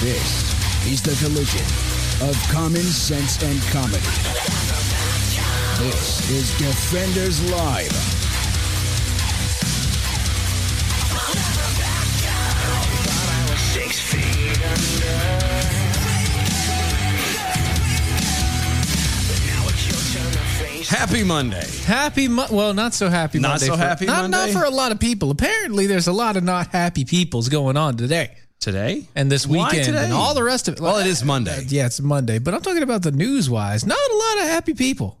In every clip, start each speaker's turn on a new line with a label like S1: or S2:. S1: This is the collision of common sense and comedy. This is Defenders Live.
S2: Happy Monday.
S3: Happy, Mo- well, not so happy.
S2: Not
S3: Monday
S2: so
S3: for-
S2: happy
S3: Not, not
S2: Monday?
S3: for a lot of people. Apparently, there's a lot of not happy peoples going on today
S2: Today?
S3: and this
S2: Why
S3: weekend
S2: today?
S3: and all the rest of it.
S2: Well, it is Monday.
S3: Uh, yeah, it's Monday, but I'm talking about the news wise. Not a lot of happy people.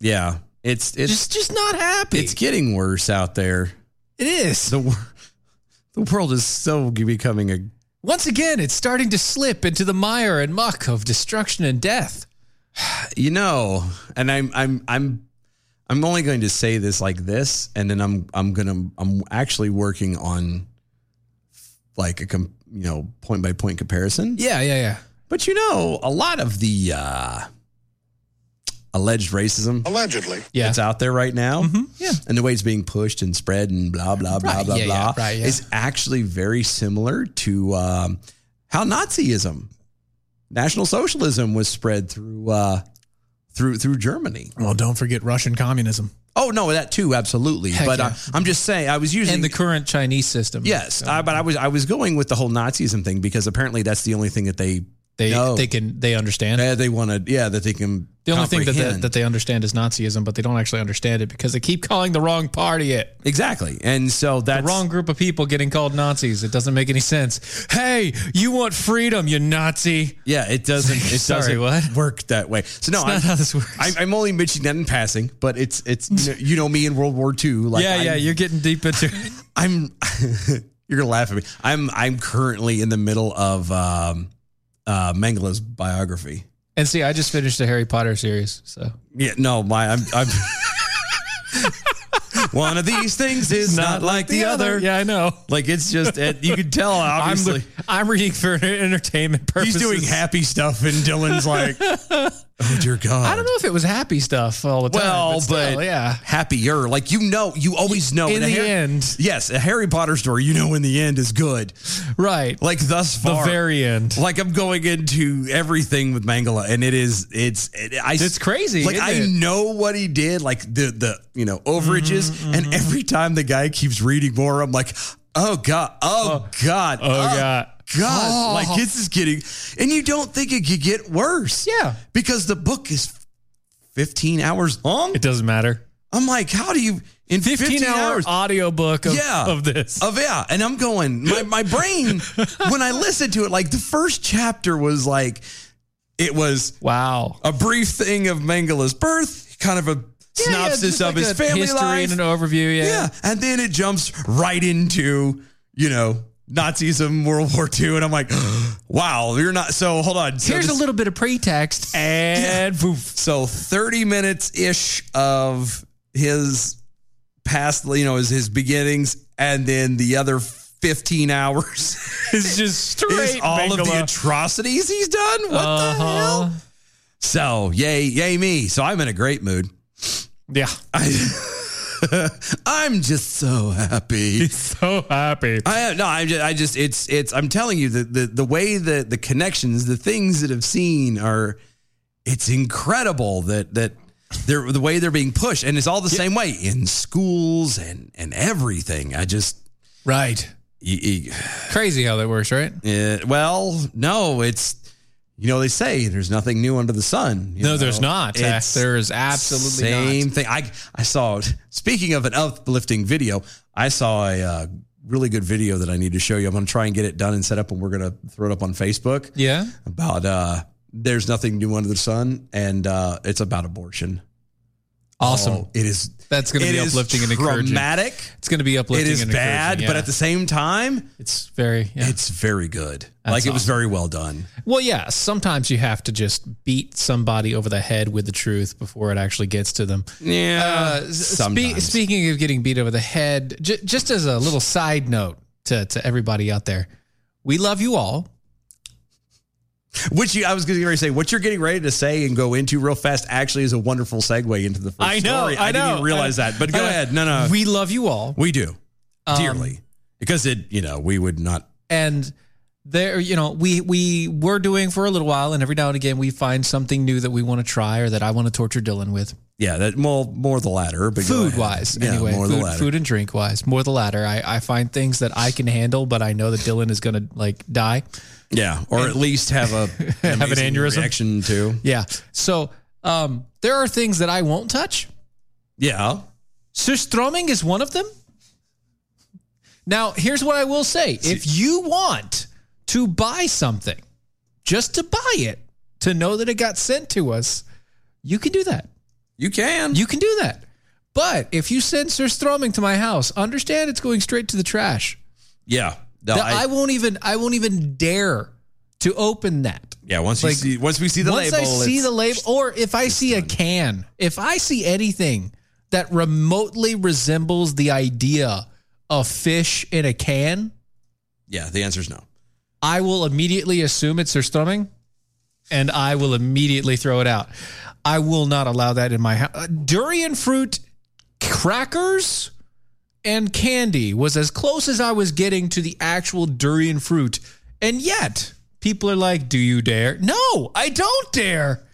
S2: Yeah. It's it's
S3: Just, just not happy.
S2: it's getting worse out there.
S3: it is.
S2: The wor- the world is so becoming a
S3: Once again, it's starting to slip into the mire and muck of destruction and death.
S2: you know, and I'm I'm I'm I'm only going to say this like this, and then I'm I'm gonna I'm actually working on like a com- you know point by point comparison.
S3: Yeah, yeah, yeah.
S2: But you know, a lot of the uh, alleged racism
S4: Allegedly.
S3: Yeah. Mm-hmm.
S2: that's out there right now,
S3: yeah.
S2: and the way it's being pushed and spread and blah blah blah
S3: Right,
S2: blah
S3: yeah,
S2: blah
S3: yeah, right, yeah.
S2: is actually very similar to um, how Nazism, National Socialism, was spread through uh, through through Germany.
S3: well, don't forget Russian communism
S2: Oh no, that too, absolutely.
S3: Heck
S2: but
S3: yeah.
S2: uh, I'm just saying, I was using
S3: and the Oh. current Chinese system.
S2: yes, uh, but I was I was going with the whole Nazism thing because apparently that's the only thing that they
S3: they
S2: No.
S3: they can they understand.
S2: uh, they want to yeah that they can.
S3: The only thing that they,
S2: comprehend.
S3: that they understand is Nazism, but they don't actually understand it because they keep calling the wrong party it.
S2: exactly, and so
S3: The
S2: that's
S3: wrong group of people getting called Nazis. It doesn't make any sense. Hey, you want freedom, you Nazi?
S2: Yeah, it doesn't. It
S3: Sorry,
S2: doesn't
S3: what?
S2: work that way. So no,
S3: It's not
S2: I'm,
S3: how this works.
S2: I'm, I'm only mentioning that in passing, but it's it's you know, you know me in World War II. Like
S3: yeah,
S2: I'm,
S3: yeah. You're getting deep into.
S2: I'm you're gonna laugh at me. I'm I'm currently in the middle of um, uh, Mengele's biography.
S3: and see, I just finished the Harry Potter series, so
S2: Yeah, no, my I'm. I'm one of these things is not, like the other.
S3: Yeah, I know.
S2: Like it's just it, you can tell obviously
S3: I'm I'm reading for entertainment purposes.
S2: he's doing happy stuff and Dylan's like, oh dear God.
S3: I don't know if it was happy stuff all the time.
S2: Well, but,
S3: still, yeah.
S2: happier. Like you know, you always know
S3: In
S2: a
S3: the
S2: Harry-
S3: end.
S2: Yes, a Harry Potter story. You know, in the end is good.
S3: Right.
S2: Like thus
S3: the
S2: far,
S3: very end.
S2: like I'm going into everything with Mangala, and it is it's it, I,
S3: It's crazy,
S2: Like
S3: isn't
S2: I
S3: it?
S2: know what he did, like the the you know overages,
S3: Mm-hmm,
S2: and every time the guy keeps reading more, I'm like, oh god, oh, god, oh,
S3: God.
S2: God,
S3: Oh.
S2: like this is getting, and you don't think it could get worse,
S3: Yeah.
S2: because the book is 15 hours long.
S3: It doesn't matter.
S2: I'm like, how do you in 15,
S3: 15 hour
S2: hours?
S3: audiobook of,
S2: Yeah.
S3: of this.
S2: Of yeah, and I'm going. My my brain when I listened to it, like the first chapter was like, it was
S3: wow.
S2: a brief thing of Mangala's birth, kind of a synopsis of his family
S3: history
S2: life,
S3: and an overview. Yeah.
S2: yeah, and then it jumps right into you know Nazism, World War II, and I'm like, wow, you're not. So hold on. So
S3: Here's
S2: this-
S3: a little bit of pretext and poof.
S2: So 30 minutes ish of his past, you know, his, his beginnings, and then the other 15 hours
S3: It's just straight
S2: is all of the
S3: Bangala.
S2: atrocities he's done. What the
S3: Uh-huh.
S2: hell? So, yay, yay me. So I'm in a great mood.
S3: Yeah.
S2: I, I'm just so happy.
S3: So happy.
S2: I am, no, I'm just, I just, it's, it's, I'm telling you the, the, the way that the connections, the things that have seen are, it's incredible that, that they're, the way they're being pushed and it's all the same way in schools and, and everything. I just,
S3: Right.
S2: y- y-
S3: Crazy how that works, right?
S2: eh, well, no, it's, you know, they say there's nothing new under the sun. you
S3: No,
S2: know?
S3: there's not.
S2: It's
S3: there is absolutely
S2: same
S3: not.
S2: thing. I, I saw, speaking of an uplifting video, I saw a, uh, Really good video that I need to show you. I'm going to try and get it done and set up, and we're going to throw it up on Facebook.
S3: Yeah.
S2: about uh there's nothing new under the sun and uh it's about abortion
S3: Awesome.
S2: Oh, it is
S3: That's going to
S2: it
S3: be
S2: is
S3: uplifting and encouraging.
S2: traumatic
S3: It's going to be
S2: it
S3: uplifting.
S2: is
S3: and encouraging,
S2: bad
S3: yeah.
S2: but at the same time
S3: it's very. Yeah.
S2: it's very good like it was very well done
S3: well, yeah. Sometimes you have to just beat somebody over the head with the truth before it actually gets to them.
S2: yeah
S3: Uh, s- spe-
S2: sometimes
S3: speaking of getting beat over the head, j- just as a little side note to, to everybody out there, we love you all.
S2: Which you, I was going to say, what you're getting ready to say and go into real fast actually is a wonderful segue into the first
S3: I know,
S2: story.
S3: I
S2: didn't
S3: know,
S2: even realize
S3: I-
S2: that. But go
S3: I-
S2: ahead. No, no, we,
S3: Uh, We Um, love you all.
S2: do dearly because it, you know, we would not.
S3: and there you know we we were doing for a little while and every now and again we find something new that we want to try or that i want to torture dylan with
S2: Yeah, that more more the latter, but go
S3: food
S2: ahead.
S3: wise
S2: yeah,
S3: anyway
S2: more
S3: food,
S2: the latter.
S3: food and drink wise more the latter I, I find things that i can handle but i know that dylan is going to like die
S2: Yeah, or at least have a
S3: an
S2: amazing
S3: aneurysm.
S2: reaction to.
S3: yeah so um there are things that i won't touch
S2: Yeah,
S3: surstroming is one of them now here's what i will say if you want to buy something just to buy it to know that it got sent to us you can do that
S2: you can.
S3: You can do that. But if you send Sir Stroming to my house, understand it's going straight to the trash.
S2: yeah, no,
S3: That- I,
S2: I,
S3: won't even I won't even dare to open that.
S2: yeah. Once
S3: like,
S2: you see, once we see the
S3: Once
S2: label,
S3: I see
S2: it's-
S3: the label or if I see a can, if I see anything that remotely resembles the idea of fish in a can,
S2: yeah, the answer's no.
S3: I will immediately assume it's Sir Stroming and I will immediately throw it out. I will not allow that in my house. Durian fruit crackers and candy was as close as I was getting to the actual durian fruit. And yet, people are like, "Do you dare?" No, I don't dare.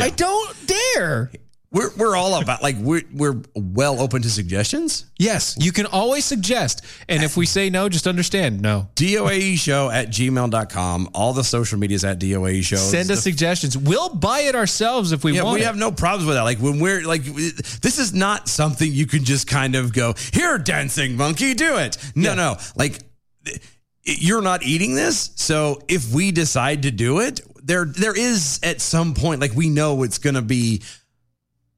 S3: I don't dare.
S2: We're we're all about like we're we're well open to suggestions.
S3: Yes, you can always suggest. And if we say no, just understand, no.
S2: DOAE E show at gmail.com. All the social medias at DOAE show.
S3: Send us suggestions. We'll buy it ourselves if we
S2: E Yeah,
S3: want.
S2: we
S3: it.
S2: have no problems with that. Like when we're like, this is not something you can just kind of go here, dancing monkey, do it. No, no, like th- you're not eating this. So if we decide to do it, there there is at some point like we know it's gonna be,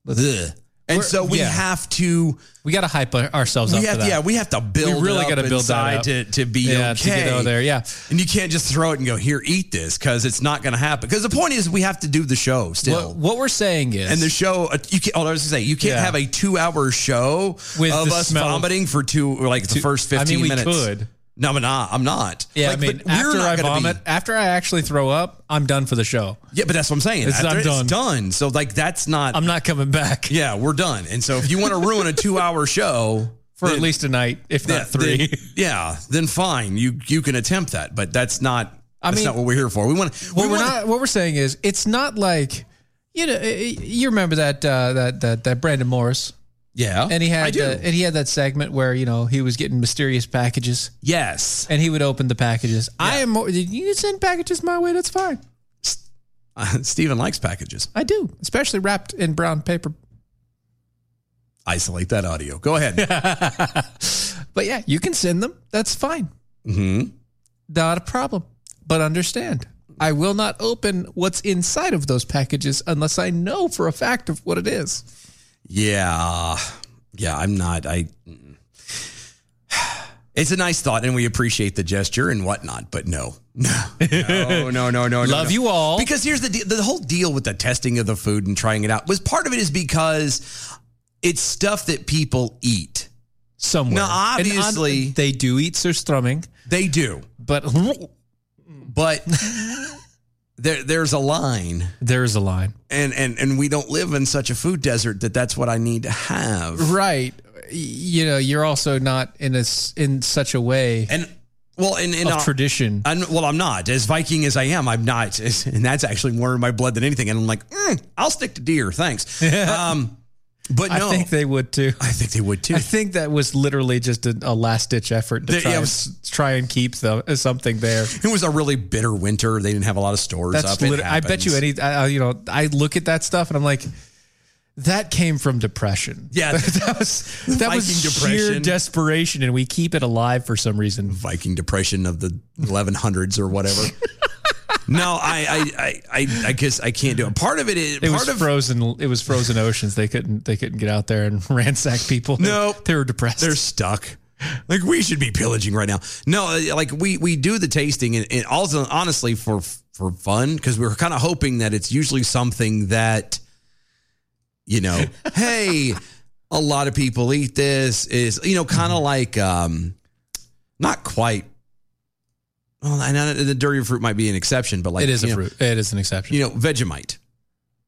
S2: bleh. and
S3: We're-
S2: so we
S3: yeah.
S2: have to
S3: We got to hype uh, ourselves up
S2: we have
S3: for that.
S2: yeah we have to build
S3: really
S2: got
S3: gotta
S2: to
S3: build that up.
S2: to to be
S3: yeah,
S2: okay
S3: to get over there. Yeah,
S2: And you can't just throw it and go here, eat this, because it's not going to happen. Because the point is, we have to do the show still.
S3: what, what we're saying is,
S2: and the show, uh, you can't. Oh, I was going to say, you can't
S3: Yeah.
S2: have a two-hour show
S3: With
S2: of
S3: the
S2: us
S3: smell of-
S2: vomiting for two, or like the first
S3: I mean,
S2: fifteen
S3: we
S2: minutes.
S3: could.
S2: No, I'm not. I'm not.
S3: yeah,
S2: Like,
S3: I mean,
S2: but we're
S3: after
S2: not
S3: I
S2: gonna be-
S3: vomit, after I actually throw up, I'm done for the show.
S2: yeah, but that's what I'm saying.
S3: It's-
S2: After
S3: I'm
S2: it's
S3: done.
S2: done. So like, that's not.
S3: I'm not coming back
S2: yeah, we're done. And so if you want to ruin a two-hour show
S3: for
S2: then-
S3: at least a night, if
S2: yeah,
S3: not three.
S2: then- yeah, then fine. You you can attempt that, but that's not.
S3: I
S2: that's
S3: mean-
S2: not what we're here for. We want.
S3: what we're not, what we're saying is, it's not like you know. eh, eh, You remember that uh, that that that Brandon Morris,
S2: Yeah,
S3: and he
S2: I
S3: had
S2: do.
S3: uh, and he had that segment where you know he was getting mysterious packages,
S2: yes.
S3: and he would open the packages. I am. more Did you send packages my way? That's fine.
S2: Uh, Steven likes packages.
S3: I do, especially wrapped in brown paper
S2: Isolate that audio. Go ahead.
S3: But yeah, you can send them. That's fine.
S2: Mhm.
S3: Not a problem. But understand, I will not open what's inside of those packages unless I know for a fact of what it is.
S2: yeah. Yeah, I'm not. I. It's a nice thought, and we appreciate the gesture and whatnot, but no, no, no, no, no, no.
S3: Love
S2: no.
S3: you all.
S2: Because here's the de- the whole deal with the testing of the food and trying it out was part of it is because it's stuff that people eat.
S3: Somewhere.
S2: Now,
S3: And on-
S2: obviously-
S3: they do eat Sir Strumming,
S2: They do,
S3: but
S2: but there there's a line,
S3: there is a line.
S2: and and and we don't live in such a food desert that that's what I need to have.
S3: Right. Y- You know, you're also not in a, s- in such a way
S2: And well, and, and
S3: of
S2: I'll-
S3: tradition.
S2: I'm, well, I'm not as Viking as I am. I'm not, and that's actually more in my blood than anything. And I'm like, mm, I'll stick to deer, thanks. Um, but
S3: I
S2: no,
S3: think they would too.
S2: I think they would too.
S3: I think that was literally just a, a last ditch effort to
S2: There-
S3: try,
S2: yeah, it
S3: and
S2: was-
S3: s- try and keep the, something there.
S2: it was a really bitter winter. They didn't have a lot of stores
S3: That's
S2: up. It
S3: lit- I bet you
S2: happens.
S3: any. I, I- you know, I look at that stuff and I'm like, that came from depression.
S2: Yeah.
S3: that was that was
S2: Viking
S3: sheer
S2: depression.
S3: desperation, and we keep it alive for some reason.
S2: Viking depression of the 1100s or whatever. no, I, I, I, I, I guess I can't do it. Part of it is
S3: It
S2: part
S3: was
S2: of
S3: frozen. It was frozen oceans. They couldn't. They couldn't get out there and ransack people. They-
S2: Nope.
S3: they were depressed.
S2: they're stuck. Like we should be pillaging right now. No, uh, like we we do the tasting and, and also honestly for for fun because we were kind of hoping that it's usually something that you know, hey, a lot of people eat
S3: Mm-hmm.
S2: this is you know kind of like um not quite Well, I know that the durian fruit might be an exception, but like
S3: it is a
S2: you know,
S3: fruit. It is an exception.
S2: You know, Vegemite,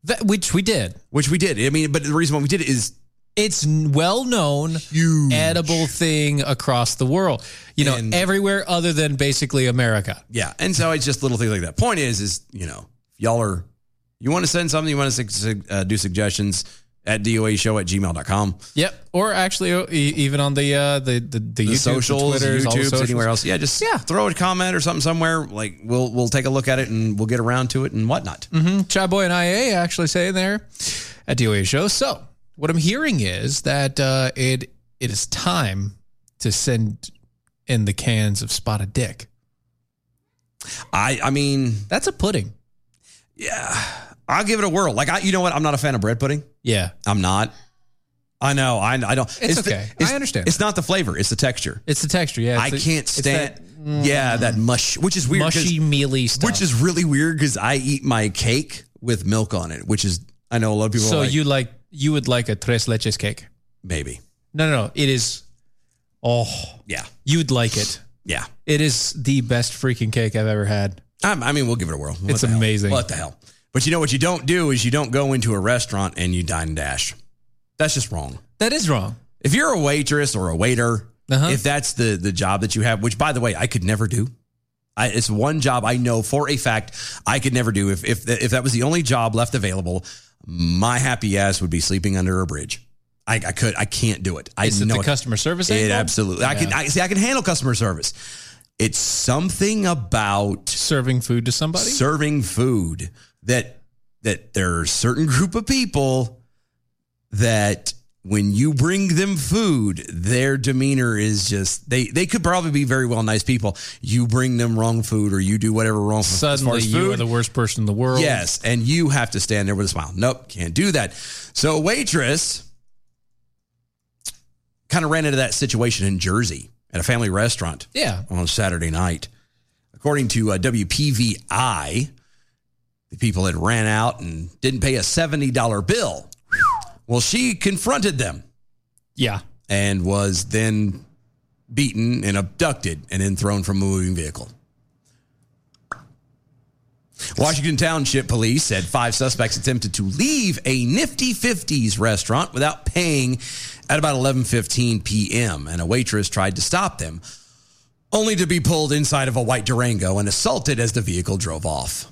S3: that, which we did.
S2: which we did. I mean, but the reason why we did it is
S3: It's n- well known
S2: huge.
S3: edible thing across the world. You know,
S2: And-
S3: everywhere other than basically America.
S2: Yeah, and so it's just little things like that. Point is, is you know, y'all are you want to send something, you want to su- uh, do suggestions at doashow at gmail.com.
S3: Yep. Or actually, e- even on the uh, the the, the,
S2: The
S3: YouTubes,
S2: socials,
S3: the Twitters, all the
S2: YouTube's,
S3: socials.
S2: anywhere else. Yeah, just
S3: Yeah.
S2: throw a comment or something somewhere. Like we'll we'll take a look at it and we'll get around to it and whatnot.
S3: Mm-hmm. Chat Boy and IA actually say there at DOA show. So what I'm hearing is that uh, it it is time to send in the cans of spotted dick.
S2: I I mean,
S3: That's a pudding.
S2: I'll give it a whirl. Like I, you know what? I'm not a fan of bread pudding.
S3: Yeah,
S2: I'm not. I know. I I don't.
S3: It's
S2: the-
S3: okay. I understand.
S2: It's not the flavor. It's the texture.
S3: it's the texture. Yeah,
S2: I
S3: it's the-
S2: can't
S3: it's
S2: stand. yeah, that mush, which is
S3: that
S2: weird. 'cause-
S3: mushy, mealy stuff.
S2: Which is really weird because I eat my cake with milk on it, which is I know a lot of people.
S3: so
S2: are like,
S3: you like you would like a tres leches cake?
S2: maybe
S3: No, no, no. It is. Oh,
S2: yeah
S3: you'd like it.
S2: yeah.
S3: It is the best freaking cake I've ever had.
S2: I'm, I mean, we'll give it a whirl. What
S3: It's
S2: the hell?
S3: amazing.
S2: What the hell? But you know what you don't do is you don't go into a restaurant and you dine and dash. That's just wrong.
S3: That is wrong.
S2: If you're a waitress or a waiter,
S3: Uh-huh.
S2: if that's the the job that you have, which by the way I could never do. I, it's one job I know for a fact I could never do. If if if that was the only job left available, my happy ass would be sleeping under a bridge. I, I could I can't do it. I
S3: Is it
S2: know
S3: the
S2: it.
S3: customer service?
S2: It
S3: angle?
S2: absolutely. I can.
S3: Yeah.
S2: I see. I can handle customer service. It's something about
S3: serving food to somebody.
S2: serving food that that there are a certain group of people that when you bring them food, their demeanor is just they they could probably be very well nice people. You bring them wrong food or you do whatever wrong as far
S3: Suddenly,
S2: as
S3: you
S2: food.
S3: are the worst person in the world.
S2: Yes, and you have to stand there with a smile. Nope, can't do that. So a waitress kind of ran into that situation in Jersey at a family restaurant
S3: Yeah.
S2: on Saturday night. According to uh, WPVI, the people had ran out and didn't pay a $70 bill. Well, she confronted them
S3: Yeah.
S2: and was then beaten and abducted and then thrown from a moving vehicle. Washington Township Police said five suspects attempted to leave a Nifty 50s restaurant without paying at about 11:15 p.m. and a waitress tried to stop them only to be pulled inside of a white Durango and assaulted as the vehicle drove off.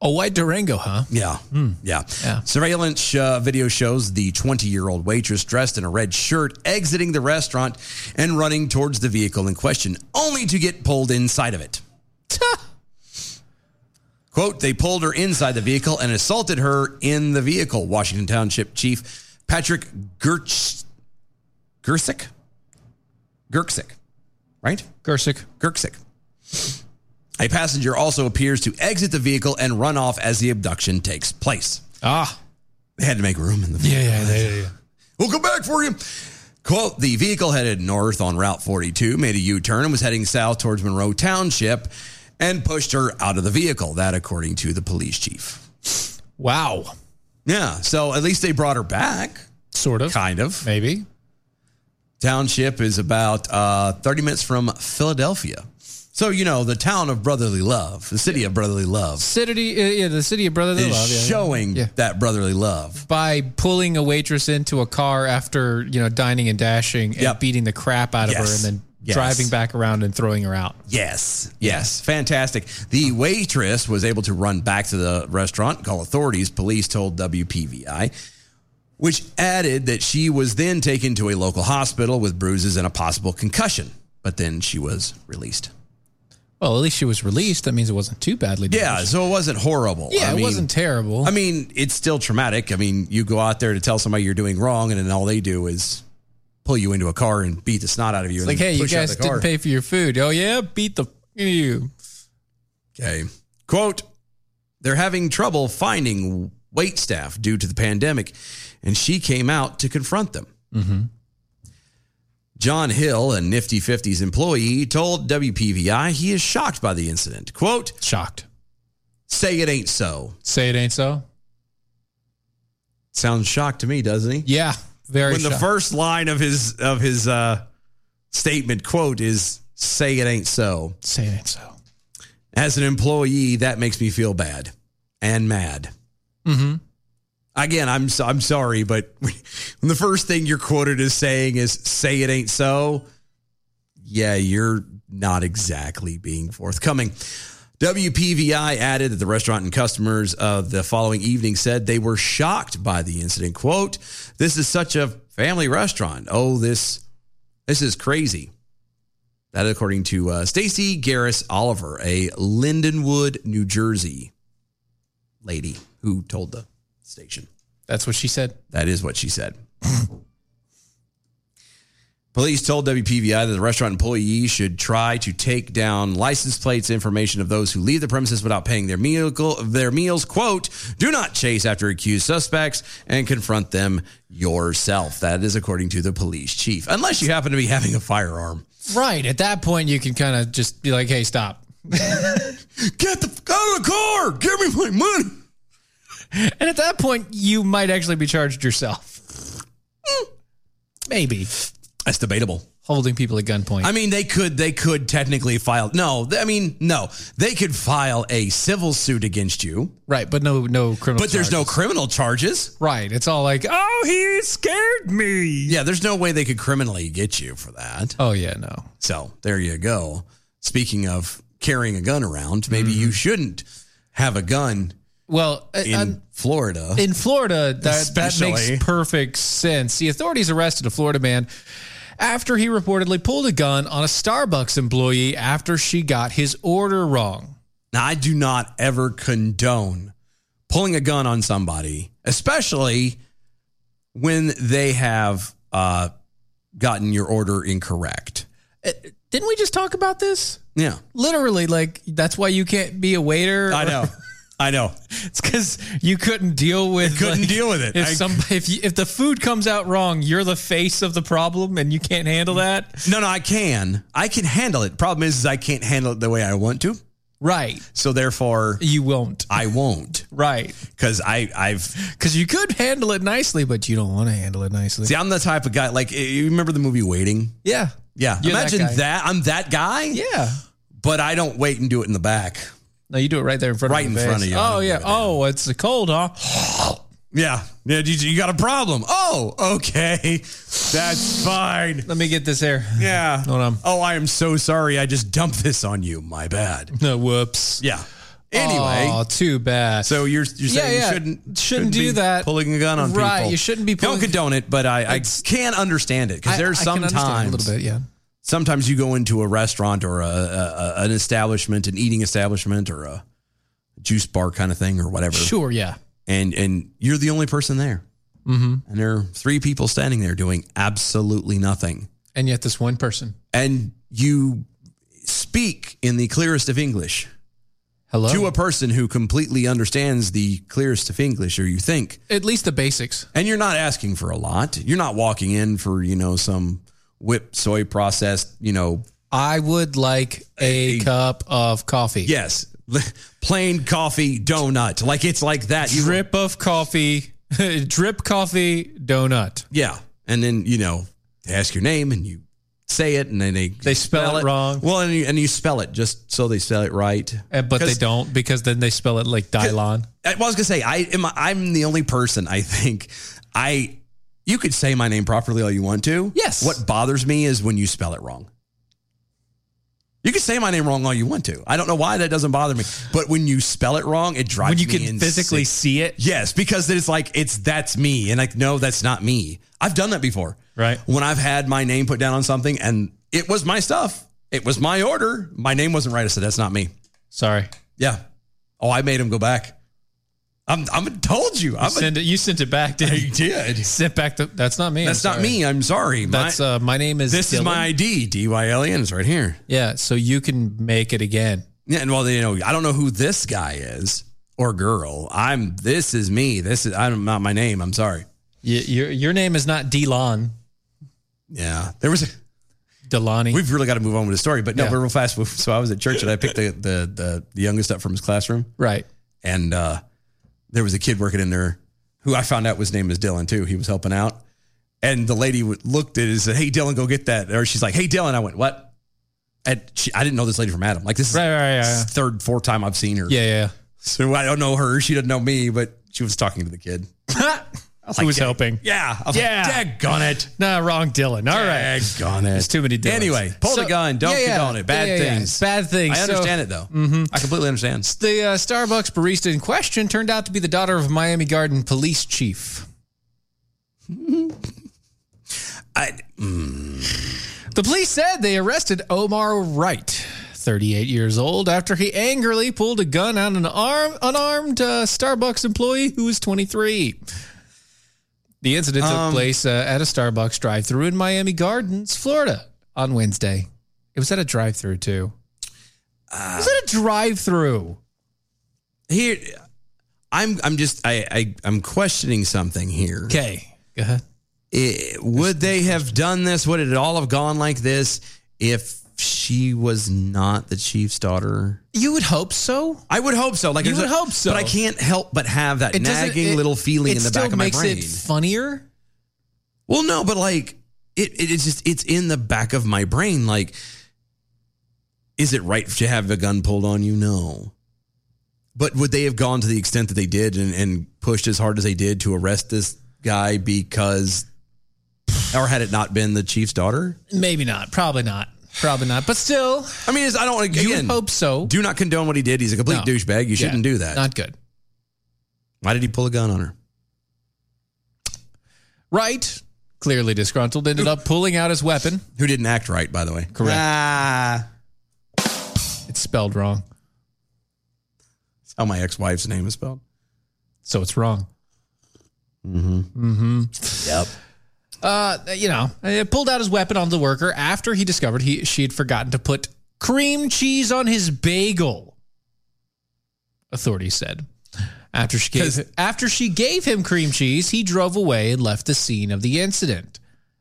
S3: A white Durango, huh?
S2: Yeah. yeah.
S3: Yeah.
S2: Surveillance uh, video shows the 20 year old waitress dressed in a red shirt exiting the restaurant and running towards the vehicle in question, only to get pulled inside of it. Quote, they pulled her inside the vehicle and assaulted her in the vehicle. Washington Township Chief Patrick Gertz, Gersick? Gersick, right?
S3: Gersick.
S2: Gerksick. A passenger also appears to exit the vehicle and run off as the abduction takes place.
S3: Ah.
S2: They had to make room in the vehicle.
S3: Yeah, yeah, yeah, yeah, yeah.
S2: We'll come back for you. Quote, the vehicle headed north on Route 42, made a U turn and was heading south towards Monroe Township and pushed her out of the vehicle. That, according to the police chief.
S3: Wow.
S2: Yeah. So at least they brought her back,
S3: Sort of.
S2: kind of.
S3: Maybe.
S2: Township is about uh, 30 minutes from Philadelphia. So, you know, the town of brotherly love, the city of brotherly love.
S3: City. Uh, yeah, the city of brotherly
S2: is
S3: love. yeah, yeah.
S2: showing
S3: Yeah.
S2: that brotherly love.
S3: By pulling a waitress into a car after you know dining and dashing and
S2: Yep.
S3: beating the crap out of her,
S2: Yes.
S3: and then
S2: Yes.
S3: driving back around and throwing her out.
S2: Yes, yes, fantastic. The waitress was able to run back to the restaurant, call authorities. Police told WPVI, which added that she was then taken to a local hospital with bruises and a possible concussion, but then she was released.
S3: Well, at least she was released. That means it wasn't too badly.
S2: Yeah,
S3: damaged.
S2: so it wasn't horrible.
S3: Yeah,
S2: I
S3: it
S2: mean-
S3: wasn't terrible.
S2: I mean, it's still traumatic. I mean, you go out there to tell somebody you're doing wrong, and then all they do is pull you into a car and beat the snot out of you. and
S3: like,
S2: then
S3: hey, you
S2: push out the
S3: guys
S2: car.
S3: didn't pay for your food. Oh yeah, beat the f- you.
S2: Okay. Quote They're having trouble finding wait staff due to the pandemic, and she came out to confront them.
S3: Mm-hmm.
S2: John Hill, a Nifty 50s employee, told WPVI he is shocked by the incident. Quote
S3: Shocked.
S2: Say it ain't so.
S3: Say it ain't so.
S2: Sounds shocked to me, doesn't he?
S3: Yeah, very.
S2: When the
S3: shocked.
S2: first line of his of his uh, statement quote is say it ain't so.
S3: Say it ain't so.
S2: As an employee, that makes me feel bad and mad.
S3: Mm-hmm.
S2: Again, I'm so, I'm sorry, but when the first thing you're quoted as saying is "say it ain't so," yeah, you're not exactly being forthcoming. WPVI added that the restaurant and customers of the following evening said they were shocked by the incident. Quote, this is such a family restaurant. Oh, this this is crazy. That according to uh, Stacy Garris Oliver, a Lindenwood, New Jersey lady who told the station.
S3: That's what she said.
S2: That is what she said. Police told WPVI that the restaurant employee should try to take down license plates information of those who leave the premises without paying their meal their meals. Quote, do not chase after accused suspects and confront them yourself. That is according to the police chief. Unless you happen to be having a firearm.
S3: Right. At that point, you can kind of just be like, hey, stop.
S2: Get the f- out of the car. Give me my money.
S3: And at that point, you might actually be charged yourself. Hmm. Maybe.
S2: That's debatable.
S3: Holding people at gunpoint.
S2: I mean, they could they could technically file no. th- I mean, no, they could file a civil suit against you,
S3: right, but no no criminal
S2: but there's no
S3: charges.
S2: criminal charges.
S3: Right. It's all like, oh, he scared me.
S2: Yeah, there's no way they could criminally get you for that.
S3: Oh, yeah, no.
S2: So there you go. Speaking of carrying a gun around, maybe you shouldn't have a gun
S3: Well, uh,
S2: in
S3: in,
S2: Florida.
S3: in Florida, that, that
S2: Especially.
S3: makes perfect sense. The authorities arrested a Florida man after he reportedly pulled a gun on a Starbucks employee after she got his order wrong.
S2: now, I do not ever condone pulling a gun on somebody, especially when they have uh, gotten your order incorrect.
S3: Didn't we just talk about this?
S2: Yeah,
S3: Literally, like that's why you can't be a waiter.
S2: I
S3: or-
S2: know. I know.
S3: It's because you couldn't deal with
S2: couldn't
S3: like,
S2: deal with it.
S3: If
S2: I-
S3: some if you, if the food comes out wrong, you're the face of the problem, and you can't handle that.
S2: No, no, I can. I can handle it. Problem is, is I can't handle it the way I want to.
S3: Right,
S2: So therefore,
S3: you won't.
S2: I won't
S3: Right,
S2: because I I've
S3: because you could handle it nicely, but you don't want to handle it nicely.
S2: see I'm the type of guy like you remember the movie Waiting.
S3: yeah,
S2: Yeah,
S3: You're
S2: imagine
S3: guy.
S2: that, I'm that guy.
S3: Yeah,
S2: but I don't wait and do it in the back.
S3: no, you do it right there in front,
S2: Right
S3: of
S2: in
S3: your
S2: front of
S3: face.
S2: you. I
S3: Oh
S2: don't
S3: yeah.
S2: give a damn.
S3: Oh, it's a cold, huh?
S2: Yeah, yeah, you, you got a problem. Oh, okay, that's fine.
S3: Let me get this here.
S2: Yeah.
S3: Hold on.
S2: Oh, I am so sorry. I just dumped this on you. My bad.
S3: No, whoops.
S2: Yeah. Anyway,
S3: oh, too bad.
S2: So you're you're
S3: Yeah,
S2: saying
S3: yeah.
S2: you shouldn't
S3: Shouldn't do
S2: be
S3: that.
S2: pulling a gun on
S3: Right,
S2: people.
S3: you shouldn't be
S2: Don't
S3: pulling-
S2: condone it, but I, I
S3: It's-
S2: can understand it because
S3: I-
S2: there's
S3: I can
S2: sometimes
S3: understand a little bit, yeah.
S2: sometimes you go into a restaurant or a, a, a- an establishment, an eating establishment or a juice bar kind of thing or whatever,
S3: Sure, yeah.
S2: and and you're the only person there, mm-hmm. and there are three people standing there doing absolutely nothing,
S3: And yet, this one person.
S2: and you speak in the clearest of English
S3: Hello.
S2: to a person who completely understands the clearest of English, or you think.
S3: At least the basics.
S2: And you're not asking for a lot. You're not walking in for, you know, some whip soy processed, you know,
S3: I would like a, cup of coffee.
S2: yes, plain coffee donut. Like it's like that. You,
S3: Drip of coffee, drip coffee donut.
S2: yeah. And then, you know, they ask your name and you say it and then they, they
S3: spell it wrong.
S2: Well, and you, and you spell it just so they spell it right.
S3: Uh, But they
S2: 'Cause-
S3: don't because then they spell it like Dylon.
S2: I well, I was gonna say I am. I'm the only person I think I. You could say my name properly all you want to.
S3: Yes.
S2: What bothers me is when you spell it wrong. You can say my name wrong all you want to. I don't know why that doesn't bother me, but when you spell it wrong, it drives
S3: When you
S2: me
S3: can
S2: insane.
S3: physically see it.
S2: Yes, because it's like it's that's me, and like no, that's not me. I've done that before.
S3: Right.
S2: When I've had my name put down on something, and it was my stuff, it was my order. My name wasn't right. I said that's not me.
S3: Sorry.
S2: Yeah. Oh, I made him go back. I'm I'm told you. I'm a,
S3: Send it. You sent it back, didn't
S2: I
S3: you?
S2: did.
S3: Sent back the. That's not me.
S2: That's
S3: I'm
S2: not
S3: sorry.
S2: me. I'm sorry. My-
S3: That's uh, my name is.
S2: this is
S3: Dylan.
S2: my ID. D Y L E N is right here.
S3: Yeah. So you can make it again.
S2: Yeah, and well, you know, I don't know who this guy is or girl. I'm. This is me. This is. I'm not my name. I'm sorry.
S3: Y- your your name is not Delon.
S2: Yeah. There was. A,
S3: Delani.
S2: we've really got to move on with the story, but no,
S3: Yeah.
S2: but real fast. So I was at church and I picked the the the, the youngest up from his classroom.
S3: right.
S2: and uh, there was a kid working in there who I found out was name is Dylan too. He was helping out, and the lady w- looked at it and said, "Hey Dylan, go get that." Or she's like, "Hey Dylan," I went, "What?" at she, I didn't know this lady from Adam. Like this is
S3: Right, right, right, yeah.
S2: third, fourth time I've seen her.
S3: Yeah, yeah.
S2: So I don't know her. She doesn't know me, but she was talking to the kid.
S3: Who was helping?
S2: Yeah. I was
S3: Yeah.
S2: Like, Daggone it.
S3: Nah, wrong Dylan. All right.
S2: Daggone it.
S3: It's too many Dylans.
S2: Anyway, pull
S3: So-
S2: the gun. Don't
S3: Yeah, yeah.
S2: condone it. Bad
S3: Yeah, yeah, yeah.
S2: things.
S3: Bad things.
S2: I
S3: So-
S2: understand it though. I completely understand.
S3: The uh, Starbucks barista in question turned out to be the daughter of Miami Garden police chief.
S2: I,
S3: The police said they arrested Omar Wright, 38 years old, after he angrily pulled a gun on an arm, unarmed uh, Starbucks employee who was 23. The incident took place uh, at a Starbucks drive-through in Miami Gardens, Florida, on Wednesday. It was at a drive-through too. it was at a drive-through.
S2: here, I'm. I'm just. I, I. I'm questioning something here.
S3: Okay, go ahead.
S2: I- would they have done this? Would it all have gone like this if she was not the chief's daughter?
S3: You would hope so.
S2: I would hope so. Like
S3: You
S2: there's
S3: would
S2: a-
S3: hope so.
S2: but I can't help but have that
S3: doesn't-
S2: nagging
S3: it-
S2: little feeling
S3: it
S2: in the
S3: still
S2: back of my
S3: makes
S2: brain.
S3: It funnier.
S2: Well, no, but like it, it is just it's in the back of my brain. Like, is it right to have a gun pulled on you? No. But would they have gone to the extent that they did and, and pushed as hard as they did to arrest this guy because or had it not been the chief's daughter?
S3: Maybe not. Probably not. Probably not. But still,
S2: I mean, it's, I don't
S3: you
S2: again,
S3: would hope so.
S2: do not condone what he did. He's a complete
S3: No.
S2: douchebag. You shouldn't
S3: Yeah,
S2: do that.
S3: Not good.
S2: Why did he pull a gun on her?
S3: Right. Clearly disgruntled, ended up pulling out his weapon.
S2: Who didn't act right, by the way.
S3: Correct.
S2: Ah.
S3: It's spelled wrong,
S2: That's how my ex-wife's name is spelled.
S3: so it's wrong.
S2: Mm-hmm.
S3: Mm-hmm.
S2: Yep.
S3: Uh, you know, uh, pulled out his weapon on the worker after he discovered he she had forgotten to put cream cheese on his bagel. Authorities said. After she gave, after she gave him cream cheese, he drove away and left the scene of the incident.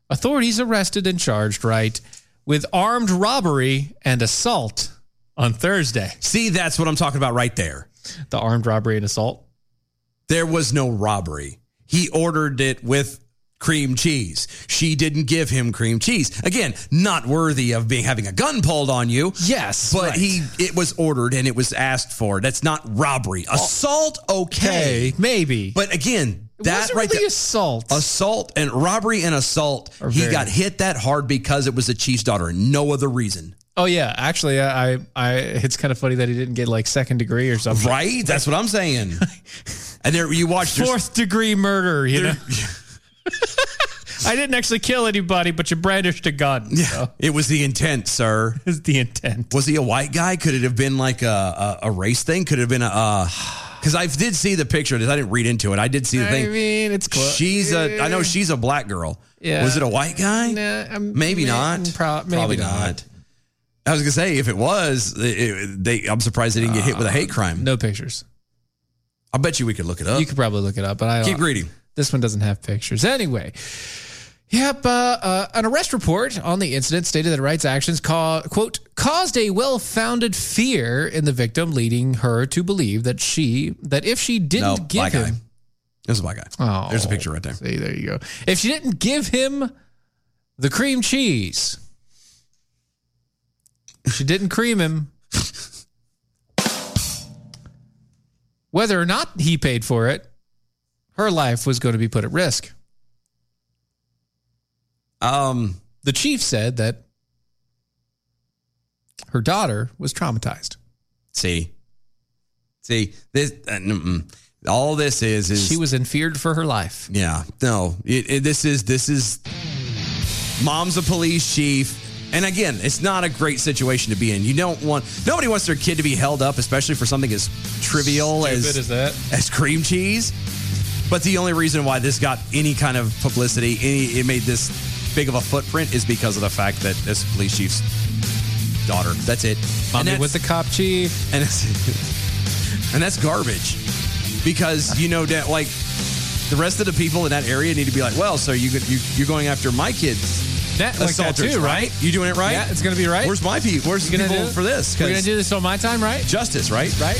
S3: Authorities arrested and charged Wright with armed robbery and assault on Thursday.
S2: See, that's what I'm talking about right there.
S3: The armed robbery and assault.
S2: There was no robbery. He ordered it with cream cheese. She didn't give him cream cheese. Again, not worthy of being having a gun pulled on you.
S3: Yes,
S2: But
S3: right.
S2: he it was ordered and it was asked for. That's not robbery.
S3: Oh.
S2: Assault, okay.
S3: Hey, maybe.
S2: But again,
S3: It
S2: that
S3: wasn't
S2: right
S3: really
S2: there.
S3: assault.
S2: Assault and robbery and assault.
S3: Are
S2: He
S3: very-
S2: got hit that hard because it was the chief's daughter and no other reason.
S3: Oh yeah, actually, I, I, I it's kind of funny that he didn't get like second degree or something.
S2: Right? That's what I'm saying. and there you watch there's-
S3: Fourth degree murder, you know. I didn't actually kill anybody, but you brandished a gun. Yeah,
S2: it was the intent, sir.
S3: is the intent.
S2: was he a white guy? Could it have been like a a, a race thing? Could it have been a because I did see the picture. I didn't read into it. I did see the
S3: I
S2: thing.
S3: mean, it's close.
S2: she's a I know she's a black girl.
S3: Yeah.
S2: Was it a white guy? Maybe not.
S3: maybe
S2: Probably
S3: not.
S2: not. I was gonna say if it was, it- it- they I'm surprised they didn't get hit with a hate crime.
S3: Uh, No pictures.
S2: I bet you we could look it up.
S3: You could uh, probably look it up, but I don't.
S2: Keep reading.
S3: This one doesn't have pictures. Anyway, yep. Uh, uh, an arrest report on the incident stated that Wright's actions ca- quote caused a well-founded fear in the victim, leading her to believe that she that if she
S2: No,
S3: didn't give
S2: black guy.
S3: him,
S2: This is a black guy.
S3: Oh.
S2: There's a picture right there.
S3: see there you go. If she didn't give him the cream cheese, if she didn't cream him. Whether or not he paid for it, her life was going to be put at risk.
S2: Um,
S3: The chief said that her daughter was traumatized.
S2: see, see this. Uh, mm-mm. all this is is
S3: She was in feared for her life.
S2: Yeah, no. It, it, this is this is mom's a police chief, and again, it's not a great situation to be in. You don't want nobody wants their kid to be held up, especially for something as trivial as as,
S3: that?
S2: cream cheese. But the only reason why this got any kind of publicity, any it made this big of a footprint, is because of the fact that this police chief's daughter. That's it. And
S3: Mommy
S2: that's-
S3: was the cop chief.
S2: and that's, and that's garbage because you know that like the rest of the people in that area need to be like, well, so you could, you you're going after my kids.
S3: That, like that
S2: assaulters,
S3: too,
S2: right?
S3: right?
S2: You doing it right?
S3: Yeah, it's gonna be right.
S2: Where's my people? Where's
S3: You
S2: the
S3: gonna
S2: people
S3: do-
S2: for this?
S3: We're gonna
S2: 'Cause
S3: do this on my time, right?
S2: justice, right?
S3: Right?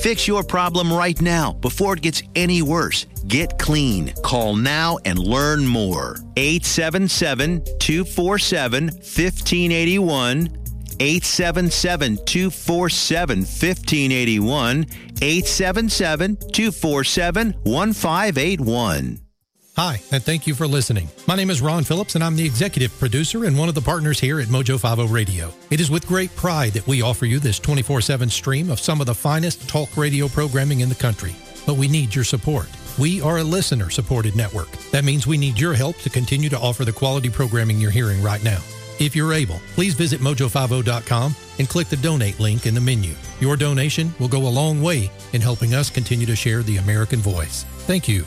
S4: Fix your problem right now before it gets any worse. Get clean. Call now and learn more. 877 247 1581. 877 247 1581. 877 247 1581.
S5: Hi, and thank you for listening. My name is Ron Phillips, and I'm the executive producer and one of the partners here at Mojo 50 Radio. It is with great pride that we offer you this 24 7 stream of some of the finest talk radio programming in the country. But we need your support. We are a listener supported network. That means we need your help to continue to offer the quality programming you're hearing right now. If you're able, please visit mojo50.com and click the donate link in the menu. Your donation will go a long way in helping us continue to share the American voice. Thank you.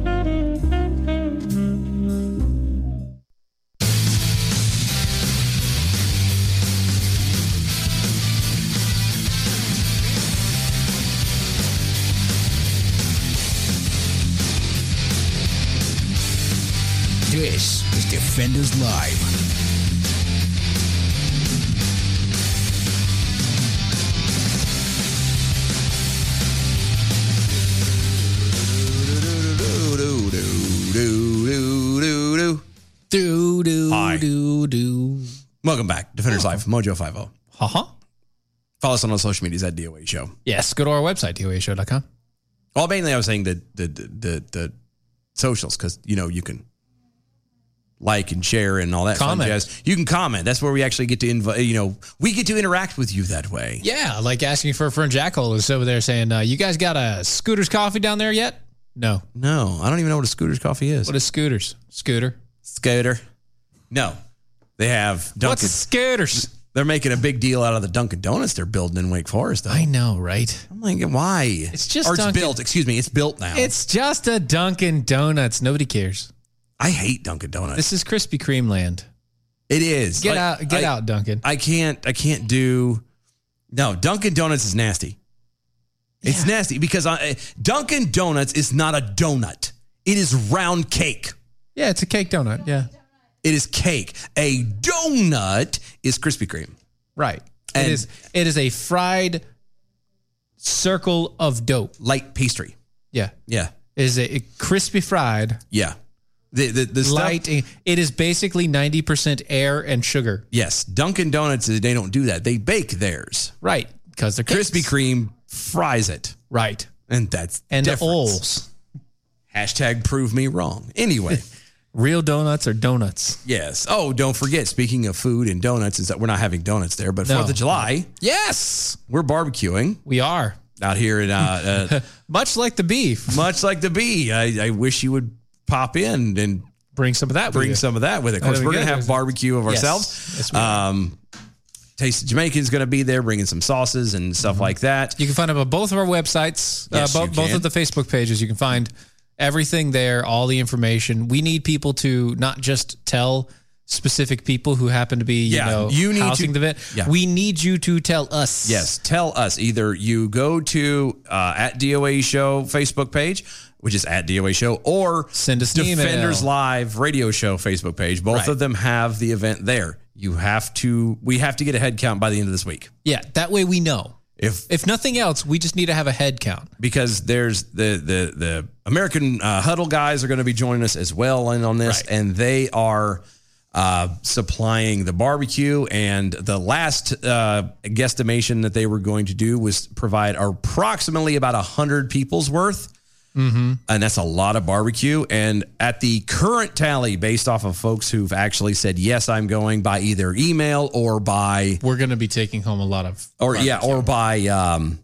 S1: This is Defenders Live.
S3: Do do
S2: Hi.
S3: do do.
S2: Welcome back, Defenders Live, Mojo Five O.
S3: Ha ha.
S2: Follow us on all social medias at DOA Show.
S3: Uh-huh. Yes, go to our website doashow.com.
S2: Well, mainly I was saying the the the the, the socials because you know you can like and share and all that fun
S3: Comment.
S2: jazz. You can comment. That's where we actually get to invite. You know, we get to interact with you that way.
S3: Yeah, like asking for a friend Jackal is over there saying, uh, "You guys got a Scooter's coffee down there yet?" No.
S2: No, I don't even know what a scooter's coffee is.
S3: What is Scooter's? Scooter.
S2: scooter? No, they have
S3: What's
S2: Dunkin'.
S3: Scooters?
S2: They're making a big deal out of the Dunkin' Donuts they're building in Wake Forest. Though.
S3: I know, right?
S2: I'm like, why?
S3: It's just
S2: or it's
S3: Dunkin'.
S2: built. Excuse me, it's built now.
S3: It's just a Dunkin' Donuts. Nobody cares.
S2: I hate Dunkin' Donuts.
S3: This is Krispy Kreme land.
S2: it is.
S3: Get
S2: Like,
S3: out, get
S2: I-
S3: out, Dunkin'.
S2: I can't I can't do no Dunkin' Donuts is nasty. It's nasty because I, Dunkin' Donuts is not a donut. It is round cake.
S3: Yeah, it's a cake donut. Yeah,
S2: It is cake. A donut is Krispy Kreme.
S3: right.
S2: And-
S3: it is. It is a fried circle of dough.
S2: Light pastry.
S3: Yeah,
S2: Yeah.
S3: it is a, a crispy fried
S2: Yeah. The the, the stuff-
S3: light. It is basically ninety percent air and sugar.
S2: yes. Dunkin' Donuts they don't do that. They bake theirs.
S3: Right, because they're cakes.
S2: Krispy Kreme fries it.
S3: Right,
S2: And that's
S3: and the
S2: difference.
S3: oles.
S2: Hashtag prove me wrong. Anyway.
S3: Real donuts are donuts.
S2: Yes. Oh, don't forget. Speaking of food and donuts, is that we're not having donuts there, but
S3: No.
S2: Fourth of July,
S3: Yes,
S2: we're barbecuing
S3: we are.
S2: out here in uh, uh,
S3: Much like the beef,
S2: much like the bee. I, I wish you would pop in and
S3: bring some Uh, of that. with
S2: bring
S3: you.
S2: some of that with it. Of course,
S3: That'd be
S2: we're gonna
S3: good.
S2: have barbecue of
S3: Yes.
S2: ourselves.
S3: Yes, we are.
S2: um, Taste of Jamaican's gonna be there, bringing some sauces and stuff like that.
S3: You can find them on both of our websites,
S2: Yes,
S3: uh,
S2: you
S3: bo- both
S2: can.
S3: of the Facebook pages. You can find everything there, all the information. We need people to not just tell specific people who happen to be, you
S2: Yeah,
S3: know,
S2: you need to-
S3: housing the event.
S2: yeah.
S3: We need you to tell us.
S2: Yes, tell us either you go to uh, at DOA Show Facebook page, which is at DOA Show, or
S3: Send us an email.
S2: Defenders Live Radio Show Facebook page. Both
S3: Right.
S2: of them have the event there. You have to. We have to get a head count by the end of this week.
S3: Yeah. That way we know.
S2: If
S3: If nothing else, we just need to have a head count.
S2: because there's the the the American uh, Huddle guys are going to be joining us as well in on this, and they are uh, supplying the barbecue. And the last uh, guesstimation that they were going to do was provide approximately about a hundred people's worth. And that's a lot of barbecue. And at the current tally, based off of folks who've actually said, yes, I'm going by either email or by
S3: We're going to be taking home a lot of.
S2: or yeah, or by um,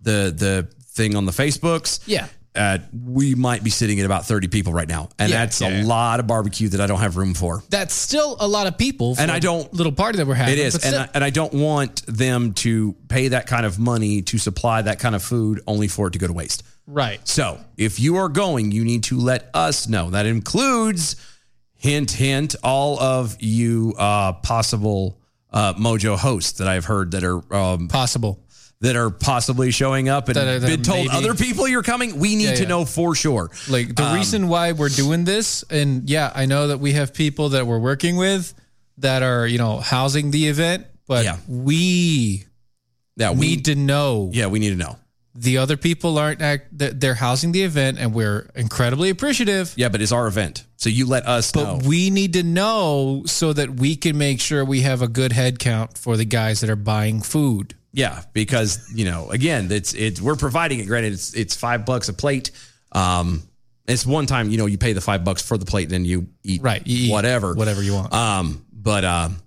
S2: the the thing on the Facebooks.
S3: Yeah.
S2: Uh, we might be sitting at about 30 people right now. And
S3: Yeah,
S2: that's
S3: yeah,
S2: a
S3: yeah.
S2: lot of barbecue that I don't have room for.
S3: That's still a lot of people. for
S2: And I
S3: a
S2: don't-
S3: little party that we're having.
S2: It is.
S3: but
S2: And
S3: still-
S2: I, and I don't want them to pay that kind of money to supply that kind of food only for it to go to waste.
S3: right.
S2: So if you are going, you need to let us know. That includes, hint, hint, all of you uh, possible uh, Mojo hosts that I've heard that are um,
S3: Possible.
S2: that are possibly showing up and
S3: That are- that
S2: been told
S3: maybe-
S2: other people you're coming, we need
S3: Yeah,
S2: to
S3: yeah.
S2: know for sure.
S3: Like
S2: Um,
S3: the reason why we're doing this, and yeah, I know that we have people that we're working with that are you know housing the event, but
S2: Yeah.
S3: we
S2: Yeah, we
S3: need to know
S2: yeah we need to know.
S3: the other people aren't act, that they're housing the event, and we're incredibly appreciative.
S2: Yeah, but it's our event, so you let us know.
S3: But we need to know so that we can make sure we have a good head count for the guys that are buying food.
S2: yeah, because you know, again, it's it's we're providing it. Granted, it's it's five bucks a plate. Um, it's one time you know you pay the five bucks for the plate, then you eat
S3: Right. You eat
S2: whatever
S3: Whatever you want.
S2: Um, but um,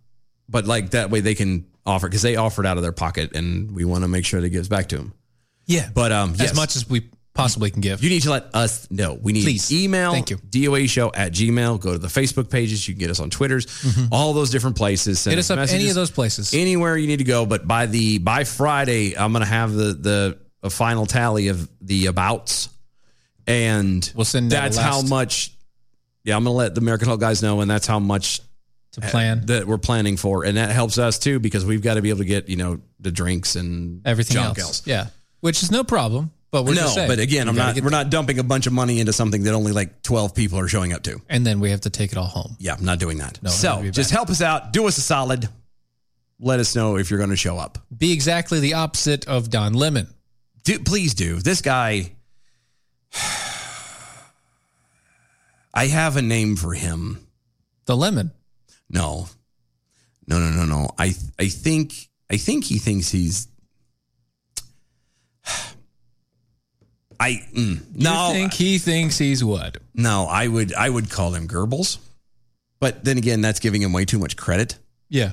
S2: but like that way they can offer because they offered out of their pocket, and we want to make sure that it gives back to them.
S3: yeah.
S2: But um, yes.
S3: as much as we possibly can give.
S2: You need to let us know. We need
S3: Please.
S2: email,
S3: Thank you.
S2: DOA show at Gmail. Go to the Facebook pages. You can get us on Twitters, all those different places. Send
S3: Mm-hmm. Hit us up any of those places.
S2: Anywhere you need to go. But by the by Friday, I'm going to have the the a final tally of the abouts, and
S3: We'll send out a
S2: that's how
S3: last-
S2: much. Yeah, I'm going to let the American Hall guys know, and that's how much
S3: to plan
S2: that we're planning for, and that helps us too because we've got to be able to get you know the drinks and
S3: everything
S2: junk
S3: else. Yeah. Which is no problem. But we're just
S2: no,
S3: saying,
S2: but again,
S3: we
S2: I'm
S3: gotta
S2: not.
S3: get
S2: We're
S3: the-
S2: not dumping a bunch of money into something that only like 12 people are showing up to.
S3: And then we have to take it all home.
S2: Yeah, I'm not doing that.
S3: No, that'd
S2: so
S3: be
S2: just
S3: bad.
S2: help us out. Do us a solid. Let us know if you're going to show up.
S3: Be exactly the opposite of Don Lemon.
S2: Do please do. This guy. I have a name for him.
S3: The Lemon.
S2: No, no, no, no, no. I I think I think he thinks he's. I mm, no.
S3: You think he thinks he's what?
S2: No, I would I would call him Goebbels. But then again, that's giving him way too much credit.
S3: Yeah.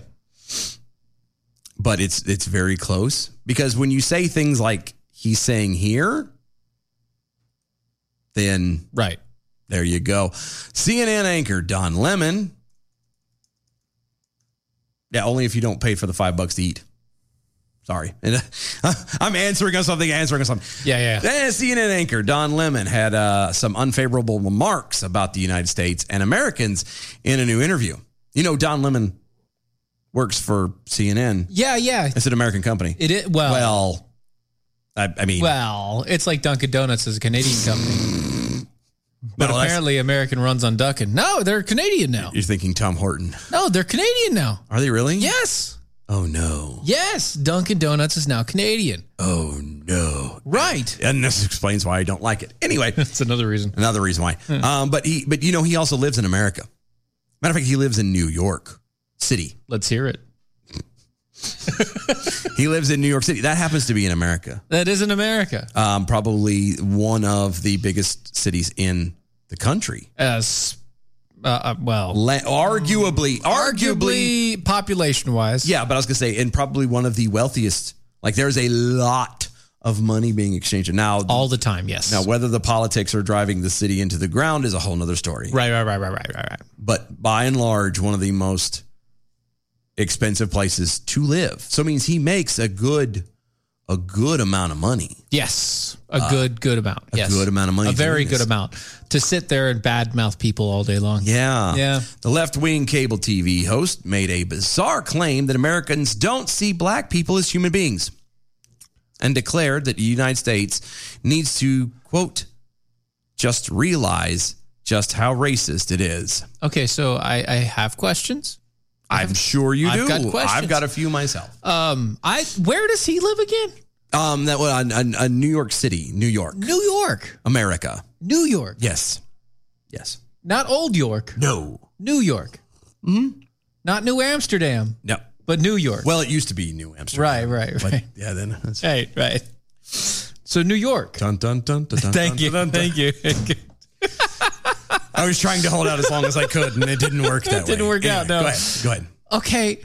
S2: But it's it's very close because when you say things like he's saying here, then
S3: Right.
S2: there you go. CNN anchor Don Lemon. Yeah, only if you don't pay for the five bucks to eat. Sorry, and I'm answering on something. Answering on something.
S3: Yeah, yeah.
S2: Then CNN anchor Don Lemon had uh, some unfavorable remarks about the United States and Americans in a new interview. You know, Don Lemon works for CNN.
S3: Yeah, yeah.
S2: It's an American company.
S3: It is well well,
S2: well, I, I mean,
S3: it's like Dunkin' Donuts is a Canadian company.
S2: no,
S3: But
S2: that's-
S3: apparently American runs on Dunkin'. No, they're Canadian now.
S2: you're thinking Tom Horton.
S3: No, they're Canadian now.
S2: Are they really?
S3: Yes.
S2: Oh no.
S3: Yes, Dunkin' Donuts is now Canadian.
S2: Oh no.
S3: Right.
S2: and this explains why I don't like it. Anyway,
S3: That's another reason.
S2: another reason why.
S3: Hmm.
S2: Um, but he, but you know, he also lives in America. Matter of fact, he lives in New York City.
S3: Let's hear it.
S2: He lives in New York City. That happens to be in America.
S3: That is in America.
S2: Um, probably one of the biggest cities in the country.
S3: As uh, uh, well,
S2: La- arguably, arguably,
S3: arguably population wise.
S2: yeah. But I was gonna say, and probably one of the wealthiest. Like, there's a lot of money being exchanged now.
S3: All the time, yes.
S2: now, whether the politics are driving the city into the ground is a whole nother story.
S3: Right, right, right, right, right, right, right.
S2: but by and large, one of the most expensive places to live. So it means he makes a good, a good amount of money.
S3: Yes. A good, good amount.
S2: Uh, a
S3: yes.
S2: good amount of money
S3: A
S2: to
S3: very
S2: do
S3: good
S2: this.
S3: amount. To sit there and badmouth people all day long.
S2: Yeah.
S3: Yeah.
S2: The left wing cable TV host made a bizarre claim that Americans don't see black people as human beings and declared that the United States needs to, quote, just realize just how racist it is.
S3: Okay, so I, I have questions.
S2: I'm sure you
S3: I've
S2: do.
S3: got questions.
S2: I've got a few myself.
S3: Um, I where does he live again?
S2: Um, that one on, on, on New York City, New York,
S3: New York,
S2: America.
S3: New York,
S2: Yes, yes.
S3: not Old York,
S2: No,
S3: New York, mm-hmm. not New Amsterdam,
S2: no.
S3: but New York.
S2: Well, it used to be New Amsterdam.
S3: right, right,
S2: But
S3: right,
S2: yeah, then. That's,
S3: right, right. So New York.
S2: dun, dun, dun, dun, dun,
S3: Thank
S2: dun,
S3: you,
S2: dun, dun.
S3: thank you.
S2: I was trying to hold out as long as I could, and it didn't work that way.
S3: didn't work out, no.
S2: Go ahead. Go ahead.
S3: okay,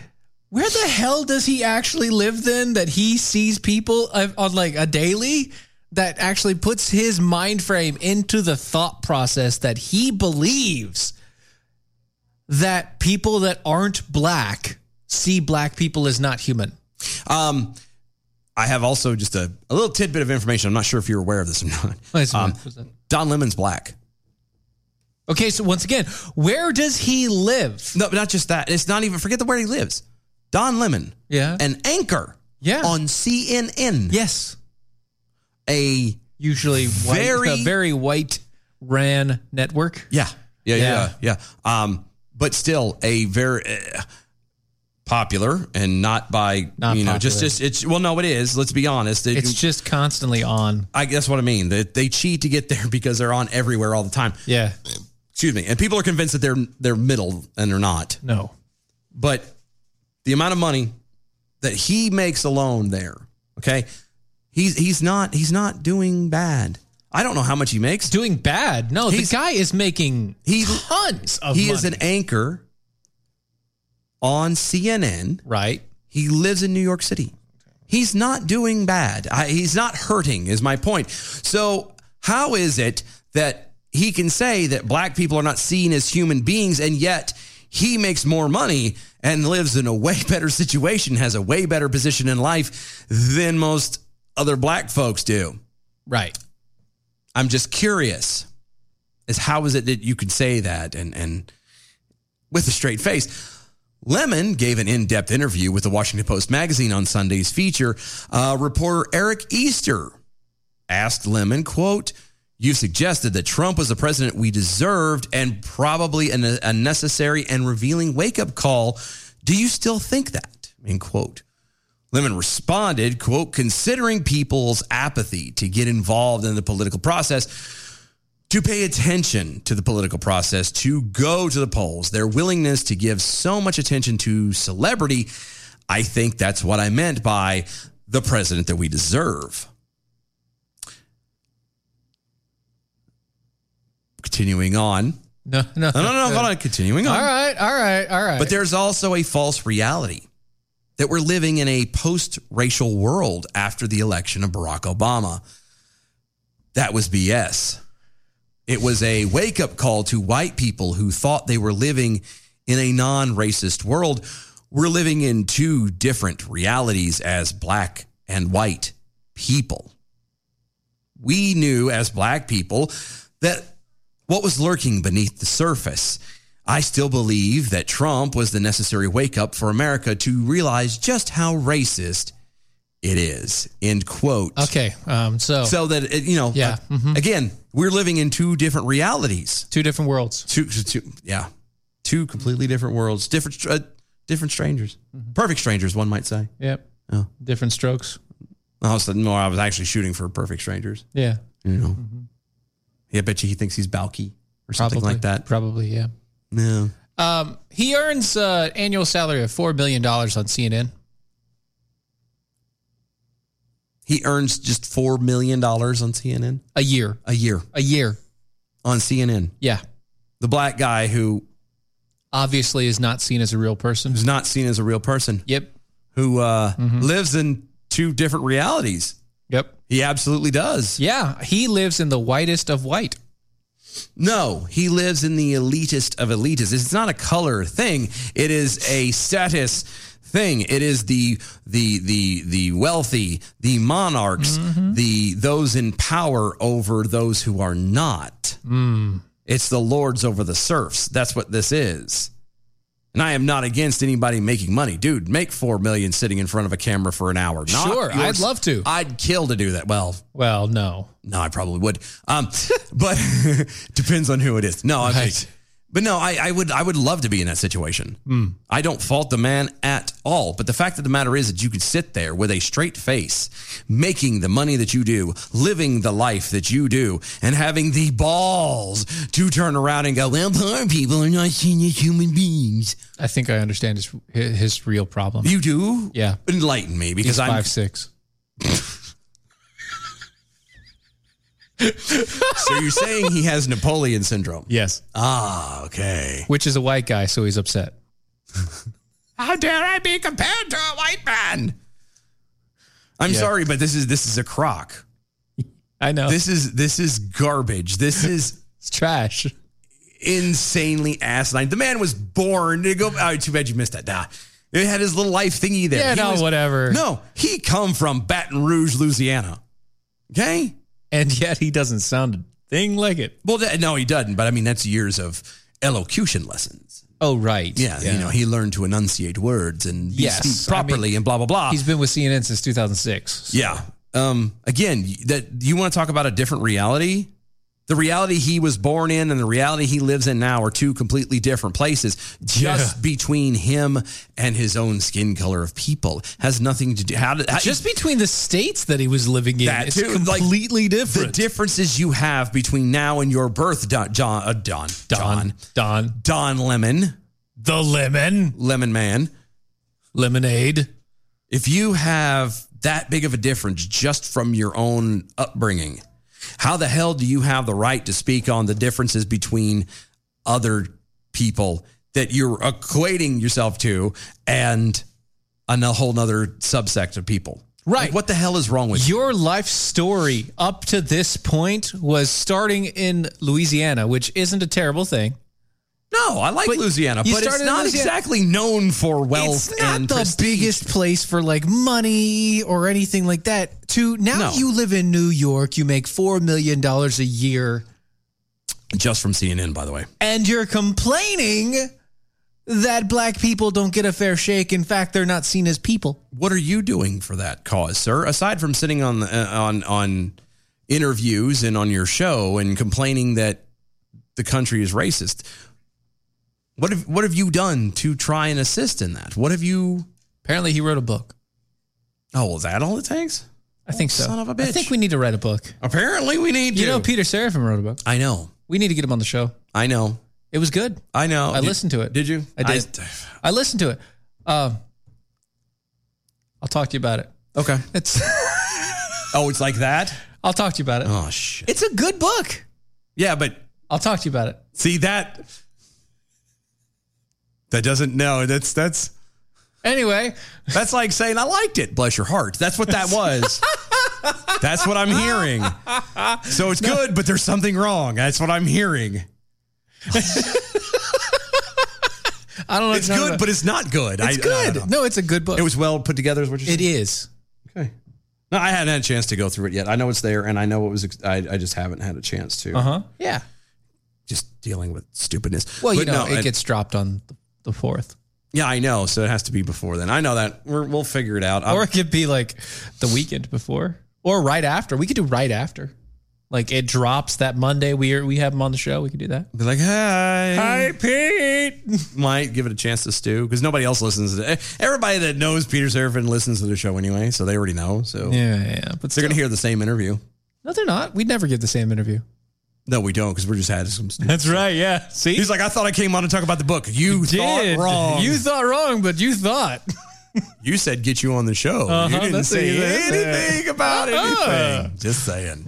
S3: where the hell does he actually live then? That he sees people uh, on like a daily that actually puts his mind frame into the thought process that he believes that people that aren't black see black people as not human.
S2: Um, I have also just a, a little tidbit of information. I'm not sure if you're aware of this or not. Um, Don Lemon's black.
S3: okay, so once again, where does he live?
S2: No, but not just that. It's not even forget the where he lives. Don Lemon,
S3: Yeah.
S2: an anchor,
S3: Yeah.
S2: on CNN.
S3: yes.
S2: a
S3: Usually white,
S2: Very-
S3: a very white ran network.
S2: yeah, yeah,
S3: Yeah.
S2: yeah, yeah, Um, but still a very uh, popular and not by
S3: Not
S2: you know just
S3: popular.
S2: just it's well no it is. Let's be honest. It-
S3: It's just constantly on.
S2: I guess what I mean that they cheat to get there because they're on everywhere all the time.
S3: Yeah.
S2: Excuse me, and people are convinced that they're they're middle and they're not.
S3: No.
S2: but the amount of money that he makes alone there, okay, he's he's not he's not doing bad. I don't know how much he makes.
S3: doing bad. No,
S2: He's-
S3: the guy is making
S2: He-
S3: tons of
S2: he
S3: money.
S2: is an anchor on CNN.
S3: right.
S2: He lives in New York City. He's not doing bad. I, he's not hurting, is my point. So, how is it that he can say that black people are not seen as human beings and yet he makes more money and lives in a way better situation, has a way better position in life than most other black folks do?
S3: Right.
S2: I'm just curious as how is it that you could say that and and with a straight face. Lemon gave an in-depth interview with the Washington Post magazine on Sunday's feature. Uh, reporter Eric Easter asked Lemon, "quote You suggested that Trump was the president we deserved, and probably an, a necessary and revealing wake-up call. Do you still think that?" End quote. Lemon responded, quote, considering people's apathy to get involved in the political process, to pay attention to the political process, to go to the polls, their willingness to give so much attention to celebrity, I think that's what I meant by the president that we deserve. Continuing on.
S3: No, no.
S2: No, no, no, hold on. Continuing on.
S3: All right, all right, all right.
S2: But there's also a false reality that we're living in a post racial world after the election of Barack Obama. That was BS. It was a wake up call to white people who thought they were living in a non racist world. We're living in two different realities as black and white people. We knew as black people that what was lurking beneath the surface. I still believe that Trump was the necessary wake up for America to realize just how racist it is. End quote.
S3: okay. Um. So,
S2: So that, it, you know,
S3: Yeah, mm-hmm.
S2: uh, again, we're living in two different realities.
S3: two different worlds.
S2: Two, two, yeah, two completely different worlds, different, str- uh, different strangers,
S3: Mm-hmm.
S2: perfect strangers, one might say.
S3: Yep.
S2: Oh.
S3: Different strokes.
S2: I was, no, I was actually shooting for perfect strangers.
S3: Yeah.
S2: You know, yeah, I bet you he thinks he's Balky or something like that.
S3: Probably. Yeah.
S2: No,
S3: Um. He earns uh annual salary of four billion dollars on CNN.
S2: he earns just four million dollars on CNN
S3: A year.
S2: a year
S3: A year.
S2: on CNN.
S3: Yeah.
S2: The black guy who
S3: Obviously, is not seen as a real person.
S2: is not seen as a real person,
S3: Yep.
S2: who uh, lives in two different realities.
S3: Yep.
S2: He absolutely does.
S3: Yeah. He lives in the whitest of white.
S2: No, he lives in the elitist of elitists. It's not a color thing. It is a status thing. It is the the the the wealthy, the monarchs,
S3: Mm-hmm.
S2: the those in power over those who are not.
S3: Hmm.
S2: It's the lords over the serfs. That's what this is. And I am not against anybody making money, dude. Make four million sitting in front of a camera for an hour. Not
S3: Sure, I'd
S2: yours-
S3: love to.
S2: I'd kill to do that. Well,
S3: Well, no.
S2: no, I probably would. Um, but depends on who it is. No, I'm
S3: Right. Hmm.
S2: kidding. But no, I, I would I would love to be in that situation. I don't fault the man at all. But the fact of the matter is that you could sit there with a straight face, making the money that you do, living the life that you do, and having the balls to turn around and go, "Well, poor people are not seen as human beings."
S3: I think I understand his his, his real problem.
S2: You do,
S3: Yeah.
S2: Enlighten me because
S3: He's
S2: I'm
S3: five six.
S2: so you're saying he has Napoleon syndrome.
S3: Yes,
S2: Ah, okay.
S3: which is a white guy, so he's upset.
S2: How dare I be compared to a white man? I'm
S3: Yeah. Oh.
S2: sorry, but this is this is a crock.
S3: I know
S2: This is this is garbage. This is
S3: it's trash.
S2: insanely asinine. The man was born to go. Oh, too bad you missed that. Nah. It had his little life thingy there.
S3: Yeah,
S2: He
S3: no,
S2: was-
S3: whatever.
S2: No, he come from Baton Rouge, Louisiana. Okay.
S3: and yet he doesn't sound a thing like it.
S2: Well, that- no, he doesn't. But I mean, that's years of elocution lessons.
S3: Oh, right.
S2: Yeah, you know, he learned to enunciate words and be-
S3: Yes,
S2: speak
S3: I mean,
S2: properly and blah blah blah.
S3: he's been with CNN since 2006.
S2: Yeah. Um, again, that you want to talk about a different reality? The reality he was born in and the reality he lives in now are two completely different places. Just
S3: Yeah.
S2: between him and his own skin color of people has nothing to do. How did how,
S3: Just between the states that he was living in,
S2: That
S3: it's
S2: too, like,
S3: completely
S2: the
S3: different.
S2: differences you have between now and your birth, Don John uh, Don, Don
S3: Don,
S2: Don Lemon
S3: the lemon,
S2: Lemon Man.
S3: lemonade.
S2: if you have that big of a difference just from your own upbringing, how the hell do you have the right to speak on the differences between other people that you're equating yourself to and an- a whole nother subsect of people?
S3: Right.
S2: Like, what the hell is wrong with you?
S3: Your life story up to this point was starting in Louisiana, which isn't a terrible thing.
S2: No, I like
S3: But
S2: Louisiana,
S3: you
S2: but it's
S3: started in
S2: not
S3: Louisiana.
S2: exactly known for wealth
S3: it's not
S2: and
S3: the
S2: prestige.
S3: biggest place for like money or anything like that. To now
S2: No.
S3: you live in New York, you make four million dollars a year,
S2: Just from CNN, by the way.
S3: and you're complaining that black people don't get a fair shake. In fact, they're not seen as people.
S2: what are you doing for that cause, sir? Aside from sitting on the, uh, on on interviews and on your show and complaining that the country is racist, what have what have you done to try and assist in that? What have you?
S3: Apparently, he wrote a book.
S2: Oh, well, is that all it takes?
S3: I think so.
S2: Oh, Son of a
S3: I
S2: bitch.
S3: think we need to write a book.
S2: Apparently, we need
S3: You
S2: to.
S3: know, Peter Serafin wrote a book.
S2: I know,
S3: We need to get him on the show.
S2: I know,
S3: It was good.
S2: I know.
S3: I listened to it.
S2: Oh, Did you?
S3: I did. I listened to it. Um, I'll talk to you about it.
S2: okay.
S3: It's.
S2: Oh, it's like that.
S3: I'll talk to you about it.
S2: Oh shit.
S3: It's a good book.
S2: Yeah, but
S3: I'll talk to you about it.
S2: see that. That doesn't. No, that's that's.
S3: Anyway,
S2: That's like saying I liked it. Bless your heart. That's what that was. That's what I'm hearing. So it's good, but there's something wrong. That's what I'm hearing.
S3: I don't know.
S2: It's good, but it's not good.
S3: it's good. No, it's a good book.
S2: It was well put together. Is what you're saying?
S3: It is.
S2: Okay. No, I hadn't had a chance to go through it yet. I know it's there, and I know it was. ex- I, I just haven't had a chance to.
S3: Uh huh. Yeah.
S2: Just dealing with stupidness.
S3: Well, you
S2: But
S3: know,
S2: no,
S3: it
S2: I-
S3: gets dropped on the- the fourth,
S2: Yeah, I know. So it has to be before then. I know that. We're, we'll figure it out. I'm-
S3: or it could be like the weekend before, or right after. We could do right after. Like it drops that Monday. We are, we have him on the show. We could do that.
S2: be like, hi,
S3: Pete.
S2: might give it a chance to stew because nobody else listens to eh, everybody that knows Peter Serafin listens to the show anyway, so they already know. So
S3: Yeah, yeah. But
S2: they're
S3: still,
S2: gonna hear the same interview.
S3: no, they're not. We'd never get the same interview.
S2: No, we don't because we're just had some. Stupid.
S3: That's right. Yeah. See,
S2: He's like, I thought I came on to talk about the book. You, thought wrong.
S3: You
S2: You,
S3: thought wrong, but you thought.
S2: said get you on the show.
S3: Uh-huh,
S2: you didn't
S3: that's what
S2: say
S3: you said.
S2: anything about
S3: Uh-huh.
S2: anything. Just saying.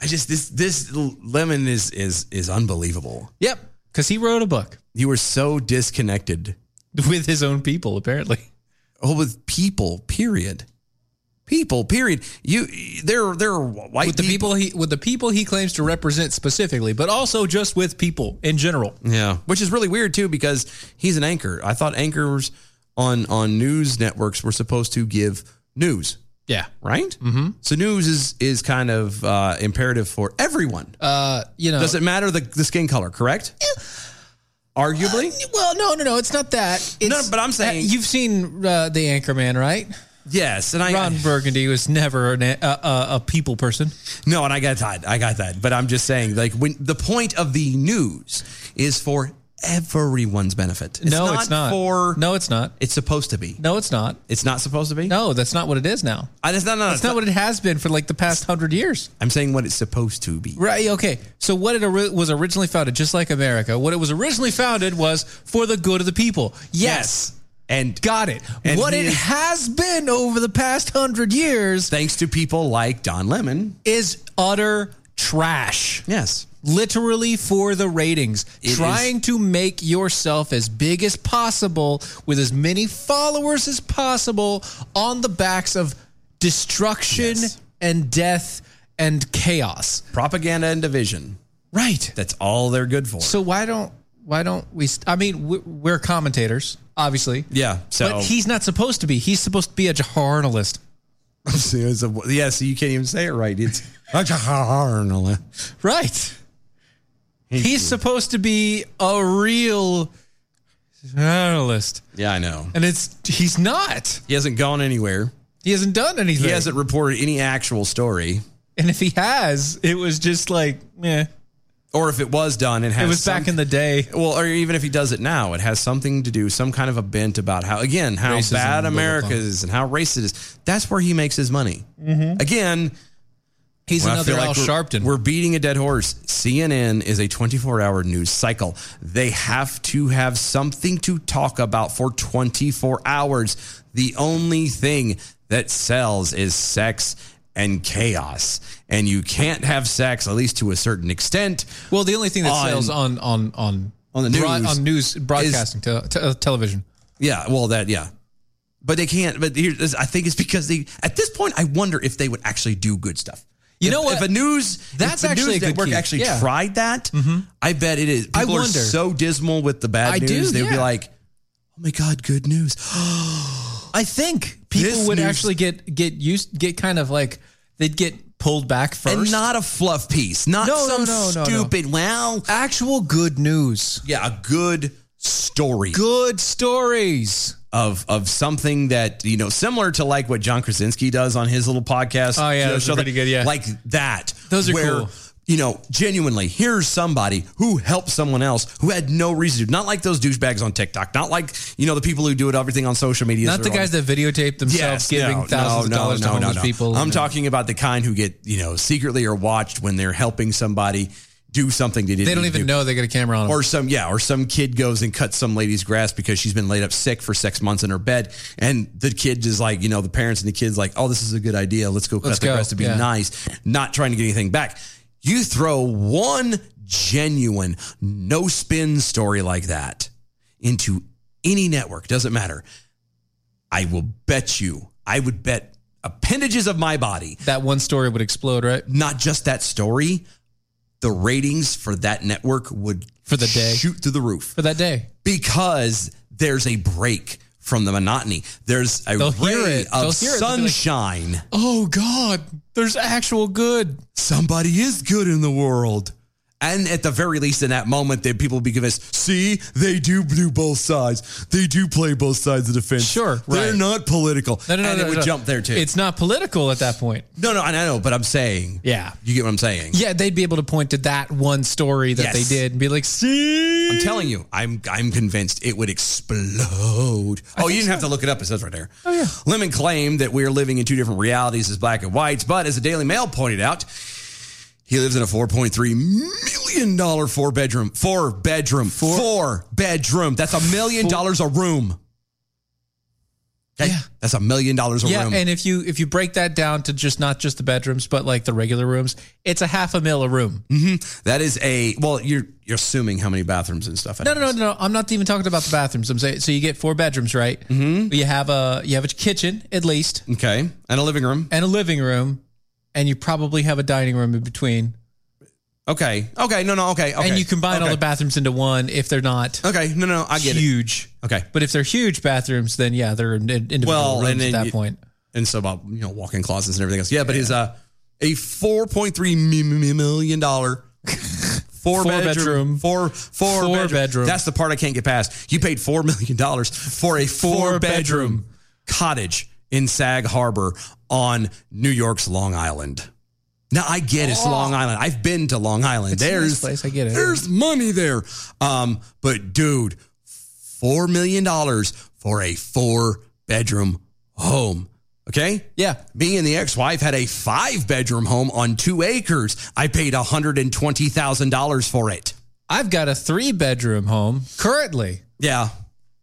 S2: I just this this lemon is is is unbelievable.
S3: Yep. Because he wrote a book
S2: You were so disconnected.
S3: with his own people, apparently.
S2: Oh, with people. Period. People. Period. You. There. There are white
S3: with the people, he with the people he claims to represent specifically, but also just with people in general.
S2: Yeah, which is really weird too because he's an anchor. I thought anchors on on news networks were supposed to give news,
S3: Yeah.
S2: right? Mm-hmm. So news is is kind of uh, imperative for everyone.
S3: Uh, you know.
S2: Does it matter the, the skin color? Correct. Arguably, Uh,
S3: well, no, no, no. It's not that. It's,
S2: but I'm saying-
S3: you've seen uh, the Anchorman, right?
S2: Yes, and I
S3: Ron Burgundy was never an, a, a, a people person.
S2: no, and I got that. I got that. But I'm just saying, like when the point of the news is for everyone's benefit.
S3: no, it's not.
S2: for.
S3: no, it's not.
S2: it's supposed to be.
S3: No, it's not.
S2: It's not supposed to be.
S3: No, that's not what it is now.
S2: I, it's not. No,
S3: That's not what it has been for like the past hundred years.
S2: I'm saying. What it's supposed to be.
S3: Right. Okay. So what it ori- was originally founded, just like America, what it was originally founded was for the good of the people. Yes.
S2: And
S3: Got it.
S2: And
S3: what
S2: he
S3: it
S2: is-
S3: has been over the past hundred years
S2: thanks to people like Don Lemon.
S3: is utter trash.
S2: Yes.
S3: Literally for the ratings.
S2: It
S3: Trying to make yourself as big as possible with as many followers as possible on the backs of destruction
S2: Yes.
S3: and death and chaos.
S2: Propaganda and division.
S3: Right.
S2: That's all they're good for.
S3: So why don't why don't we? St- I mean, we're, we're commentators, obviously.
S2: yeah. So
S3: But he's not supposed to be. He's supposed to be a journalist.
S2: So it's a- yeah, so you can't even say it right. It's
S3: Right. He's supposed to be a real journalist.
S2: yeah, I know.
S3: And it's he's not.
S2: He hasn't gone anywhere.
S3: He hasn't done anything.
S2: He hasn't reported any actual story,
S3: And if he has, it was just like, eh.
S2: or if it was done and has
S3: It was
S2: some-
S3: back in the day.
S2: well, or even if he does it now, it has something to do, some kind of a bent about how again how
S3: Racism,
S2: bad
S3: blah, blah,
S2: America
S3: blah.
S2: is and how racist it is. That's where he makes his money.
S3: Mm-hmm.
S2: Again,
S3: He's
S2: Well, I
S3: another
S2: feel
S3: Al
S2: like we're-
S3: Sharpton.
S2: We're beating a dead horse. CNN is a 24 hour news cycle. They have to have something to talk about for 24 hours. The only thing that sells is sex and chaos. And you can't have sex, at least to a certain extent.
S3: well, the only thing that
S2: on-
S3: sells on on on
S2: On the news
S3: on news broadcasting to, to, uh, television.
S2: Yeah, well, that, yeah. But they can't. But here, this- I think it's because they, at this point, I wonder if they would actually do good stuff.
S3: You
S2: If-
S3: know what?
S2: If a news,
S3: That's
S2: if the
S3: actually
S2: news
S3: a good
S2: network
S3: key.
S2: actually
S3: Yeah.
S2: tried that, Mm-hmm. I bet it is. People
S3: I
S2: are
S3: wonder.
S2: so dismal with the bad
S3: I do,
S2: news, they would be
S3: yeah.
S2: like, "Oh my god, good news!"
S3: I think people
S2: This
S3: would
S2: news-
S3: actually get get used, get kind of like they'd get pulled back first.
S2: and not a fluff piece, not
S3: No, no,
S2: some
S3: no, no, no.
S2: stupid. Well,
S3: actual good news,
S2: yeah, a good story
S3: good stories.
S2: of of something that you know, similar to like what John Krasinski does on his little podcast.
S3: Oh, yeah,
S2: show-
S3: those are
S2: show that-
S3: pretty good, yeah.
S2: like that.
S3: Those are cool.
S2: You know, genuinely, here's somebody who helped someone else who had no reason to. Not like those douchebags on TikTok. Not like you know the people who do it everything on social media.
S3: Not the guys that videotape themselves giving thousands of dollars to homeless people.
S2: I'm
S3: and-
S2: talking about the kind who get you know secretly or watched when they're helping somebody do something they didn't.
S3: They don't
S2: need to
S3: even
S2: do.
S3: know they got a camera on them.
S2: Or some yeah, or some kid goes and cuts some lady's grass because she's been laid up sick for six months in her bed, and the kid is like, you know, the parents and the kids like, oh, this is a good idea. Let's go cut
S3: Let's
S2: the
S3: go.
S2: grass to be
S3: Yeah.
S2: nice, not trying to get anything back. You throw one genuine no spin story like that into any network, doesn't matter. I will bet you, I would bet appendages of my body
S3: that one story would explode, right?
S2: not just that story, the ratings for that network would
S3: For the day.
S2: shoot through the roof
S3: For that day.
S2: because there's a break from the monotony. There's a
S3: They'll hear
S2: ray
S3: it. They'll
S2: of
S3: hear it. They'll be like-
S2: sunshine.
S3: Oh God, there's actual good.
S2: Somebody is good in the world. And at the very least, in that moment, that people will be giving us, see, they do do both sides. They do play both sides of the fence.
S3: Sure,
S2: They're
S3: right.
S2: not political.
S3: No, no, no,
S2: and
S3: no,
S2: it would
S3: no.
S2: jump there too.
S3: It's not political at that point.
S2: no, no, I know, but I'm saying.
S3: Yeah.
S2: You get what I'm saying?
S3: Yeah, they'd be able to point to that one story that
S2: Yes.
S3: they did and be like, "See,
S2: I'm telling you, I'm I'm convinced it would explode. oh, you didn't have to look it up. It says right there. Oh yeah. Lemon claimed that we are living in two different realities as black and whites, but as the Daily Mail pointed out, he lives in a 4.3 million dollar four bedroom, four bedroom, four, bedroom. That's a million dollars a room. Okay?
S3: Yeah.
S2: That's a million dollars a
S3: Yeah,
S2: room.
S3: and if you if you break that down to just not just the bedrooms, but like the regular rooms, it's a half a mil a room.
S2: that is a well, you're you're assuming how many bathrooms and stuff. it
S3: No, no, no,
S2: has.
S3: no, no. I'm not even talking about the bathrooms. I'm saying so you get four bedrooms, right? Mm-hmm. You have a you have a kitchen at least,
S2: Okay. And a living room.
S3: and a living room, and you probably have a dining room in between,
S2: Okay. Okay. No, no, okay. okay.
S3: and you combine all
S2: Okay.
S3: the bathrooms into one if they're not
S2: Okay, no, no, I get it.
S3: huge.
S2: Okay,
S3: But if they're huge bathrooms, then yeah, they're in, in- individual
S2: Well,
S3: rooms
S2: and
S3: at
S2: then
S3: that
S2: you-
S3: point.
S2: and so about you know walk-in closets and everything else. Yeah, but his uh, a four point three million dollar. Four,
S3: bedroom.
S2: four four,
S3: Four
S2: bedroom.
S3: bedroom.
S2: That's the part I can't get past. You paid four million dollars for a four, bedroom,
S3: bedroom.
S2: cottage in Sag Harbor on New York's Long Island. Now I get it's Long Island. I've been to Long Island.
S3: Oh. It's a nice
S2: there's
S3: place, I get it.
S2: There's money there. Um, but dude, four million dollars for a four bedroom home. Okay.
S3: Yeah.
S2: Me and the ex-wife had a five-bedroom home on two acres. I paid hundred and twenty thousand dollars for it.
S3: I've got a three bedroom home currently
S2: Yeah.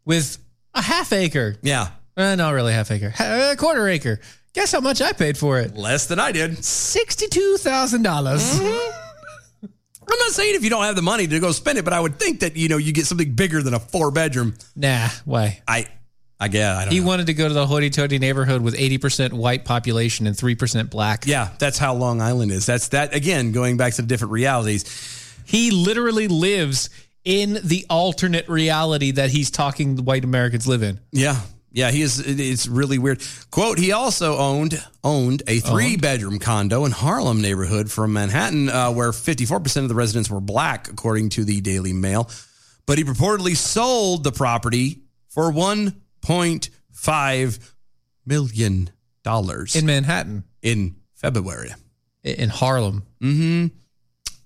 S3: with a half acre.
S2: Yeah.
S3: Uh, not really half acre, ha- a quarter acre. Guess how much I paid for it?
S2: Less than I did.
S3: Sixty-two thousand dollars.
S2: Mm-hmm. I'm not saying if you don't have the money to go spend it, but I would think that you know you get something bigger than a four bedroom.
S3: Nah, why?
S2: I, I guess I don't.
S3: He
S2: know.
S3: wanted to go to the hoity-toity neighborhood with eighty percent white population and three percent black.
S2: yeah, that's how Long Island is. That's that again. Going back to the different realities.
S3: He literally lives in the alternate reality that he's talking the white Americans live in.
S2: Yeah, yeah. He is. it- It's really weird. Quote: He also owned owned a
S3: Uh-huh.
S2: three bedroom condo in Harlem neighborhood from Manhattan, uh, where 54 percent of the residents were black, according to the Daily Mail. But he purportedly sold the property for 1.5 million dollars
S3: In Manhattan.
S2: in February.
S3: i- In Harlem.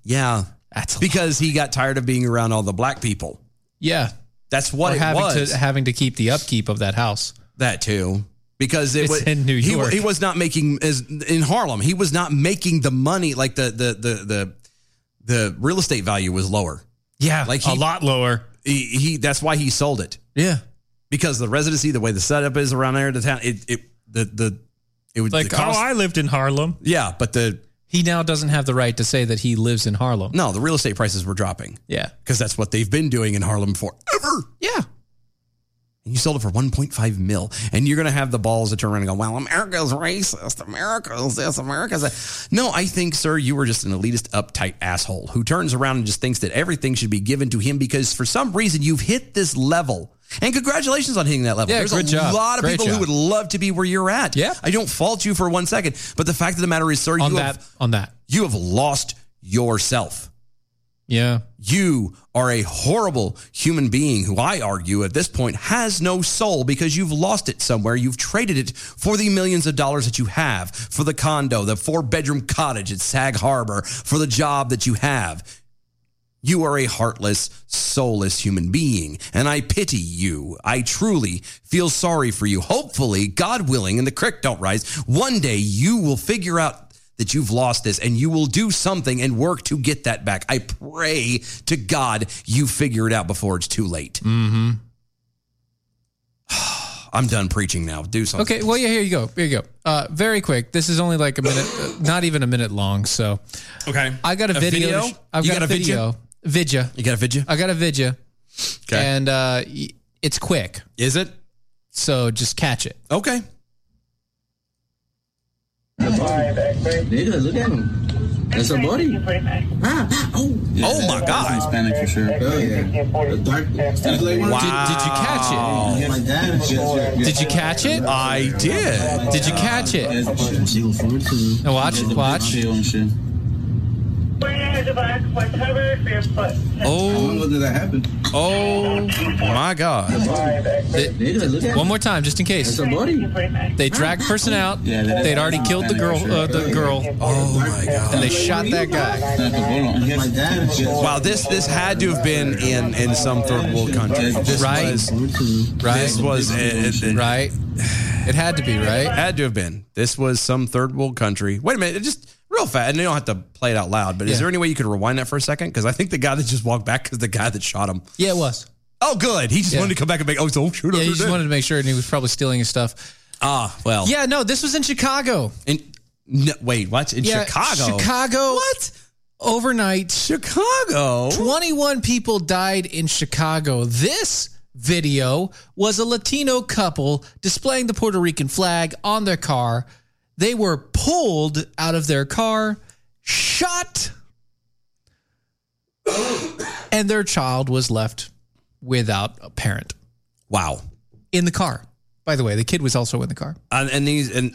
S2: Yeah,
S3: That's a lot.
S2: because he got tired of being around all the black people.
S3: Yeah.
S2: That's what
S3: Or
S2: it
S3: having
S2: was.
S3: to having to keep the upkeep of that house.
S2: that too, because it
S3: It's
S2: was
S3: in New
S2: he-
S3: York.
S2: He, was not making as in Harlem. He was not making the money like the the the the the real estate value was lower.
S3: Yeah,
S2: like he-
S3: lot lower.
S2: He, he that's why he sold it
S3: Yeah,
S2: because the residency, the way the setup is around there, the town, it it the the it would the cost-
S3: oh, lived in Harlem.
S2: yeah, but the
S3: He now doesn't have the right to say that he lives in Harlem.
S2: no, the real estate prices were dropping
S3: Yeah,
S2: because that's what they've been doing in Harlem forever.
S3: yeah.
S2: and you sold it for 1.5 mil, and you're going to have the balls to turn around and go, well, America's racist. America's this, America's that. No, I think, sir, you were just an elitist, uptight asshole who turns around and just thinks that everything should be given to him because for some reason you've hit this level. And congratulations on hitting that level.
S3: Yeah,
S2: There's
S3: good
S2: a
S3: job.
S2: lot of
S3: Great
S2: people who
S3: job.
S2: would love to be where you're at.
S3: Yeah.
S2: I don't fault you for one second. But the fact of the matter is, sir,
S3: On
S2: you
S3: that,
S2: have,
S3: on that.
S2: you have lost yourself
S3: Yeah,
S2: you are a horrible human being who I argue at this point has no soul because you've lost it somewhere. You've traded it for the millions of dollars that you have, for the condo, the four bedroom cottage at Sag Harbor, for the job that you have. You are a heartless, soulless human being, and I pity you. I truly feel sorry for you. Hopefully, God willing, and the creek don't rise, one day you will figure out that you've lost this and you will do something and work to get that back. I pray to God you figure it out before it's too late. Mm-hmm. I'm done preaching now. Do something.
S3: Okay, well, yeah, here you go. Here you go. Uh, very quick. This is only like a minute, uh, not even a minute long. So
S2: Okay.
S3: I got a, video. to sh- I've
S2: you
S3: got, a video. Vidya.
S2: You got a video?
S3: I got a video.
S2: Okay.
S3: And uh, y- it's quick.
S2: Is it?
S3: So just catch it.
S2: Okay.
S6: Nigga, look at him. That's a body.
S2: oh my God.
S6: Hispanic for sure. Oh yeah. A dark.
S2: Wow.
S3: Did, did you catch
S6: Yeah, my dad is just.
S3: it? Did you catch it?
S2: I did.
S3: Did you catch it?
S6: I'm single forward too.
S3: Now watch, watch.
S6: Chill and shit. How
S3: Oh,
S6: long ago did that happen?
S2: Oh my God.
S6: Nigga, look at him.
S3: one more time, just in case.
S6: That's a body.
S3: They dragged the person out.
S6: Yeah, that-
S3: They'd already killed the girl, uh, the girl,
S2: Oh my God.
S3: and they shot that guy.
S6: That's a bolo. My dad is just.
S2: Wow, this this had to have been in in some third world country. This
S3: Right.
S2: was
S3: Right,
S2: this was it, it- it
S3: right. It had to be right.
S2: had to have been. This was some third world country. Wait a minute, it just real fast. And you don't have to play it out loud, but
S3: Yeah.
S2: is there any way you could rewind that for a second? Because I think the guy that just walked back is the guy that shot him.
S3: Yeah, it was.
S2: Oh, good. He just
S3: Yeah.
S2: wanted to come back and make. Oh, so shoot.
S3: Yeah,
S2: I
S3: you
S2: did
S3: just
S2: it.
S3: wanted to make sure, and he was probably stealing his stuff.
S2: ah, well.
S3: Yeah, no, this was in Chicago.
S2: And, no, wait, what? In
S3: Yeah,
S2: Chicago.
S3: Chicago.
S2: What?
S3: Overnight,
S2: Chicago.
S3: 21 people died in Chicago. This video was a Latino couple displaying the Puerto Rican flag on their car. They were pulled out of their car, shot, and their child was left without a parent
S2: Wow.
S3: in the car. By the way, the kid was also in the car.
S2: And, and these and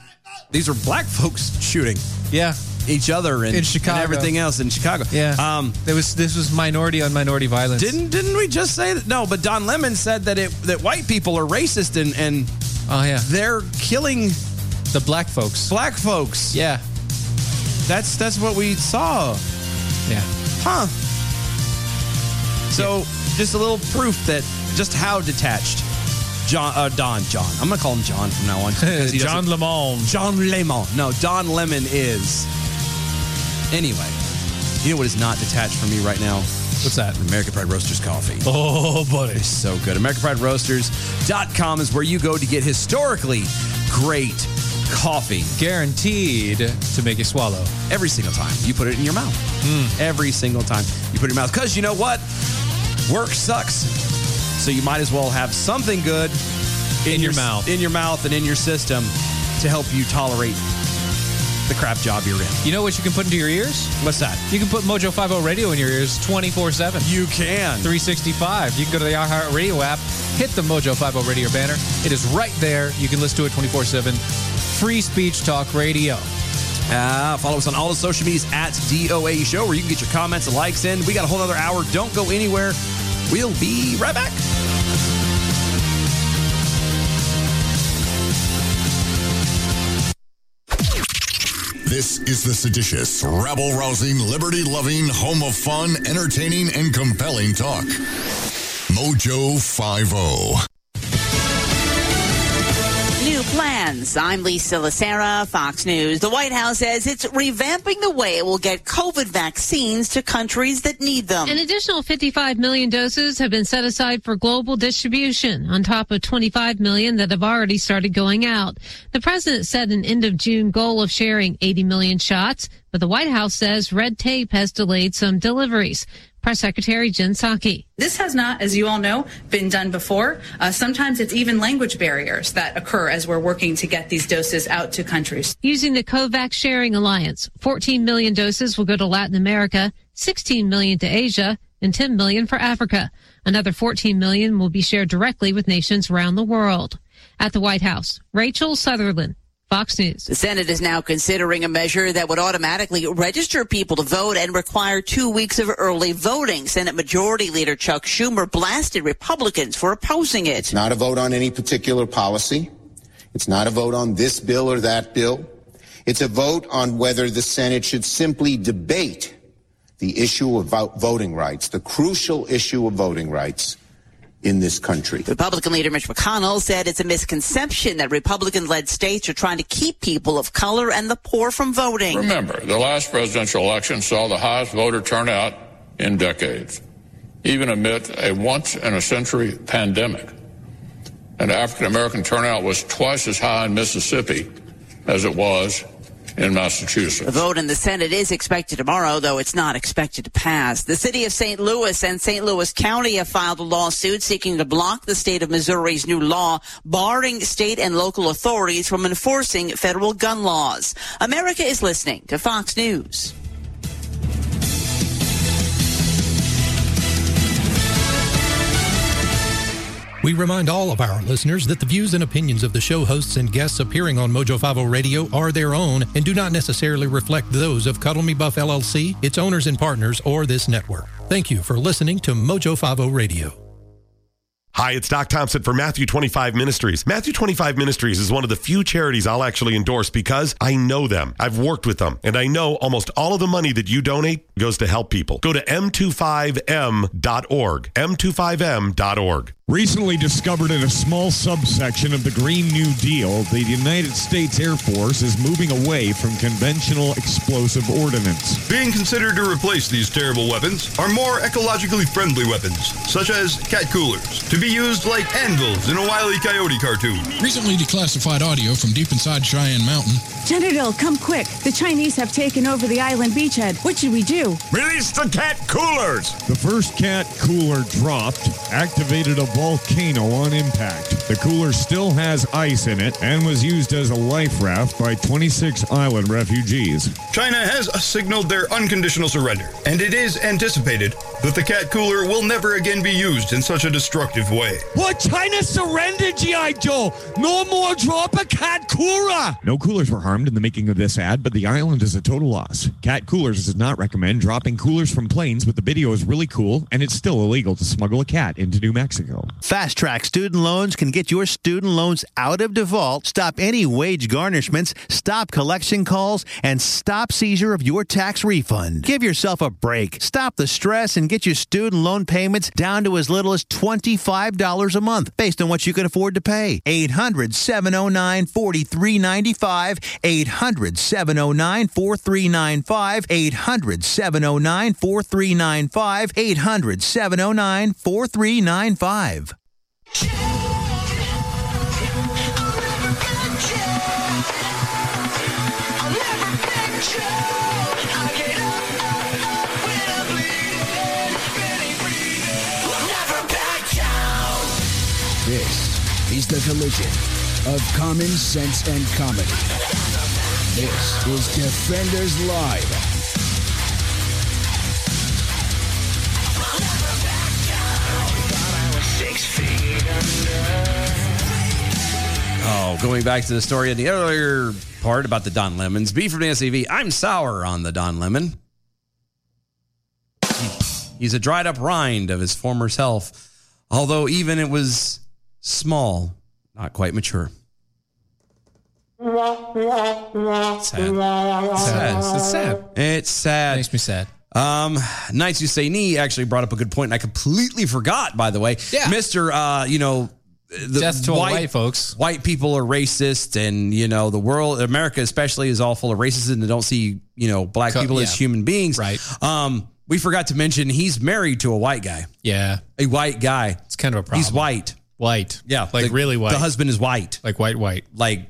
S2: these are black folks shooting.
S3: Yeah.
S2: each other and,
S3: In Chicago.
S2: and everything else in Chicago.
S3: Yeah.
S2: Um,
S3: there was this was minority on minority violence.
S2: didn't didn't we just say that? No, but Don Lemon said that it that white people are racist and and
S3: Oh, yeah.
S2: They're killing
S3: The black folks.
S2: black folks.
S3: Yeah.
S2: That's that's what we saw.
S3: Yeah.
S2: Huh. So just a little proof that just how detached John uh, Don John. I'm gonna call him John from now on. because he
S3: John
S2: doesn't-
S3: Lamont.
S2: John Lemon. No, Don Lemon is. Anyway, you know what is not detached from me right now?
S3: What's that?
S2: American Pride Roasters coffee.
S3: Oh, buddy.
S2: It's so good. AmericanPrideRoasters.com is where you go to get historically great coffee
S3: Guaranteed to make you swallow.
S2: every single time you put it in your mouth.
S3: Hmm.
S2: Every single time you put it in your mouth. Because you know what? Work sucks. So you might as well have something good in,
S3: your mouth.
S2: In your mouth and in your system to help you tolerate the crap job you're in.
S3: You know what you can put into your ears?
S2: What's that?
S3: You can put Mojo 50 radio in your ears 24 7.
S2: You can.
S3: 365. You can go to the iHeart Radio app, hit the Mojo 50 radio banner. It is right there. You can listen to it 24 7. Free speech talk radio.
S2: Uh, follow us on all the social medias at DOA Show, where you can get your comments and likes in. We got a whole other hour. Don't go anywhere. We'll be right back.
S7: This is the seditious, rabble rousing, liberty loving, home of fun, entertaining, and compelling talk.
S2: Oh
S7: Mojo 50.
S8: New plans. I'm Lisa Lacera, Fox News. The White House says it's revamping the way it will get COVID vaccines to countries that need them.
S9: An additional 55 million doses have been set aside for global distribution, on top of 25 million that have already started going out. The president set an end of June goal of sharing 80 million shots, but the White House says red tape has delayed some deliveries. Press Secretary Jen Psaki.
S10: This has not, as you all know, been done before. Uh, sometimes it's even language barriers that occur as we're working to get these doses out to countries.
S9: Using the COVAX sharing alliance, 14 million doses will go to Latin America, 16 million to Asia, and 10 million for Africa. Another 14 million will be shared directly with nations around the world. At the White House, Rachel Sutherland, Fox News.
S8: The Senate is now considering a measure that would automatically register people to vote and require two weeks of early voting. Senate Majority Leader Chuck Schumer blasted Republicans for opposing it.
S11: not a vote on any particular policy. It's not a vote on this bill or that bill. It's a vote on whether the Senate should simply debate the issue of vo- voting rights, the crucial issue of voting rights in this country.
S8: Republican leader Mitch McConnell said it's a misconception that Republican led states are trying to keep people of color and the poor from voting.
S12: Remember, the last presidential election saw the highest voter turnout in decades, even amid a once in a century pandemic. And African American turnout was twice as high in Mississippi as it was in
S8: The
S12: Massachusetts.
S8: vote in the Senate is expected tomorrow, though it's not expected to pass. The city of St. Louis and St. Louis County have filed a lawsuit seeking to block the state of Missouri's new law barring state and local authorities from enforcing federal gun laws. America is listening to Fox News.
S5: We remind all of our listeners that the views and opinions of the show hosts and guests appearing on Mojo 50 Radio are their own and do not necessarily reflect those of Cuddle Me Buff LLC, its owners and partners, or this network. Thank you for listening to Mojo 50 Radio.
S13: Hi, it's Doc Thompson for Matthew 25 Ministries. Matthew 25 Ministries is one of the few charities I'll actually endorse because I know them. I've worked with them, and I know almost all of the money that you donate goes to help people. Go to m25m.org. m25m.org.
S12: Recently discovered in a small subsection of the Green New Deal, the United States Air Force is moving away from conventional explosive ordnance.
S7: Being considered to replace these terrible weapons are more ecologically friendly weapons, such as cat coolers, to be used like anvils in a wily coyote cartoon.
S5: Recently declassified audio from deep inside Cheyenne Mountain.
S9: Genital, come quick. The Chinese have taken over the island beachhead. What should we do?
S7: Release the cat coolers!
S12: The first cat cooler dropped activated a volcano on impact. The cooler still has ice in it and was used as a life raft by 26 island refugees.
S7: China has signaled their unconditional surrender, and it is anticipated that the cat cooler will never again be used in such a destructive
S14: give way.
S15: Well, China surrendered, G.I. Joe. No more drop a cat cooler.
S16: No coolers were harmed in the making of this ad, but the island is a total loss. Cat Coolers does not recommend dropping coolers from planes, but the video is really cool, and it's still illegal to smuggle a cat into New Mexico.
S4: Fast Track Student Loans can get your student loans out of default, stop any wage garnishments, stop collection calls, and stop seizure of your tax refund. Give yourself a break. Stop the stress and get your student loan payments down to as little as $25 a month based on what you can afford to pay. 800 709 4395. 800 709 4395. 800 709 4395. 800 709 4395.
S1: This is the collision of common sense and comedy. This is Defenders Live.
S2: Oh, going back to the story in the earlier part about the Don Lemons. B from Nancy V. I'm sour on the Don Lemon. He's a dried up rind of his former self, although even it was small, not quite mature. Sad. It's sad. It's sad. Makes
S3: me sad.
S2: Um, Knights Who Say Knee actually brought up a good point. I completely forgot, by the way. Yeah. Mr. Uh, you know, the
S3: Death to all white folks.
S2: White people are racist, and you know the world, America especially, is all full of racism and don't see you know black
S3: Co-
S2: people as
S3: yeah.
S2: human beings. Right. Um, we forgot to mention he's married to a white guy.
S3: Yeah.
S2: A white guy. It's
S3: kind of a
S2: He's white.
S3: White.
S2: Yeah.
S3: Like
S2: the-
S3: really white.
S2: The husband is white.
S3: Like white, white.
S2: Like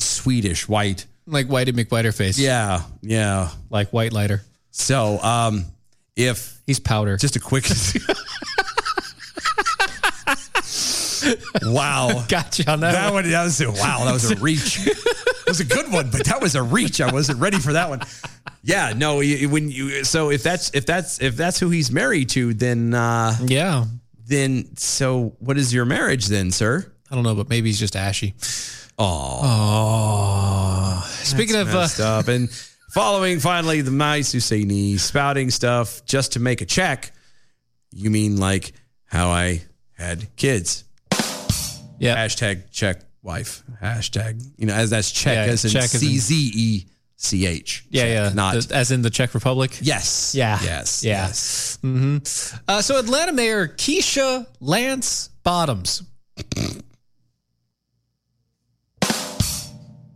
S2: Swedish white.
S3: Like whitey McWhiterface.
S2: Yeah. Yeah.
S3: Like white lighter.
S2: So, um, if
S3: he's powder,
S2: just a quick. wow.
S3: Got you on that.
S2: That one, that was a, wow, that was a reach. it was a good one, but that was a reach. I wasn't ready for that one. Yeah, no. you- When you so if that's if that's if that's who he's married to, then uh,
S3: yeah,
S2: then so what is your marriage then, sir?
S3: I don't know, but maybe he's just ashy.
S2: Oh,
S3: Speaking of, uh,
S2: messed up and following finally the mice who say knee spouting stuff just to make a check. You mean like how I had kids?
S3: Yeah.
S2: Hashtag check wife. Hashtag you know as that's check
S3: Yeah,
S2: as in
S3: check as in-
S2: C Z E C H.
S3: Yeah,
S2: Check,
S3: yeah.
S2: Not
S3: The- as in the Czech Republic.
S2: Yes.
S3: Yeah.
S2: Yes.
S3: Yeah. hmm Uh, so Atlanta Mayor Keisha Lance Bottoms.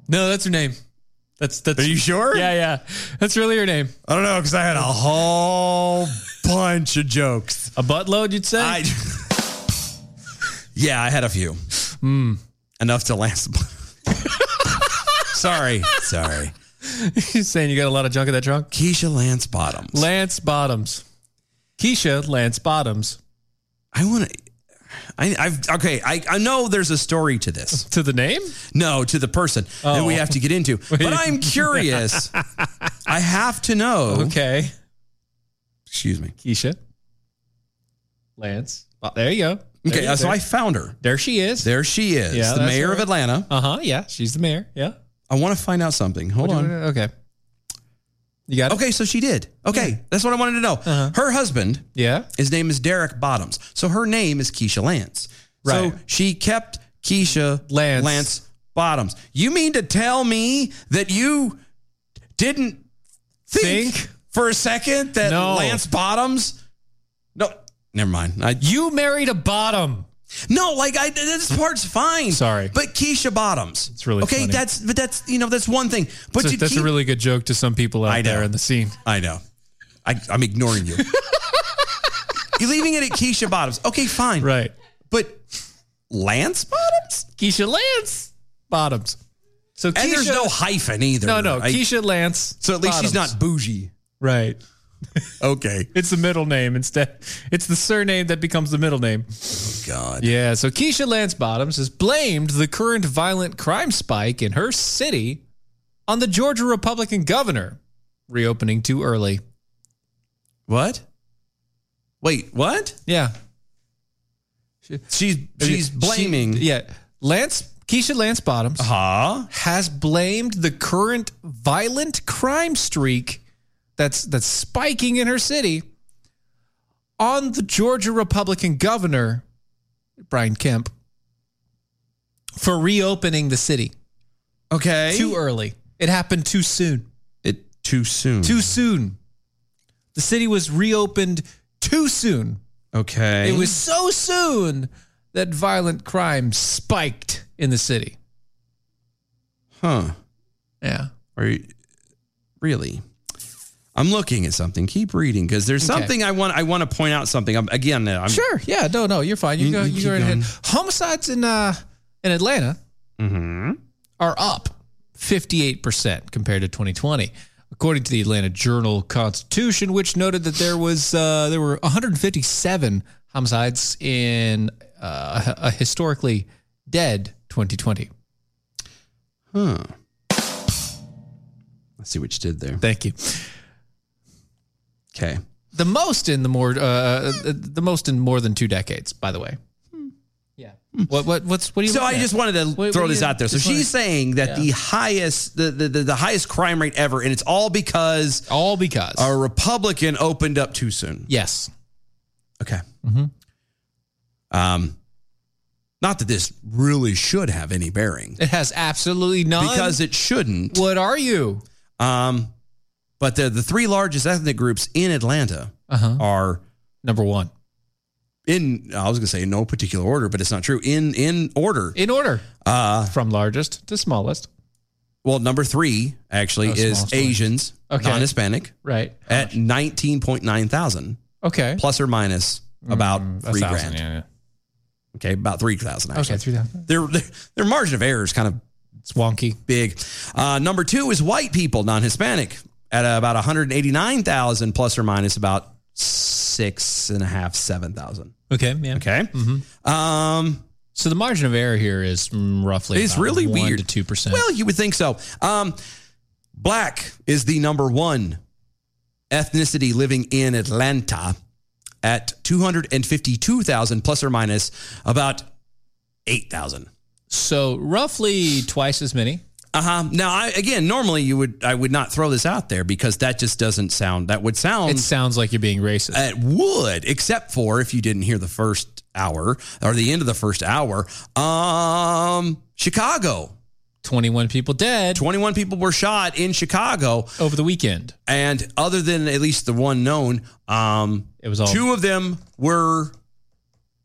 S3: no, that's her name. That's that's.
S2: Are you sure?
S3: Yeah, yeah. That's really her name.
S2: I don't know because I had a whole bunch of jokes.
S3: A buttload, you'd say.
S2: yeah, I had a few.
S3: Hmm.
S2: Enough to last. sorry, sorry.
S3: He's saying you got a lot of junk in that trunk.
S2: Keisha Lance Bottoms.
S3: Lance Bottoms. Keisha Lance Bottoms.
S2: I want to. I, I've okay. I, I know there's a story to this.
S3: To the name?
S2: No, to the person that we
S3: Oh.
S2: have to get into. But I'm curious. I have to know.
S3: Okay.
S2: Excuse me.
S3: Keisha. Lance. Oh, there you go. There
S2: Okay, uh,
S3: you-
S2: so
S3: there-
S2: I found her.
S3: There she is.
S2: There she is.
S3: Yeah,
S2: the
S3: that's
S2: mayor of
S3: her.
S2: Atlanta.
S3: Uh huh. Yeah, she's the mayor. Yeah.
S2: I want to find out something. Hold
S3: What
S2: on.
S3: do you- okay. You got it?
S2: Okay, so she did. Okay, that's what I wanted to know.
S3: Uh-huh.
S2: Her husband,
S3: yeah,
S2: his name is Derek Bottoms. So her name is Keisha Lance.
S3: Right.
S2: So she kept Keisha
S3: Lance.
S2: Lance Bottoms. You mean to tell me that you didn't think, for a second that
S3: No.
S2: Lance Bottoms? No, never mind. I,
S3: You married a bottom.
S2: no, like I this part's fine.
S3: Sorry.
S2: but Keisha Bottoms. It's
S3: really
S2: okay.
S3: funny.
S2: That's but that's you know that's one thing. But
S3: that's,
S2: you
S3: a, that's a
S2: keep-
S3: really good joke to some people out there in the scene.
S2: I know. I, I'm ignoring you. You're leaving it at Keisha Bottoms. Okay, fine.
S3: Right.
S2: But Lance Bottoms?
S3: Keisha Lance Bottoms. So Keisha,
S2: And there's no hyphen either.
S3: No, no.
S2: I-
S3: Keisha Lance.
S2: So at least she's
S3: Bottoms.
S2: not bougie.
S3: right.
S2: Okay.
S3: It's the middle name instead. It's the surname that becomes the middle name. Oh,
S2: God.
S3: Yeah, so Keisha Lance Bottoms has blamed the current violent crime spike in her city on the Georgia Republican governor reopening too early.
S2: What? Wait, what?
S3: Yeah.
S2: She's she's blaming.
S3: yeah, Lance Keisha Lance Bottoms
S2: uh-huh.
S3: has blamed the current violent crime streak that's that's spiking in her city on the Georgia Republican governor Brian Kemp for reopening the city.
S2: Okay,
S3: too early. It happened too soon.
S2: It too soon.
S3: Too soon. The city was reopened too soon.
S2: Okay.
S3: It was so soon that violent crime spiked in the city.
S2: Huh.
S3: Yeah.
S2: Are you really? I'm looking at something. Keep reading because there's
S3: Okay.
S2: something I want. I want to point out something. I'm, again, I'm
S3: Sure. Yeah. No. No. You're fine. You,
S2: You-
S3: go.
S2: you
S3: You,
S2: keep
S3: go right ahead.
S2: going.
S3: Homicides in uh in Atlanta
S2: Mm-hmm.
S3: are up 58 percent compared to 2020, according to the Atlanta Journal Constitution, which noted that there was uh, there were 157 homicides in uh, a historically dead 2020.
S2: Huh. I see what you did there.
S3: Thank you.
S2: Okay.
S3: The most in the more uh, the most in more than two decades, by the way. Yeah. What what what's what do you?
S2: So
S3: looking
S2: I
S3: at?
S2: just wanted to
S3: What-
S2: throw
S3: what do
S2: this
S3: you-
S2: out there. So
S3: just wanna-
S2: she's saying that
S3: Yeah.
S2: the highest, the, the the the highest crime rate ever, and it's all because
S3: all because
S2: a Republican opened up too soon.
S3: Yes.
S2: Okay. Um, not that this really should have any bearing
S3: It has absolutely none.
S2: because it shouldn't.
S3: What are you?
S2: Um, but the the three largest ethnic groups in Atlanta
S3: Uh-huh.
S2: are
S3: number one.
S2: In I was going to say in no particular order, but it's not true. In in order,
S3: in order,
S2: uh,
S3: from largest to smallest.
S2: Well, number three actually
S3: Oh,
S2: is
S3: smallest
S2: Asians,
S3: Okay.
S2: non-Hispanic,
S3: Right.
S2: at nineteen point nine thousand,
S3: Okay.
S2: plus or minus about
S3: Mm, a
S2: three
S3: thousand,
S2: grand.
S3: yeah, yeah.
S2: Okay, about three thousand.
S3: Okay, three thousand.
S2: their their their margin of error is kind of
S3: it's wonky,
S2: big. Uh, number two is white people, non-Hispanic, at about one hundred eighty-nine thousand, plus or minus about six and a half, seven thousand.
S3: Okay. Yeah.
S2: Okay.
S3: Mm-hmm.
S2: Um.
S3: So the margin of error here is mm, roughly
S2: It's
S3: about
S2: really
S3: one
S2: weird.
S3: to two percent.
S2: Well, you would think so. Um, black is the number one ethnicity living in Atlanta at 252,000 plus or minus about 8,000.
S3: So roughly twice as many.
S2: Uh huh. Now, I, again, normally you would I would not throw this out there because that just doesn't sound. That would sound.
S3: It sounds like you're being racist.
S2: It would, except for if you didn't hear the first hour or the end of the first hour. Um, Chicago.
S3: 21 people dead.
S2: 21 people were shot in Chicago
S3: over the weekend.
S2: And other than at least the one known, um, it
S3: was all-
S2: two of them were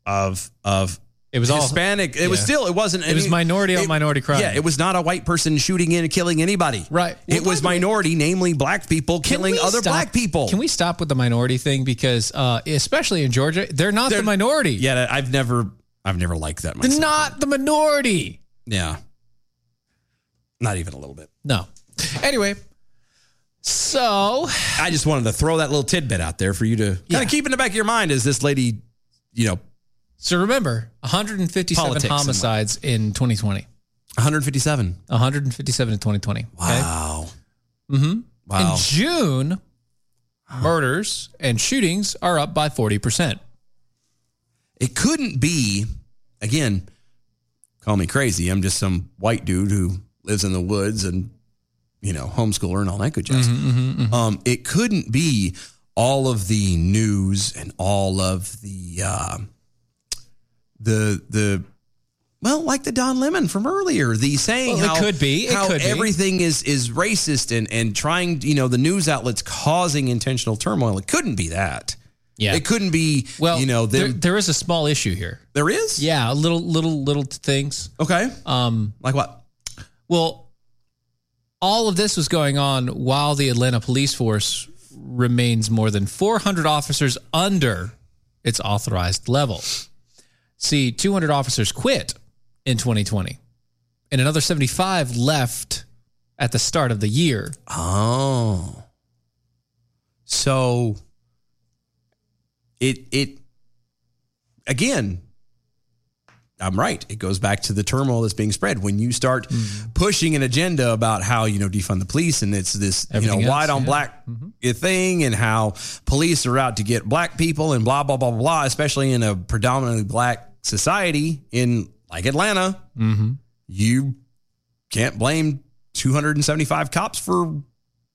S2: of of
S3: It was all-
S2: Hispanic. it was
S3: yeah.
S2: still it wasn't
S3: It was minority on minority crime.
S2: Yeah, it was not a white person shooting in and killing anybody.
S3: Right.
S2: it was minority, namely black people
S3: Can
S2: killing
S3: we
S2: other
S3: stop-
S2: black people.
S3: Can we stop with the minority thing? Because uh, especially in Georgia, they're not the minority.
S2: Yeah, that- I've never I've never liked that
S3: They're
S2: myself.
S3: not the minority.
S2: yeah. Not even a little bit.
S3: No. Anyway, so
S2: I just wanted to throw that little tidbit out there for you to kind
S3: Yeah.
S2: of keep in the back of your mind as this lady, you know,
S3: so remember, 157
S2: Politics and what-
S3: homicides in 2020.
S2: 157.
S3: 157 in 2020. okay?
S2: Wow.
S3: Mm-hmm.
S2: Wow.
S3: In June, murders and shootings are up by 40%.
S2: It couldn't be, again, call me crazy. I'm just some white dude who lives in the woods and, you know, homeschooler and all that good jazz.
S3: Mm-hmm,
S2: Um, it couldn't be all of the news and all of the, uh, the, the, well, like the Don Lemon from earlier, the saying
S3: Well, it
S2: how
S3: could be. It
S2: how
S3: could be.
S2: everything is is racist and and trying you know the news outlets causing intentional turmoil. It couldn't be that.
S3: Yeah.
S2: it couldn't be.
S3: Well,
S2: you know,
S3: there,
S2: them-
S3: there is a small issue here.
S2: there is.
S3: Yeah, little little little things.
S2: Okay.
S3: Um,
S2: like what?
S3: Well, all of this was going on while the Atlanta Police Force remains more than 400 officers under its authorized level. See, 200 officers quit in 2020, and another 75 left at the start of the year.
S2: Oh. So it it again I'm right. It goes back to the turmoil that's being spread. When you start
S3: Mm-hmm.
S2: pushing an agenda about how, you know, defund the police and it's this,
S3: Everything
S2: you know,
S3: else,
S2: white on
S3: yeah. Mm-hmm.
S2: black thing and how police are out to get black people and blah, blah, blah, blah, especially in a predominantly black society in like Atlanta,
S3: Mm-hmm.
S2: you can't blame 275 cops for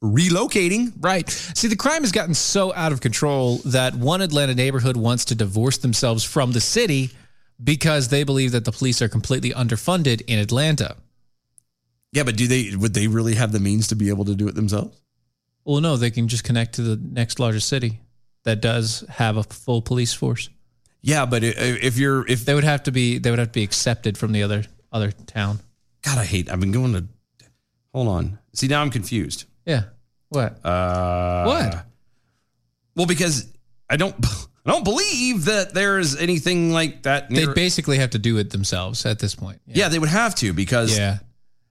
S2: relocating.
S3: Right. See, the crime has gotten so out of control that one Atlanta neighborhood wants to divorce themselves from the city because they believe that the police are completely underfunded in Atlanta.
S2: Yeah, but do they would they really have the means to be able to do it themselves?
S3: Well, no, they can just connect to the next largest city that does have a full police force.
S2: Yeah, but if you're if
S3: they would have to be they would have to be accepted from the other other town.
S2: God, I hate. I've been going to. Hold on. See, now I'm confused.
S3: Yeah. What?
S2: Uh,
S3: What?
S2: Well, because I don't I don't believe that there's anything like that.
S3: They
S2: near-
S3: basically have to do it themselves at this point.
S2: yeah. they would have to because
S3: Yeah.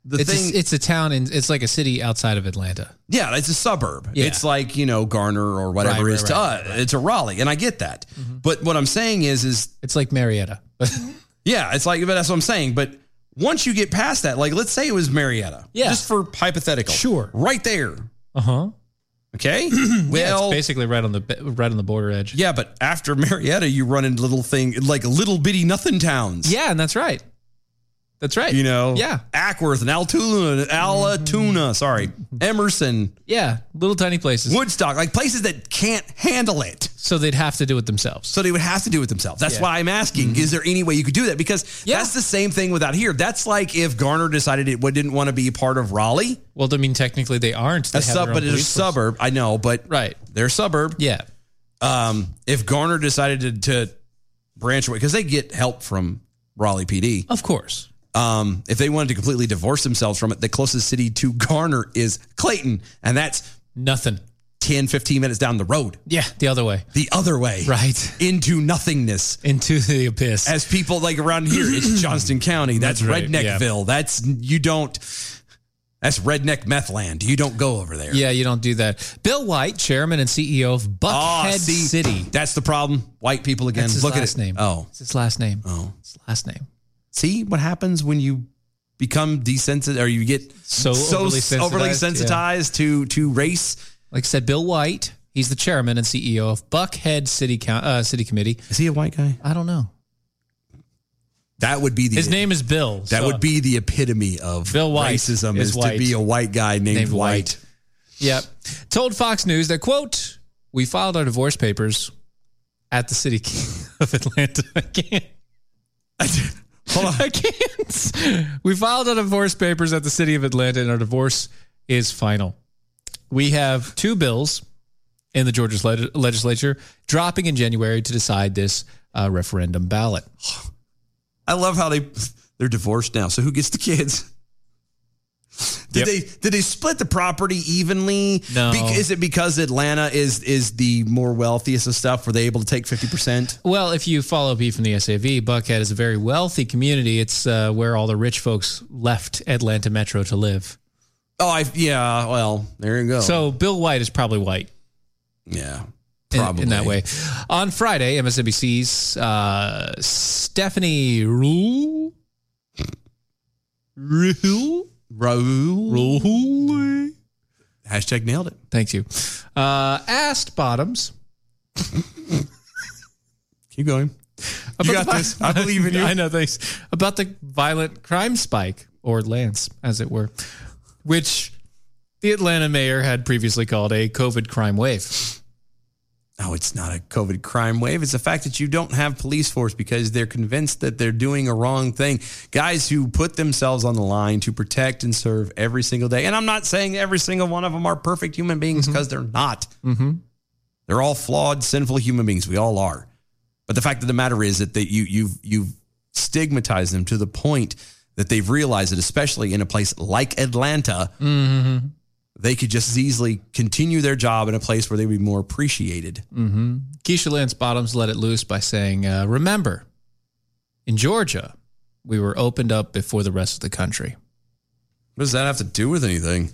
S2: the
S3: it's
S2: thing
S3: a, it's a town in it's like a city outside of Atlanta.
S2: Yeah, it's a suburb.
S3: Yeah.
S2: It's like, you know, Garner or whatever
S3: Right,
S2: it is
S3: right,
S2: to
S3: right, Mm-hmm.
S2: us. It's a Raleigh, and I get that. But what I'm saying is is
S3: it's like Marietta.
S2: yeah, it's like but that's what I'm saying. But once you get past that, like let's say it was Marietta.
S3: Yeah.
S2: Just for hypothetical.
S3: Sure.
S2: Right there.
S3: Uh-huh.
S2: Okay.
S3: yeah,
S2: well
S3: it's basically right on the ba- right on the border edge.
S2: yeah, but after Marietta, you run into little thing like little bitty nothing towns.
S3: Yeah, and that's right. That's right.
S2: You know,
S3: Yeah.
S2: Ackworth and Altoona, Alatoona, sorry,
S3: Mm-hmm.
S2: Emerson,
S3: Yeah, little tiny places.
S2: Woodstock, like places that can't handle it.
S3: So they'd have to do it themselves.
S2: So they would have to do it themselves. That's
S3: Yeah. Mm-hmm.
S2: why I'm asking: Is there any way you could do that? Because that's the same thing without here. That's like if Garner decided it would- didn't want to be part of Raleigh,
S3: Well, I mean, technically they aren't. They
S2: a
S3: have
S2: sub,
S3: their own
S2: but it's a
S3: police force.
S2: suburb. I know, but
S3: right,
S2: they're a suburb.
S3: Yeah.
S2: Um, if Garner decided to, to branch away, because they get help from Raleigh PD,
S3: Of course.
S2: um, if they wanted to completely divorce themselves from it, the closest city to Garner is Clayton, and that's
S3: nothing
S2: 10, 15 minutes down the road.
S3: Yeah, the other way.
S2: The other way.
S3: Right.
S2: Into nothingness.
S3: Into the abyss.
S2: As people like around here, it's Johnston County. That's,
S3: That's right,
S2: Redneckville. That's you don't that's redneck meth land. You don't go over there.
S3: Yeah, you don't do that. Bill White, chairman and CEO of
S2: Ah,
S3: Buckhead
S2: see,
S3: City.
S2: That's the problem. White people again.
S3: That's his
S2: Look at
S3: last
S2: his
S3: name.
S2: Oh.
S3: It's his last name.
S2: Oh.
S3: It's his last name.
S2: See what happens when you become desensitive or you get
S3: So overly
S2: s-
S3: sensitized,
S2: overly
S3: yeah.
S2: sensitized to to race.
S3: Like I said, Bill White. He's the chairman and CEO of Buckhead City Coun uh, City Committee.
S2: Is he a white guy?
S3: I don't know.
S2: That would be the
S3: His name is Bill.
S2: That
S3: so-
S2: would be the epitome of
S3: Bill White
S2: racism
S3: is
S2: is, to
S3: white.
S2: be a white guy named,
S3: Named
S2: White.
S3: White. Yep. Told Fox News that quote, we filed our divorce papers at the city of Atlanta. I can't. Hold on. I can't. We filed our divorce papers at the city of Atlanta and our divorce is final. We have two bills in the Georgia leg- legislature dropping in January to decide this uh, referendum ballot.
S2: I love how they they're divorced now. So who gets the kids? Did
S3: Yep.
S2: they did they split the property evenly?
S3: No.
S2: is it because Atlanta is is the more wealthiest of stuff? Were they able to take fifty percent?
S3: Well, if you follow B from the SAV, Buckhead is a very wealthy community. It's uh, where all the rich folks left Atlanta Metro to live.
S2: Oh, I yeah. Well, there you go.
S3: So Bill White is probably white
S2: yeah,
S3: in-
S2: probably
S3: in, that way. On Friday, MSNBC's uh, Stephanie Rule. Rule.
S2: Raul
S3: Rule.
S2: hashtag nailed it.
S3: Thank you. Uh, asked Bottoms.
S2: Keep going. You
S3: about
S2: got
S3: the-
S2: this. I believe in you.
S3: I know, thanks. About the violent crime spike, or Lance, as it were, which the Atlanta mayor had previously called a COVID crime wave.
S2: No, Oh, it's not a COVID crime wave. It's the fact that you don't have police force because they're convinced that they're doing a wrong thing. Guys who put themselves on the line to protect and serve every single day. And I'm not saying every single one of them are perfect human beings because they're not.
S3: Mm-hmm.
S2: They're all flawed, sinful human beings. We all are. But the fact of the matter is that they, you you've you've stigmatized them to the point that they've realized that, especially in a place like Atlanta,
S3: Mm-hmm.
S2: they could just as easily continue their job in a place where they'd be more appreciated.
S3: Mm-hmm. Keisha Lance Bottoms let it loose by saying, uh, Remember, in Georgia, we were opened up before the rest of the country.
S2: What does that have to do with anything?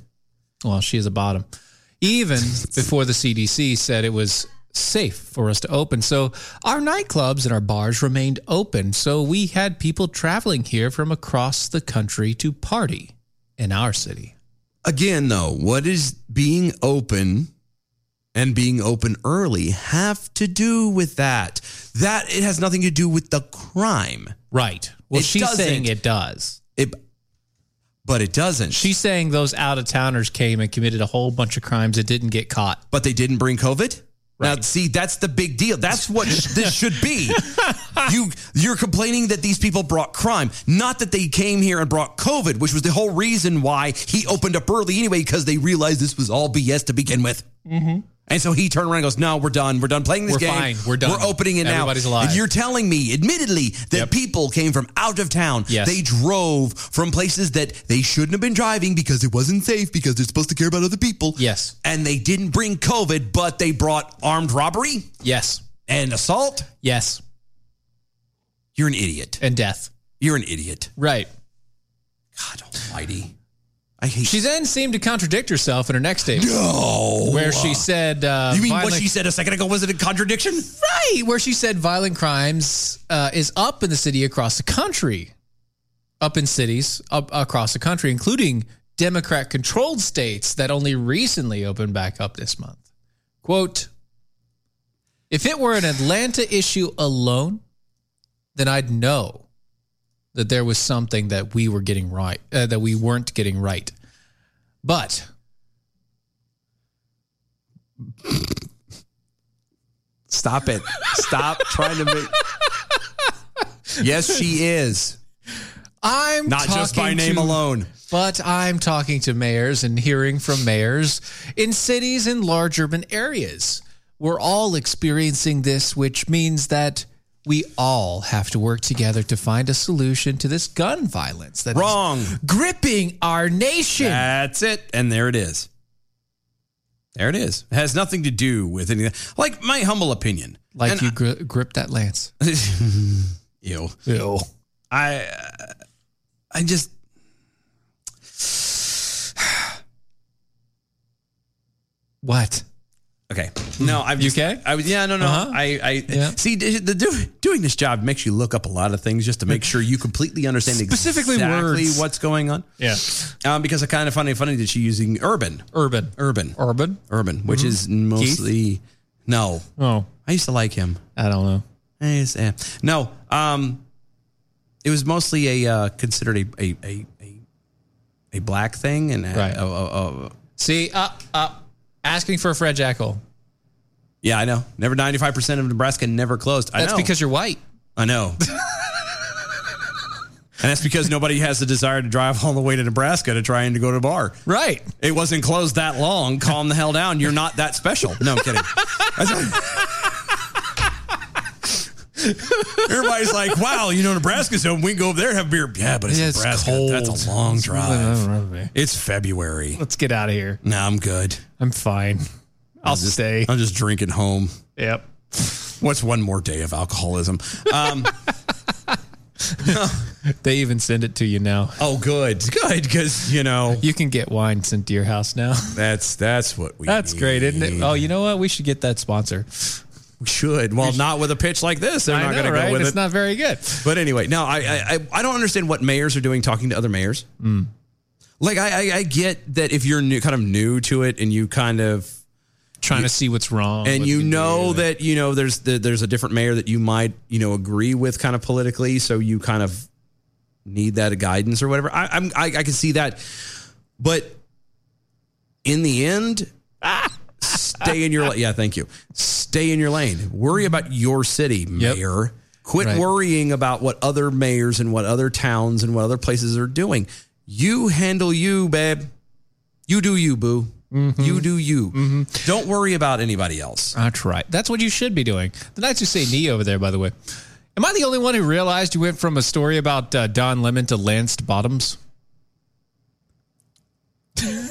S3: Well, she is a bottom. Even before the CDC said it was safe for us to open. So our nightclubs and our bars remained open. So we had people traveling here from across the country to party in our city.
S2: Again, though, what is being open and being open early have to do with that. That it has nothing to do with the crime.
S3: Right. Well,
S2: It
S3: she's
S2: doesn't.
S3: saying it does.
S2: It, but it doesn't.
S3: She's saying those out of towners came and committed a whole bunch of crimes that didn't get caught.
S2: But they didn't bring COVID? Now, see, that's the big deal. That's what sh- this should be. You you're complaining that these people brought crime, not that they came here and brought COVID, which was the whole reason why he opened up early anyway, because they realized this was all BS to begin with.
S3: Mm-hmm.
S2: And so he turned around and goes, "No, we're done. We're done playing this
S3: We're
S2: game.
S3: fine. We're done.
S2: We're opening it
S3: Everybody's
S2: now."
S3: alive.
S2: And you're telling me, admittedly, that people came from out of town.
S3: Yes.
S2: They drove from places that they shouldn't have been driving because it wasn't safe because they're supposed to care about other people.
S3: Yes.
S2: And they didn't bring COVID, but they brought armed robbery
S3: Yes.
S2: and assault.
S3: Yes.
S2: You're an idiot.
S3: And death.
S2: You're an idiot.
S3: Right.
S2: God almighty. I hate
S3: She then seemed to contradict herself in her next statement.
S2: No.
S3: Where she said uh,
S2: you mean what
S3: violent-
S2: she said a second ago was it a contradiction?
S3: Right, where she said violent crimes uh, is up in the city across the country, up in cities up across the country, including Democrat-controlled states that only recently opened back up this month. Quote: If it were an Atlanta issue alone, then I'd know that there was something that we were getting right, uh, that we weren't getting right. But
S2: Stop it. Stop trying to make Yes, she is.
S3: I'm
S2: Not just by
S3: talking
S2: name
S3: to-
S2: alone.
S3: but I'm talking to mayors and hearing from mayors in cities and large urban areas. We're all experiencing this, which means that we all have to work together to find a solution to this gun violence that is
S2: Wrong.
S3: gripping our nation.
S2: That's it. And there it is. There it is. It has nothing to do with anything. Like my humble opinion.
S3: like
S2: And
S3: you gri- grip that lance.
S2: Ew.
S3: Ew.
S2: I uh, I just
S3: What?
S2: Okay. No, I've just, okay. I was yeah, no, no.
S3: Hmm. Uh-huh.
S2: I I see the, the do, doing this job makes you look up a lot of things just to make sure you completely understand
S3: Specifically
S2: exactly
S3: words.
S2: what's going on.
S3: Yeah.
S2: Um, because it's kind of funny, funny that she's using urban,
S3: urban,
S2: urban,
S3: urban,
S2: urban, which
S3: Mm-hmm.
S2: is mostly no.
S3: Oh,
S2: I used to like him.
S3: I don't know.
S2: I used to- eh. no. Um, it was mostly a uh, considered a a, a a a black thing, and uh,
S3: Right.
S2: oh, oh, oh.
S3: See, uh, uh, asking for a Fred Jackal.
S2: yeah, I know. Never ninety five percent of Nebraska never closed. I
S3: That's
S2: know.
S3: because you're white.
S2: I know. and that's because nobody has the desire to drive all the way to Nebraska to try and to go to a bar.
S3: Right.
S2: It wasn't closed that long. Calm the hell down. You're not that special. No, I'm kidding. Everybody's like, wow, you know, Nebraska's home. We can go over there and have beer. Yeah, but it's
S3: Yeah, it's
S2: Nebraska.
S3: cold.
S2: That's a long
S3: It's really long
S2: drive.
S3: drive.
S2: It's February.
S3: Let's get out of here.
S2: No, I'm good.
S3: I'm fine. I'll
S2: just,
S3: stay.
S2: I'm just drinking home.
S3: Yep.
S2: What's one more day of alcoholism? Um,
S3: They even send it to you now.
S2: oh, good. Good. Because, you know,
S3: You can get wine sent to your house now.
S2: that's that's what we
S3: That's great, isn't it?
S2: need.
S3: Oh, you know what? We should get that sponsor.
S2: We should. Well, not with a pitch like this. They're
S3: I
S2: not
S3: know,
S2: going to
S3: right?
S2: go with
S3: it's
S2: it.
S3: not very good.
S2: but anyway, no, I, I I- I don't understand what mayors are doing talking to other mayors.
S3: Mm.
S2: Like I, I I get that if you're new, kind of new to it and you kind of
S3: Trying to see what's wrong.
S2: and
S3: Oh, what
S2: you
S3: we can do.
S2: know that you know there's the, there's a different mayor that you might you know agree with kind of politically, so you kind of need that guidance or whatever. I, I'm I, I can see that, but in the end, stay in your la- yeah. Thank you. Stay in your lane. Worry about your city, mayor. Quit
S3: Right.
S2: worrying about what other mayors and what other towns and what other places are doing. You handle you, babe. You do you, boo. You do you. Don't worry about anybody else.
S3: That's right. That's what you should be doing. The Knights who say knee over there, by the way. Am I the only one who realized you went from a story about uh, Don Lemon to Lanced Bottoms?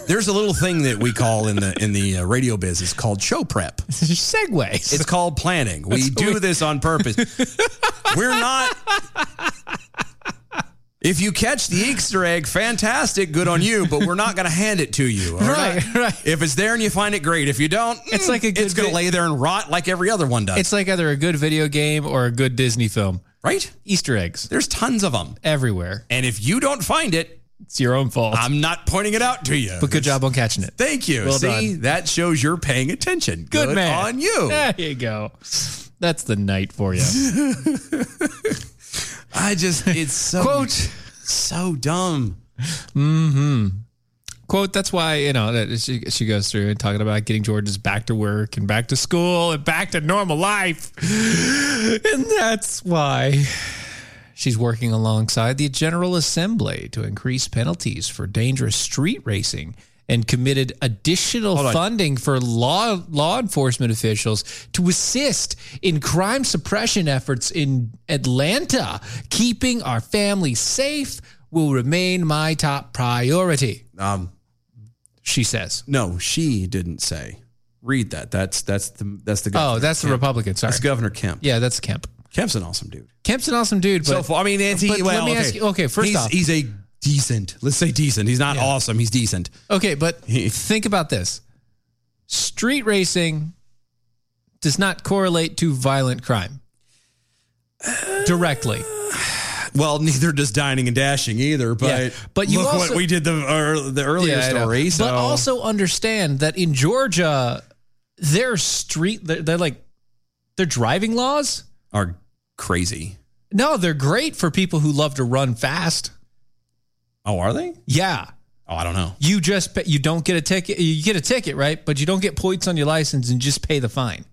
S2: There's a little thing that we call in the in the uh, radio biz. It's called show prep.
S3: Segways.
S2: It's called planning. We
S3: That's
S2: do
S3: what-
S2: this on purpose. We're not. If you catch the Easter egg, fantastic, good on you. But we're not going to hand it to you. all
S3: Right, right.
S2: If it's there and you find it, great. If you don't,
S3: It's
S2: mm,
S3: like a good
S2: it's going to
S3: vi-
S2: lay there and rot like every other one does.
S3: It's like either a good video game or a good Disney film.
S2: right.
S3: Easter eggs
S2: There's tons of them,
S3: everywhere.
S2: and if you don't find it,
S3: It's your own fault.
S2: I'm not pointing it out to you.
S3: But good job on catching it.
S2: Thank you.
S3: Well
S2: See, that shows you're paying attention.
S3: Good, man.
S2: on you.
S3: There you go. That's the night for you.
S2: I just it's so
S3: Quote.
S2: so dumb.
S3: hmm Quote. That's why you know that she she goes through and talking about getting George's back to work and back to school and back to normal life, and that's why she's working alongside the General Assembly to increase penalties for dangerous street racing and committed additional
S2: Hold on.
S3: funding for law law enforcement officials to assist in crime suppression efforts in Atlanta. Keeping our families safe will remain my top priority.
S2: Um,
S3: she says.
S2: No, she didn't say. Read that. That's that's the that's the governor.
S3: Oh, that's the
S2: Kemp.
S3: Republican, sorry.
S2: That's Governor Kemp.
S3: Yeah, that's Kemp.
S2: Kemp's an awesome dude.
S3: Kemp's an awesome dude, but
S2: so far, I mean, Nancy.
S3: but
S2: well,
S3: let me
S2: okay.
S3: ask you. Okay, first
S2: he's,
S3: off,
S2: he's a decent. Let's say decent. He's not awesome. He's decent.
S3: Okay, but think about this. Street racing does not correlate to violent crime directly.
S2: Uh, Well, neither does dining and dashing either. But
S3: Yeah, but you
S2: look
S3: also-
S2: what we did the or the earlier
S3: Yeah, I know.
S2: story. So
S3: But also understand that in Georgia, their street, they're, they're like, their driving laws
S2: are crazy.
S3: No, they're great for people who love to run fast.
S2: Oh, are they?
S3: Yeah.
S2: Oh, I don't know.
S3: You just pay, you don't get a ticket. You get a ticket, right? But you don't get points on your license and just pay the fine.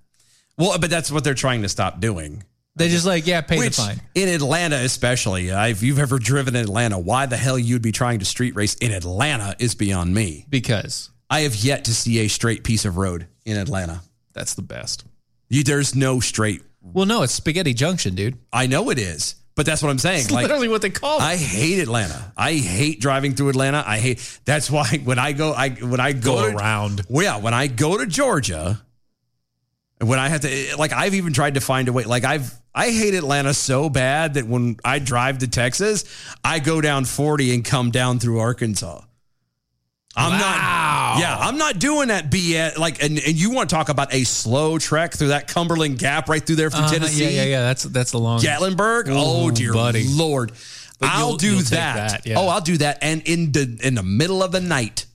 S2: Well, but that's what they're trying to stop doing.
S3: They just like yeah, pay
S2: Which,
S3: the fine.
S2: in Atlanta, especially, uh, if you've ever driven in Atlanta, why the hell you'd be trying to street race in Atlanta is beyond me.
S3: Because
S2: I have yet to see a straight piece of road in Atlanta.
S3: That's the best.
S2: You, there's no straight.
S3: Well, no, it's Spaghetti Junction, dude.
S2: I know it is, but that's what I'm saying.
S3: It's literally what they call it.
S2: I hate Atlanta. I hate driving through Atlanta. I hate. That's why when I go, I when I go,
S3: Go
S2: to-
S3: around.
S2: Well, yeah, when I go to Georgia, when I have to, like, I've even tried to find a way. Like, I've I hate Atlanta so bad that when I drive to Texas, I go down 40 and come down through Arkansas. I'm not. Yeah, I'm not doing that BS. Like, and, and you want to talk about a slow trek through that Cumberland Gap right through there from
S3: Uh-huh,
S2: Tennessee?
S3: Yeah, yeah, yeah. That's that's the long
S2: Gatlinburg. Oh
S3: Ooh,
S2: dear
S3: buddy.
S2: lord.
S3: But
S2: I'll
S3: you'll-
S2: do
S3: you'll take
S2: that.
S3: that, yeah.
S2: Oh, I'll do that. And in the in the middle of the night.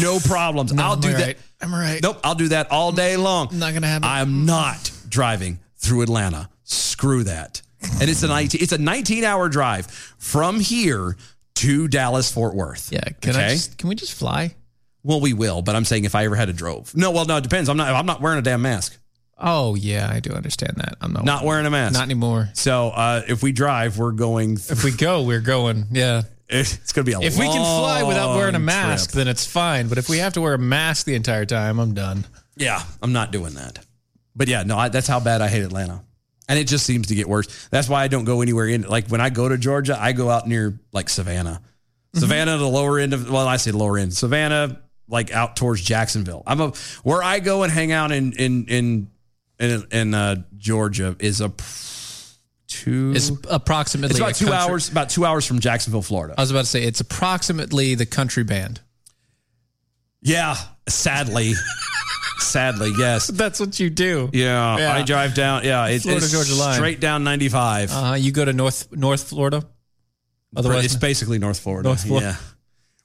S2: No problems. I'll
S3: I'm
S2: do
S3: all
S2: that.
S3: right. I'm all right.
S2: Nope, I'll do that all day long.
S3: Not gonna happen.
S2: I'm not driving through Atlanta. Screw that. And it's a 19 it's a 19 hour drive from here to Dallas Fort Worth.
S3: Yeah, can I just- can we just fly?
S2: Well, we will, but I'm saying if I ever had a drove. No, well, no, it depends. I'm not I'm not wearing a damn mask.
S3: Oh yeah, I do understand that. I'm not
S2: Not wearing a mask.
S3: Not anymore.
S2: So uh, if we drive, we're going.
S3: If we go, we're going. Yeah.
S2: It's going to be a
S3: If we can fly without wearing a
S2: long
S3: mask,
S2: trip.
S3: then it's fine. But if we have to wear a mask the entire time, I'm done.
S2: Yeah, I'm not doing that. But yeah, no, I, that's how bad I hate Atlanta. And it just seems to get worse. That's why I don't go anywhere in like when I go to Georgia, I go out near like Savannah.
S3: Mm-hmm.
S2: Savannah the lower end of well, I say lower end. Savannah like out towards Jacksonville. I'm a where I go and hang out in in in in, in uh, Georgia is a two
S3: It's approximately
S2: It's
S3: a
S2: about 2
S3: country- Uh,
S2: hours about 2 hours from Jacksonville, Florida.
S3: I was about to say it's approximately the country band.
S2: Yeah, sadly. sadly, yes.
S3: That's what you do.
S2: Yeah,
S3: Yeah.
S2: I drive down. Yeah, it's,
S3: Florida
S2: it's
S3: Georgia line.
S2: straight down 95.
S3: Uh, you go to North North Florida. Otherwise,
S2: it's basically North Florida.
S3: North Florida.
S2: Yeah.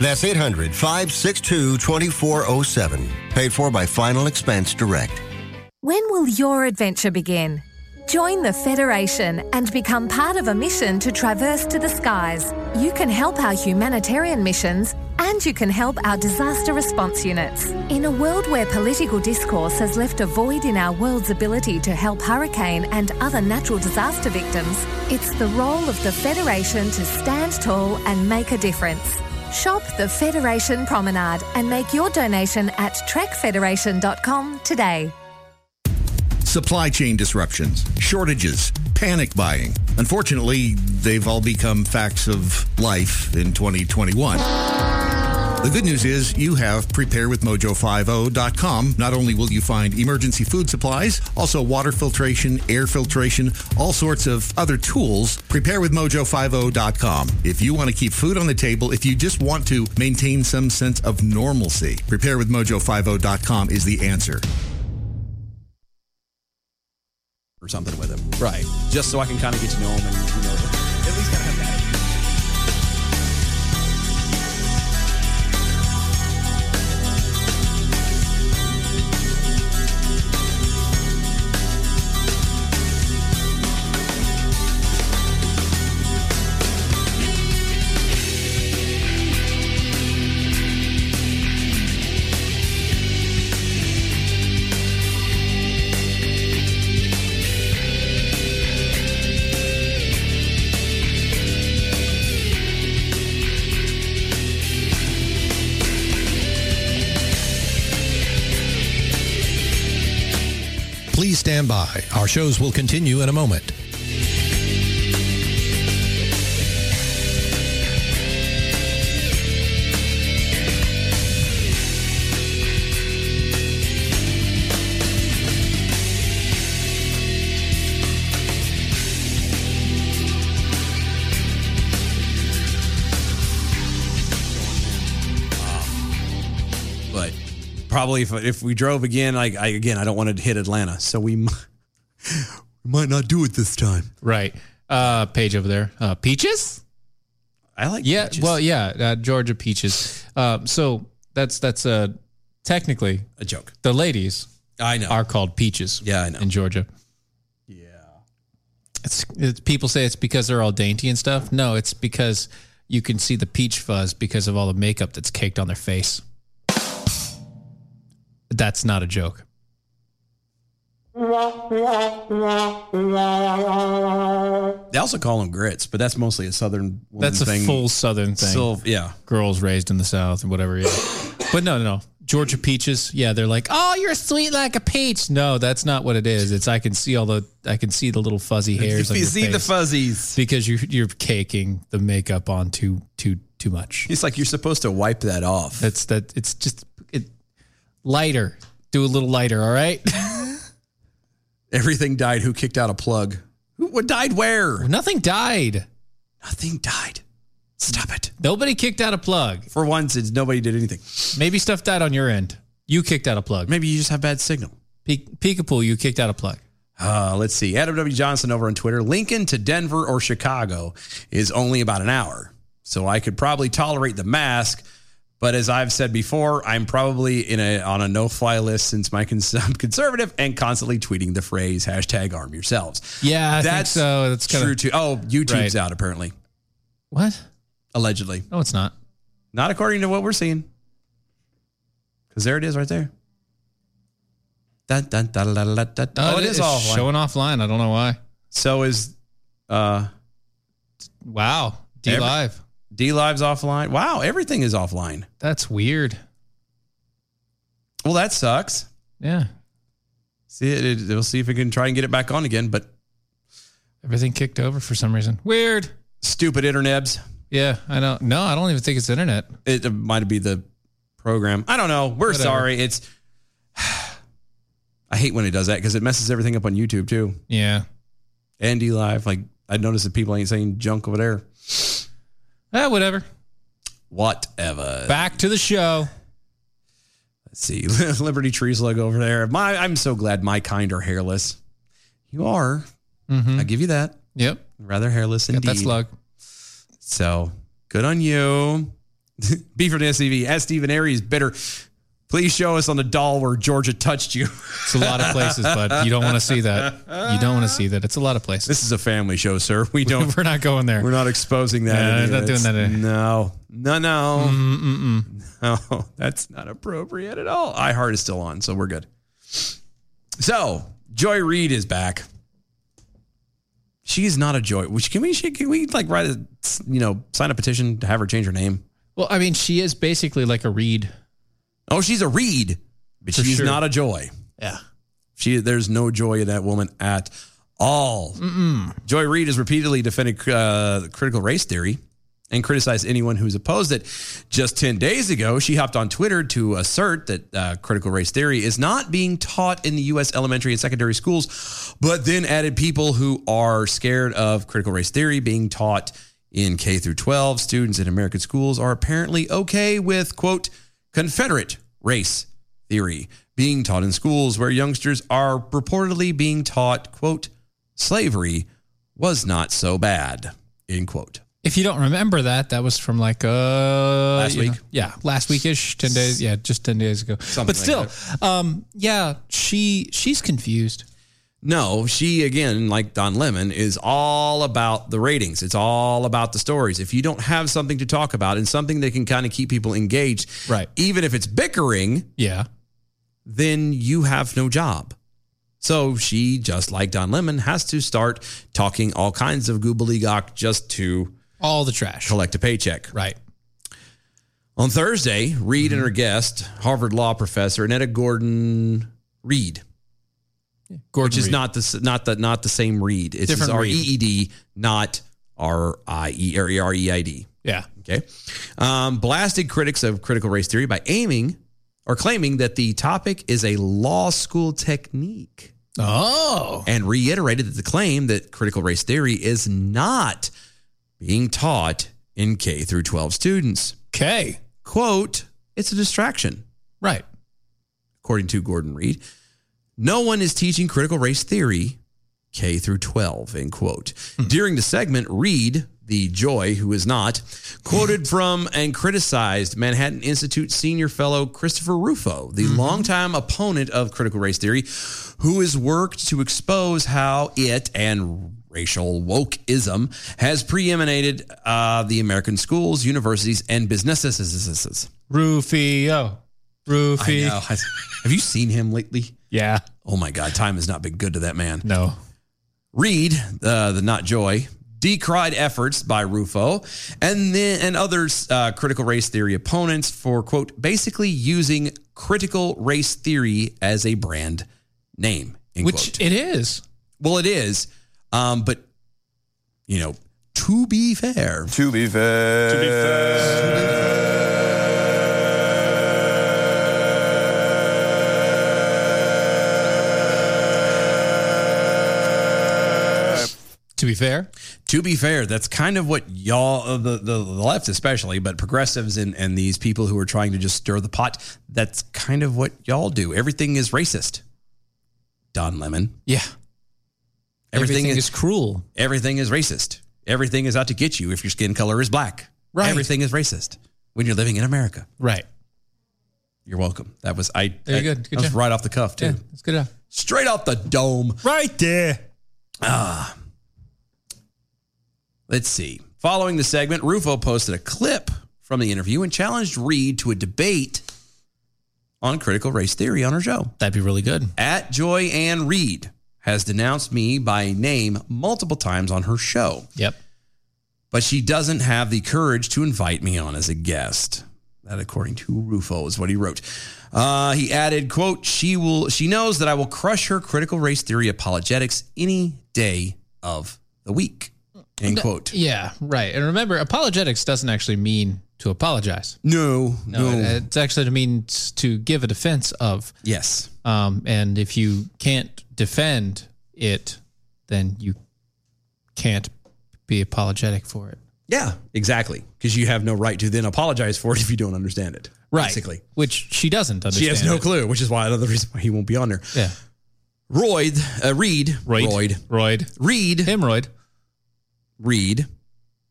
S17: That's 800 562 2407. Paid for by Final Expense Direct.
S18: When will your adventure begin? Join the Federation and become part of a mission to traverse to the skies. You can help our humanitarian missions and you can help our disaster response units. In a world where political discourse has left a void in our world's ability to help hurricane and other natural disaster victims, it's the role of the Federation to stand tall and make a difference. Shop the Federation Promenade and make your donation at trekfederation.com today.
S19: Supply chain disruptions, shortages, panic buying. Unfortunately, they've all become facts of life in 2021. The good news is you have preparewithmojo50.com. Not only will you find emergency food supplies, also water filtration, air filtration, all sorts of other tools. Preparewithmojo50.com. If you want to keep food on the table, if you just want to maintain some sense of normalcy, preparewithmojo50.com is the answer.
S2: or something with him. Right. Just so I can kind of get to know him and you know at least kind of have that.
S5: Please stand by. Our shows will continue in a moment.
S2: But probably if if we drove again, like I again, I don't want to hit Atlanta, so we mi- we might not do it this time.
S3: Right. Uh, page over there. Uh, peaches.
S2: I like.
S3: Yeah. Well, yeah. Uh, Georgia peaches. Um, so that's that's uh, technically
S2: a joke.
S3: The ladies.
S2: I know.
S3: Are called peaches.
S2: Yeah, I know.
S3: In Georgia. Yeah. It's, it's people say it's because they're all dainty and stuff. No, it's because you can see the peach fuzz because of all the makeup that's caked on their face. That's not a joke.
S2: They also call them grits, but that's mostly a southern woman
S3: That's a
S2: thing.
S3: full Southern thing.
S2: So, yeah.
S3: Girls raised in the South and whatever. Yeah. but no, no, no. Georgia peaches. Yeah, they're like, oh, you're sweet like a peach. No, that's not what it is. It's I can see all the I can see the little fuzzy hairs. on
S2: You
S3: your
S2: see the
S3: face
S2: fuzzies.
S3: because you're you're caking the makeup on too too too much.
S2: It's like you're supposed to wipe that off.
S3: That's that. It's just it, lighter. Do a little lighter. All right.
S2: Everything died. Who kicked out a plug? Who, what died where?
S3: Nothing died.
S2: Nothing died. Stop it.
S3: Nobody kicked out a plug.
S2: For once, it's nobody did anything.
S3: Maybe stuff died on your end. You kicked out a plug.
S2: Maybe you just have bad signal.
S3: Peek, peekapoo, you kicked out a plug.
S2: Uh, let's see. Adam W. Johnson over on Twitter. Lincoln to Denver or Chicago is only about an hour. So I could probably tolerate the mask. But as I've said before, I'm probably in a on a no fly list since my cons- I'm conservative and constantly tweeting the phrase hashtag arm yourselves.
S3: Yeah, I think
S2: that's
S3: so. That's kinda-
S2: true too. Oh, YouTube's
S3: Right.
S2: out apparently.
S3: What?
S2: Allegedly.
S3: No, it's not.
S2: Not according to what we're seeing. Because there it is right there. Dun, dun, dun, dun, dun, dun, dun.
S3: No,
S2: Oh, it is
S3: it's
S2: all
S3: showing offline. I don't know why.
S2: So is uh
S3: Wow. D Live.
S2: D Live's offline. Wow, everything is offline.
S3: That's weird.
S2: Well, that sucks.
S3: Yeah.
S2: See it, it we'll see if we can try and get it back on again, but
S3: Everything kicked over for some reason. Weird.
S2: stupid internebs.
S3: Yeah, I know. No, I don't even think it's internet.
S2: It might be the program. I don't know. We're
S3: Whatever.
S2: sorry. It's I hate when it does that because it messes everything up on YouTube too.
S3: Yeah.
S2: And D Live. Like I noticed that people ain't saying junk over there.
S3: Ah, whatever.
S2: Whatever.
S3: Back to the show.
S2: Let's see. Liberty Trees logo over there. My I'm so glad my kind are hairless. You are.
S3: Mhm.
S2: I give you that.
S3: Yep.
S2: Rather hairless
S3: Got
S2: indeed.
S3: that slug.
S2: So good on you. B from the SCV. As Stephen Aries bitter. Please show us on the doll where Georgia touched you. It's
S3: a lot of places, bud. You don't want to see that. You don't want to see that. It's a lot of places.
S2: This is a family show, sir. We don't.
S3: We're not going there.
S2: We're not exposing that.
S3: No,
S2: in
S3: we're
S2: here.
S3: not doing
S2: That's-
S3: that.
S2: No, no, no,
S3: Mm-mm-mm.
S2: no. That's not appropriate at all. iHeart is still on, so we're good. So Joy Reid is back. She's not a Joy. Which can we? she- Can we like write a you know sign a petition to have her change her name?
S3: Well, I mean, she is basically like a reed.
S2: Oh, she's a Reed, but
S3: For
S2: she's
S3: sure.
S2: not a Joy.
S3: Yeah.
S2: She there's no joy in that woman at all. Joy Reid has repeatedly defended uh, the critical race theory and criticized anyone who's opposed it. Just 10 days ago, she hopped on Twitter to assert that uh, critical race theory is not being taught in the U.S. elementary and secondary schools, but then added people who are scared of critical race theory being taught in K through 12. Students in American schools are apparently okay with, quote, Confederate race theory being taught in schools where youngsters are purportedly being taught, quote, slavery was not so bad, end quote.
S3: If you don't remember that, that was from like uh last
S2: week?
S3: yeah, last weekish, ten days. Yeah, just ten days ago. but still,
S2: like
S3: um, yeah, she she's confused.
S2: No, she again, like Don Lemon, is all about the ratings. It's all about the stories. If you don't have something to talk about and something that can kind of keep people engaged, right? Even if it's bickering,
S3: Yeah.
S2: then you have no job. So she, just like Don Lemon, has to start talking all kinds of gobbledygook just to
S3: all the trash,
S2: collect a paycheck.
S3: Right.
S2: On Thursday, Reed and her guest, Harvard law professor Annetta Gordon Reed, which
S3: Gordon
S2: is
S3: Reed.
S2: not the s- not the not the same Reed. It's
S3: Different
S2: R E
S3: Reed.
S2: E D, not R I E or R E I D.
S3: Yeah.
S2: Okay. Um, blasted critics of critical race theory by aiming or claiming that the topic is a law school technique.
S3: Oh.
S2: And reiterated that the claim that critical race theory is not being taught in K through 12 students.
S3: Okay.
S2: Quote, it's a distraction.
S3: Right.
S2: According to Gordon Reed, no one is teaching critical race theory K through 12, end quote. During the segment, Reed, the joy who is not, quoted from and criticized Manhattan Institute senior fellow Christopher Rufo, the longtime opponent of critical race theory, who has worked to expose how it and racial wokeism has preeminated uh, the American schools, universities, and businesses.
S3: Rufio. Roofy.
S2: I know. Have you seen him lately?
S3: Yeah.
S2: Oh my God, time has not been good to that man.
S3: No.
S2: Reed, uh, the not joy, decried efforts by Rufo and then and others uh, critical race theory opponents for quote basically using critical race theory as a brand name. end
S3: Which
S2: quote.
S3: it is.
S2: well, it is, um, but you know, to be fair,
S12: To be fair. To be
S3: To be fair,
S2: to be fair, that's kind of what y'all uh, the the left especially, but progressives and and these people who are trying to just stir the pot. That's kind of what y'all do. Everything is racist. Don Lemon.
S3: Yeah.
S2: Everything,
S3: Everything is cruel.
S2: Everything is racist. Everything is out to get you if your skin color is black.
S3: Right.
S2: Everything is racist when you're living in America.
S3: Right.
S2: You're welcome. That was I.
S3: Very
S2: I-
S3: good. Good
S2: that was
S3: job.
S2: right off the cuff too.
S3: Yeah, it's good enough.
S2: Straight off the dome.
S3: Right there.
S2: Ah. Let's see. Following the segment, Rufo posted a clip from the interview and challenged Reed to a debate on critical race theory on her show.
S3: That'd be really good.
S2: At Joy Ann Reed has denounced me by name multiple times on her show.
S3: Yep.
S2: But she doesn't have the courage to invite me on as a guest. That according to Rufo is what he wrote. Uh, he added, quote, she will she knows that I will crush her critical race theory apologetics any day of the week. End
S3: No-
S2: quote.
S3: Yeah, right. And remember, apologetics doesn't actually mean to apologize.
S2: No,
S3: no,
S2: no. uh,
S3: It, it's actually means to give a defense of.
S2: Yes.
S3: Um, and if you can't defend it, then you can't be apologetic for it.
S2: Yeah, exactly. Because you have no right to then apologize for it if you don't understand it.
S3: Right.
S2: Basically.
S3: Which she doesn't understand.
S2: She has no
S3: it.
S2: clue, which is why another reason why he won't be on there.
S3: Yeah.
S2: Royd, uh, Reed,
S3: Royd.
S2: Royd,
S3: Royd.
S2: Reed,
S3: Hemorrhoid,
S2: Reed,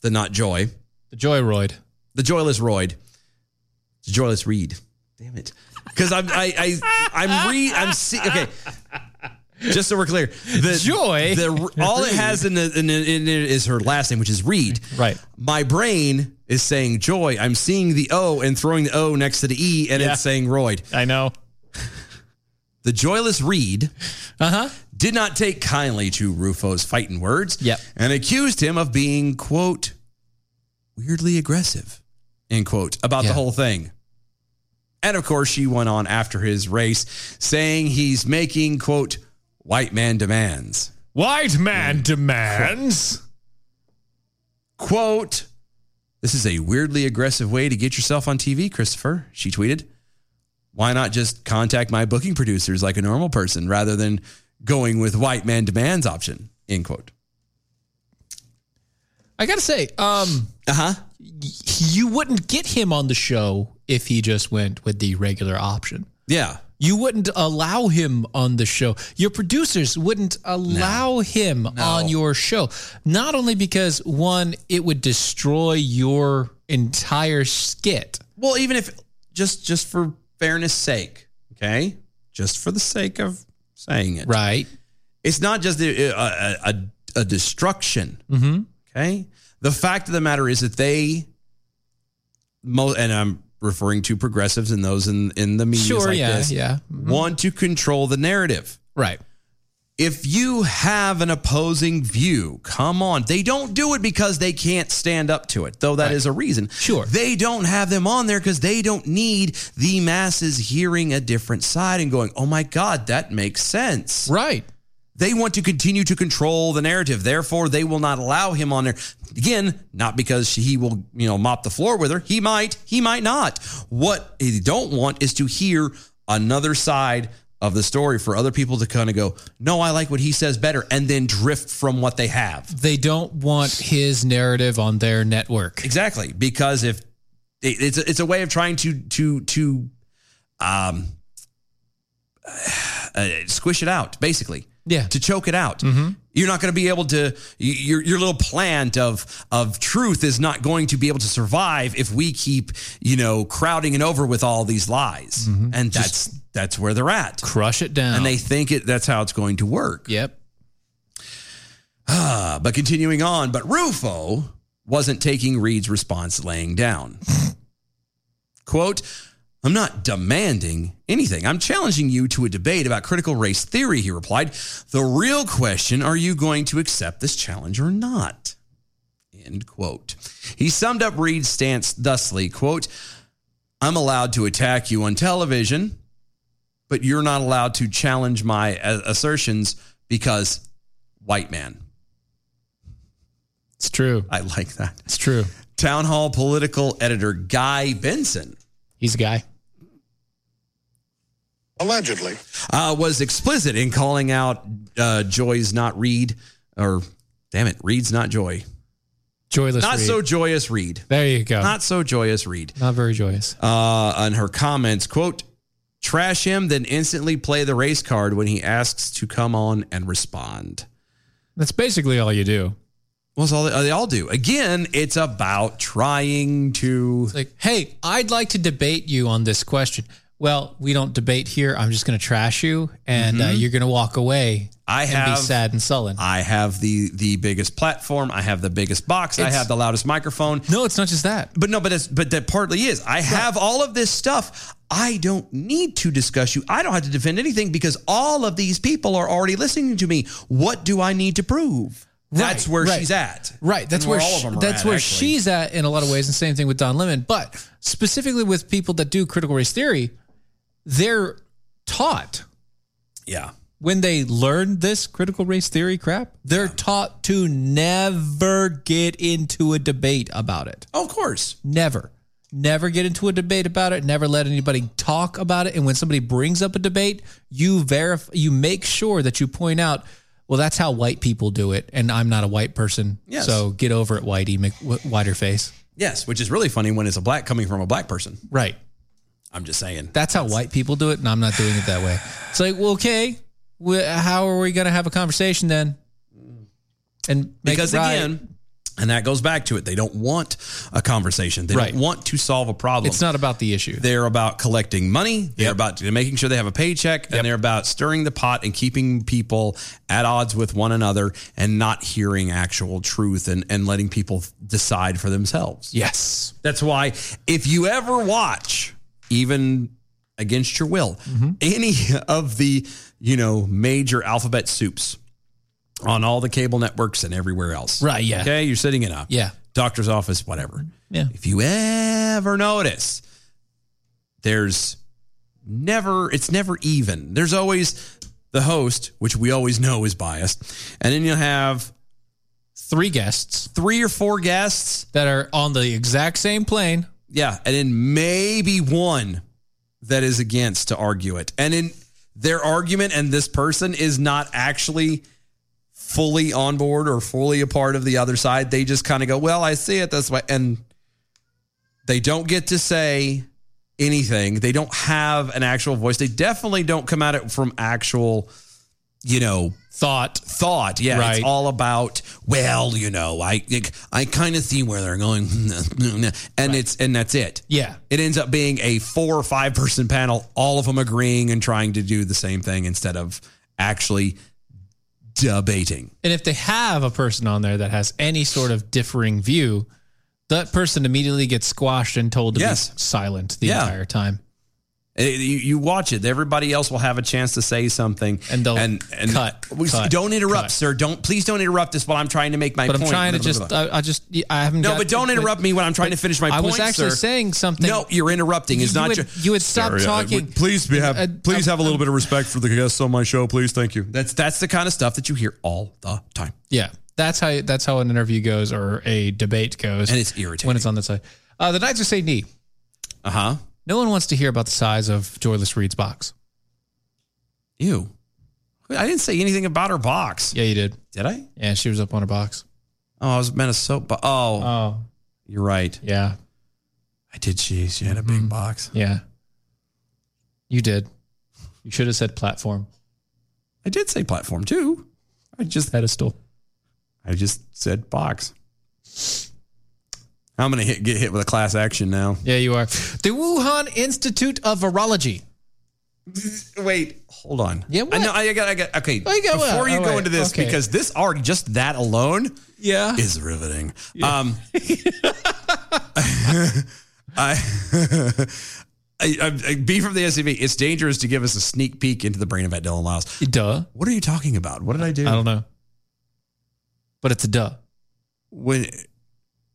S2: the not joy,
S3: the joy Royd,
S2: the joyless Royd, the joyless Reed. Damn it, because I'm I, I I'm re I'm see, okay. Just so we're clear, the
S3: Joy
S2: the all it has in, the, in, the, in it is her last name, which is Reed.
S3: Right.
S2: My brain is saying joy. I'm seeing the O and throwing the O next to the E, and
S3: Yeah.
S2: it's saying Royd.
S3: I know.
S2: The joyless Reed
S3: uh-huh.
S2: did not take kindly to Rufo's fighting words
S3: Yep.
S2: and accused him of being, quote, weirdly aggressive, end quote, about the whole thing. And of course, she went on after his race saying he's making, quote, white man demands.
S3: White man demands.
S2: Quote, this is a weirdly aggressive way to get yourself on TV, Christopher, she tweeted. Why not just contact my booking producers like a normal person rather than going with white man demands option, end quote.
S3: I gotta say, um,
S2: uh huh,
S3: you wouldn't get him on the show if he just went with the regular option.
S2: Yeah.
S3: You wouldn't allow him on the show. Your producers wouldn't allow him on your show. Not only because one, it would destroy your entire skit.
S2: Well, even if just just for fairness sake, okay? Just for the sake of saying it.
S3: Right.
S2: It's not just a a, a, a destruction,
S3: Mm-hmm.
S2: okay? The fact of the matter is that they mo and I'm referring to progressives and those in in the media
S3: Sure,
S2: like
S3: yeah,
S2: this
S3: yeah. Mhm.
S2: want to control the narrative.
S3: Right.
S2: If you have an opposing view, come on. They don't do it because they can't stand up to it, though that is a reason. Sure. They don't have them on there because they don't need the masses hearing a different side and going, oh my God, that makes sense.
S3: Right.
S2: They want to continue to control the narrative. Therefore, they will not allow him on there. Again, not because she- he will, you know, mop the floor with her. He might, he might not. What they don't want is to hear another side of the story for other people to kind of go, no, I like what he says better, and then drift from what they have.
S3: They don't want his narrative on their network.
S2: Exactly, because if it- it's a, it's a way of trying to to to um uh, squish it out, basically.
S3: Yeah.
S2: To choke it out. You're not going to be able to. y- Your your little plant of of truth is not going to be able to survive if we keep you know crowding it over with all these lies. And that's that's where they're at.
S3: Crush it down.
S2: And they think it that's how it's going to work.
S3: Yep.
S2: Ah, but continuing on, but Rufo wasn't taking Reed's response laying down. Quote, I'm not demanding anything. I'm challenging you to a debate about critical race theory, he replied. The real question are you going to accept this challenge or not? End quote. He summed up Reed's stance thusly quote, I'm allowed to attack you on television, but you're not allowed to challenge my uh, assertions because white man.
S3: It's true.
S2: I like that.
S3: It's true.
S2: Town Hall political editor Guy Benson.
S3: He's a guy.
S20: Allegedly.
S2: Uh, was explicit in calling out uh, Joy's not Reed, or damn it, Reed's not Joy.
S3: Joyless.
S2: Not
S3: Reed.
S2: so joyous Reed.
S3: There you go.
S2: Not so joyous Reed.
S3: Not very joyous.
S2: Uh, on her comments, quote, trash him, then instantly play the race card when he asks to come on and respond.
S3: That's basically all you do.
S2: Well, it's all they, they all do. Again, it's about trying to
S3: It's like, hey, I'd like to debate you on this question. Well, we don't debate here. I'm just going to trash you, and uh,
S2: Mhm.
S3: you're going to walk away.
S2: I
S3: and
S2: have
S3: be sad and sullen.
S2: I have the the biggest platform. I have the biggest box. I
S3: It's-
S2: have the loudest microphone.
S3: No, it's not just that.
S2: But no, but it's, but that partly is. I have all of this stuff. I don't need to discuss you. I don't have to defend anything because all of these people are already listening to me. What do I need to prove? that's where
S3: right.
S2: she's at.
S3: Right. That's
S2: And
S3: where,
S2: all of
S3: she-
S2: them are
S3: that's
S2: at,
S3: where
S2: actually.
S3: she's at in a lot of ways. And same thing with Don Lemon, but specifically with people that do critical race theory, they're taught
S2: Yeah.
S3: when they learn this critical race theory crap, they're taught to never get into a debate about it.
S2: Oh, Of course.
S3: Never. Never get into a debate about it. Never let anybody talk about it. And when somebody brings up a debate, you verify, you make sure that you point out, well, that's how white people do it, and I'm not a white person,
S2: Yes.
S3: so get over it, whitey, Mc- wh- whiter face.
S2: Yes, which is really funny when it's a black coming from a black person.
S3: Right.
S2: I'm just saying.
S3: That's how white people do it, and I'm not doing it that way. It's like, well, okay, wh- how are we going to have a conversation then? And make
S2: because
S3: it right.
S2: again, and that goes back to it. They don't want a conversation. They
S3: Right.
S2: don't want to solve a problem.
S3: It's not about the issue.
S2: They're about collecting money. They're about making sure they have a paycheck, and they're about stirring the pot and keeping people at odds with one another and not hearing actual truth and and letting people decide for themselves.
S3: Yes,
S2: that's why if you ever watch, even against your will, any of the you know major alphabet soups on all the cable networks and everywhere else.
S3: Right, yeah.
S2: Okay, you're sitting in a
S3: Yeah.
S2: doctor's office, whatever.
S3: Yeah.
S2: If you ever notice, there's never it's never even. There's always the host, which we always know is biased, and then you'll have
S3: three guests,
S2: three or four guests
S3: that are on the exact same plane.
S2: Yeah, and then maybe one that is against to argue it, and in their argument and this person is not actually fully on board or fully a part of the other side. They just kind of go, "Well, I see it this way," and they don't get to say anything. They don't have an actual voice. They definitely don't come at it from actual, you know,
S3: thought.
S2: Thought. Yeah,
S3: Right.
S2: it's all about well, you know, I I kind of see where they're going, and it's and that's it.
S3: Yeah.
S2: It ends up being a four or five person panel, all of them agreeing and trying to do the same thing instead of actually debating.
S3: And if they have a person on there that has any sort of differing view, that person immediately gets squashed and told to
S2: Yes.
S3: be silent the
S2: Yeah.
S3: entire time.
S2: It- Eh, you, you watch it. Everybody else will have a chance to say something, and they'll and,
S3: cut,
S2: We,
S3: cut,
S2: don't interrupt,
S3: cut.
S2: sir. Don't please don't interrupt us while I'm trying to make my
S3: but
S2: point.
S3: I'm trying to
S2: Blah, blah,
S3: just, uh,
S2: blah.
S3: I, I just, I haven't.
S2: No,
S3: got-
S2: but don't interrupt me when I'm trying
S3: but
S2: to finish my
S3: I was
S2: point,
S3: actually
S2: sir.
S3: saying something.
S2: No, you're interrupting. It's
S3: You
S2: not.
S3: would-
S2: ju-
S3: you would stop
S2: Sorry, I-
S3: talking.
S2: uh, would- please be have.
S3: Uh,
S2: please have a little bit of respect for the guests on my show, please. Thank you. That's that's the kind of stuff that you hear all the time.
S3: Yeah, that's how that's how an interview goes or a debate goes,
S2: And it's irritating.
S3: when it's on that side. Uh, the Knights of Saint Knee.
S2: Uh huh.
S3: No one wants to hear about the size of Joyless Reed's box.
S2: Ew. I didn't say anything about her box.
S3: Yeah, you did.
S2: Did I?
S3: Yeah, she was up on her box.
S2: Oh, I was Minnesota. Oh,
S3: oh,
S2: you're right.
S3: Yeah,
S2: I did. Mm-hmm. Cheese. She had a big box.
S3: Yeah, you did. You should have said platform.
S2: I did say platform too. I just
S3: pedestal.
S2: I just said box. I'm gonna hit, get hit with a class action now.
S3: Yeah, you are. The Wuhan Institute of Virology.
S2: Wait, hold on. Yeah, I know. I got. I got. Okay.
S3: Oh, you got what?
S2: before you
S3: Oh,
S2: go
S3: wait.
S2: into this,
S3: Okay.
S2: because this already just that alone,
S3: yeah,
S2: is riveting. Um, I I, I, I, B from the SCV. It's dangerous to give us a sneak peek into the brain of at Dylan Lyles.
S3: Duh.
S2: What are you talking about? What did I do?
S3: I don't know. But it's a duh.
S2: When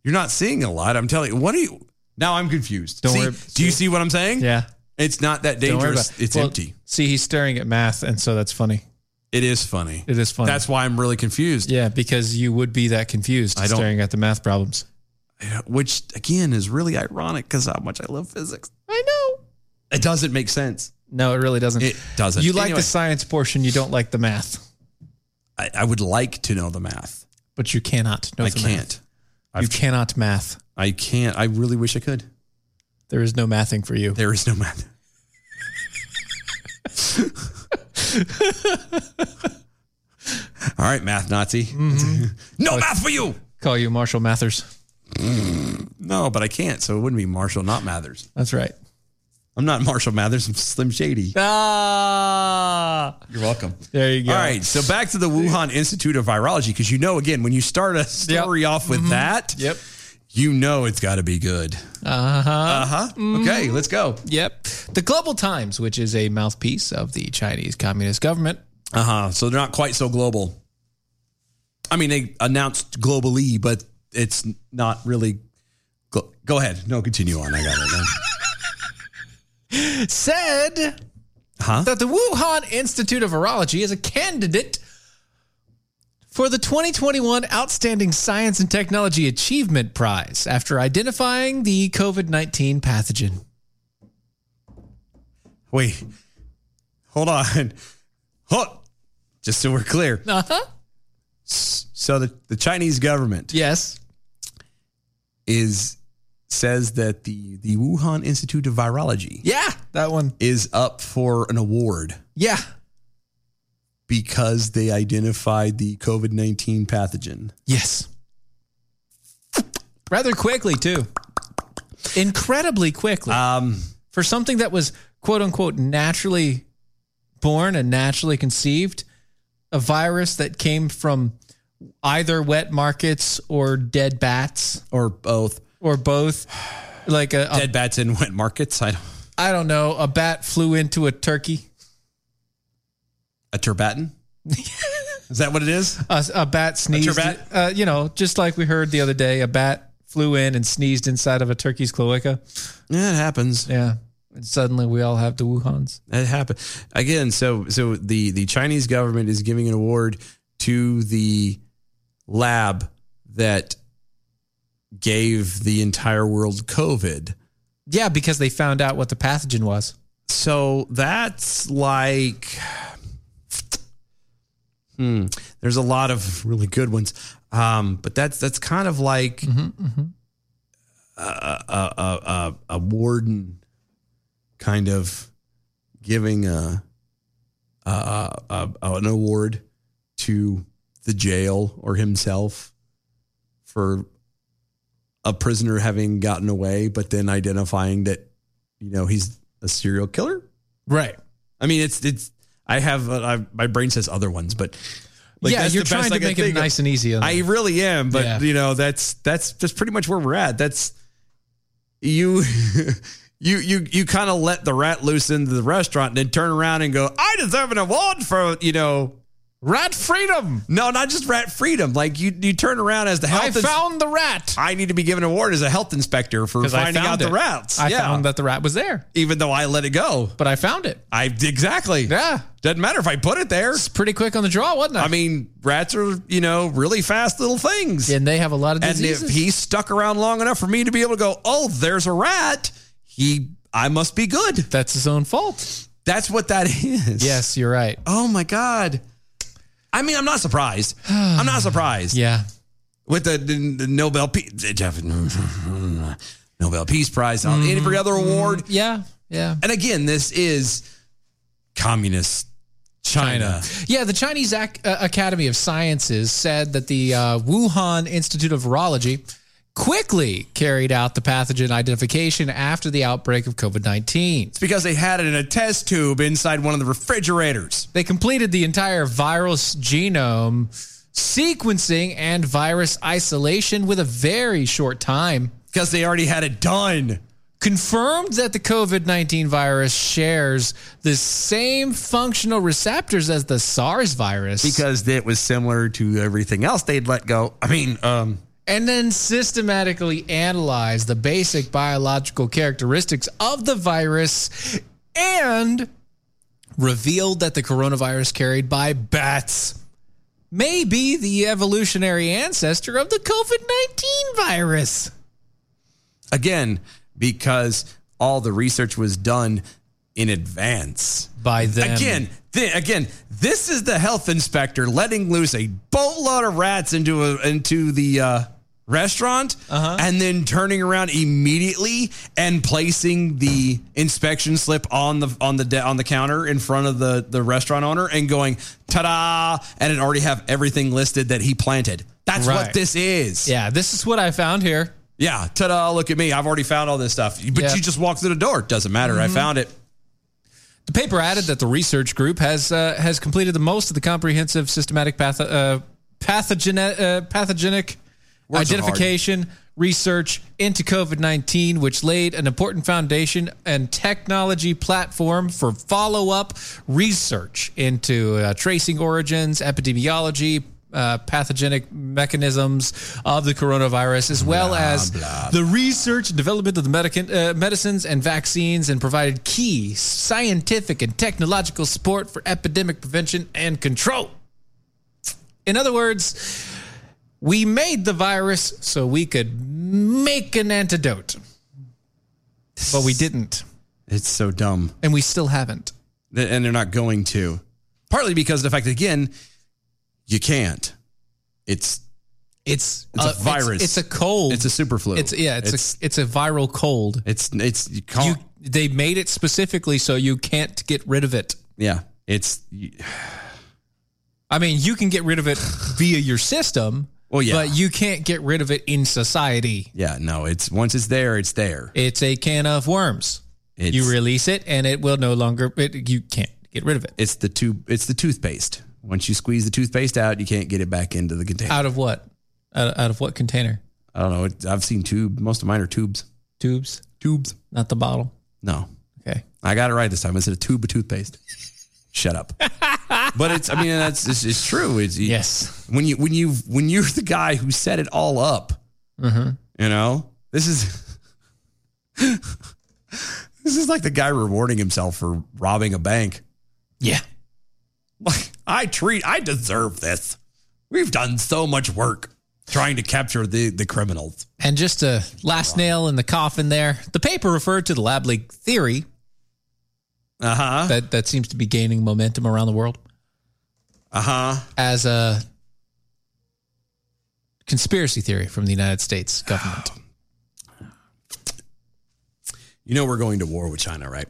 S2: you're not seeing a lot, I'm telling you. What are you? Now I'm confused.
S3: Don't
S2: See-
S3: worry-
S2: Do you see what I'm saying?
S3: Yeah.
S2: It's not that
S3: Don't worry
S2: dangerous.
S3: about it.
S2: It's
S3: Well,
S2: empty.
S3: See, he's staring at math, and so that's funny.
S2: It is funny.
S3: It is funny.
S2: That's why I'm really confused.
S3: Yeah, because you would be that confused
S2: I don't-
S3: staring at the math problems.
S2: Which again is really ironic because how much I love physics.
S3: I know.
S2: It doesn't make sense.
S3: No, it really doesn't.
S2: It doesn't.
S3: You like
S2: Anyway.
S3: the science portion, you don't like the math,
S2: I, I would like to know the math.
S3: but you cannot know
S2: I
S3: the
S2: can't.
S3: math. You cannot math.
S2: I can't. I really wish I could.
S3: There is no mathing for you.
S2: There is no math. All right, math Nazi. Mm-hmm. No math for you.
S3: Call you Marshall Mathers.
S2: No, but I can't. So it wouldn't be Marshall, not Mathers.
S3: That's right.
S2: I'm not Marshall Mathers. I'm Slim Shady.
S3: Ah,
S2: You're welcome.
S3: There you go.
S2: All right. So back to the Wuhan Institute of Virology, because you know, again, when you start a story off with that,
S3: Mm-hmm. yep,
S2: you know it's got to be good.
S3: Uh huh. Uh
S2: huh. Okay, let's go.
S3: Yep. The Global Times, which is a mouthpiece of the Chinese Communist government.
S2: Uh huh. So they're not quite so global. I mean, they announced globally, but it's not really. Glo- go ahead. No, continue on. I got it.
S3: said
S2: Huh?
S3: that the Wuhan Institute of Virology is a candidate for the 2021 Outstanding Science and Technology Achievement Prize after identifying the COVID 19 pathogen.
S2: Wait. Hold on. Hold. Just so we're clear.
S3: Uh huh.
S2: So the, the Chinese government
S3: Yes.
S2: is says that the the Wuhan Institute of Virology
S3: Yeah. That one.
S2: is up for an award
S3: Yeah.
S2: because they identified the COVID nineteen pathogen.
S3: Yes. Rather quickly, too. Incredibly quickly.
S2: Um,
S3: for something that was quote unquote naturally born and naturally conceived, a virus that came from either wet markets or dead bats
S2: or both
S3: or both like a, a
S2: Dead bats in wet markets. I don't,
S3: I don't know a bat flew into a turkey
S2: a turbatin. is that what it is?
S3: a, a bat sneezed
S2: turbat?
S3: Uh, you know just like we heard the other day a bat flew in and sneezed inside of a turkey's cloaca
S2: Yeah, it happens.
S3: yeah and suddenly we all have the wuhans
S2: It happened again. So so the the Chinese government is giving an award to the lab that gave the entire world COVID.
S3: yeah because they found out what the pathogen was
S2: So that's like, hmm. There's a lot of really good ones, um, but that's that's kind of like A, a, a, a, a warden kind of giving a, a, a, a- an award to the jail or himself for a prisoner having gotten away, but then identifying that you know he's a serial killer.
S3: right
S2: I mean, it's it's. I have uh, I, my brain says other ones, but
S3: Yeah,
S2: that's
S3: you're
S2: the
S3: trying
S2: best
S3: to
S2: I can
S3: make it
S2: think of.
S3: nice and easy on
S2: I
S3: them.
S2: really am, but
S3: Yeah.
S2: you know that's that's that's pretty much where we're at. That's you. You you you kind of let the rat loose into the restaurant and then turn around and go, I deserve an award for you know
S3: rat freedom.
S2: No, not just rat freedom. Like you you turn around as the health.
S3: I found the rat.
S2: I need to be given an award as a health inspector for
S3: 'Cause I
S2: finding out
S3: found
S2: the
S3: it.
S2: rats.
S3: I found that the rat was there,
S2: even though I let it go.
S3: but I found it.
S2: I exactly.
S3: Yeah.
S2: Doesn't matter if I put it there.
S3: It's pretty quick on the draw, wasn't it?
S2: I mean, rats are, you know, really fast little things.
S3: and they have a lot of
S2: and
S3: diseases.
S2: if he stuck around long enough for me to be able to go, oh, there's a rat, he I must be good.
S3: That's his own fault.
S2: That's what that is.
S3: Yes, you're right.
S2: Oh my God. I mean, I'm not surprised. I'm not surprised.
S3: Yeah.
S2: With the, the Nobel Peace Nobel Peace Prize and
S3: Mm-hmm.
S2: every other award.
S3: Yeah. Yeah.
S2: And again, this is communist China.
S3: Yeah, the Chinese Ac- uh, Academy of Sciences said that the uh, Wuhan Institute of Virology quickly carried out the pathogen identification after the outbreak of COVID 19.
S2: It's because they had it in a test tube inside one of the refrigerators.
S3: They completed the entire virus genome sequencing and virus isolation with a very short time.
S2: because they already had it done.
S3: confirmed that the COVID 19 virus shares the same functional receptors as the SARS virus.
S2: because it was similar to everything else they'd let go. I mean, um,
S3: and then systematically analyze the basic biological characteristics of the virus and revealed that the coronavirus carried by bats may be the evolutionary ancestor of the COVID 19 virus.
S2: again, because all the research was done in advance
S3: by them.
S2: Again, th- again, this is the health inspector letting loose a boatload of rats into a, into the uh, restaurant, and then turning around immediately and placing the inspection slip on the on the de- on the counter in front of the the restaurant owner and going ta-da, and it already have everything listed that he planted. That's
S3: Right.
S2: what this is.
S3: Yeah, this is what I found here.
S2: Yeah, ta-da! Look at me. I've already found all this stuff. But
S3: Yeah.
S2: you just walk through the door. It doesn't matter. I
S3: Mhm.
S2: found it.
S3: The paper added that the research group has uh, has completed the most of the comprehensive systematic patho- uh, pathogenic, uh, pathogenic
S2: Words are
S3: identification research into COVID nineteen, which laid an important foundation and technology platform for follow up research into uh, tracing origins, epidemiology. Uh, pathogenic mechanisms of the coronavirus, as well as the research and development of the medic- uh, medicines and vaccines, and provided key scientific and technological support for epidemic prevention and control. In other words, we made the virus so we could make an antidote, but we didn't,
S2: It's so dumb.
S3: and we still haven't.
S2: Th- and they're not going to. Partly because of the fact that, again, you can't. It's
S3: it's
S2: it's
S3: uh,
S2: a virus.
S3: It's, it's a cold.
S2: It's a superflu.
S3: It's yeah. It's, a it's a viral cold.
S2: It's it's you
S3: can't. they made it specifically so you can't get rid of it.
S2: yeah. It's you-
S3: I mean, you can get rid of it via your system.
S2: Well, yeah.
S3: but you can't get rid of it in society.
S2: yeah. No, it's once it's there, it's there.
S3: It's a can of worms.
S2: It's-
S3: you release it, and it will no longer. It, you can't get rid of it.
S2: It's the tube. It's the toothpaste. Once you squeeze the toothpaste out, you can't get it back into the container.
S3: Out of what? Out, out of what container?
S2: I don't know. It, I've seen tube. Most of mine are tubes.
S3: Tubes.
S2: Tubes.
S3: Not the bottle.
S2: No.
S3: Okay.
S2: I got it right this time. I said a tube of toothpaste. Shut up. but it's. I mean, that's. It's, it's true. It's
S3: yes.
S2: When you when you when you're the guy who set it all up,
S3: Mm-hmm.
S2: you know this is this is like the guy rewarding himself for robbing a bank.
S3: Yeah.
S2: Like I treat. I deserve this. We've done so much work trying to capture the the criminals.
S3: And just a last nail in the coffin there. The paper referred to the lab leak theory.
S2: Uh huh.
S3: That that seems to be gaining momentum around the world.
S2: Uh huh.
S3: As a conspiracy theory from the United States government.
S2: You know we're going to war with China, right?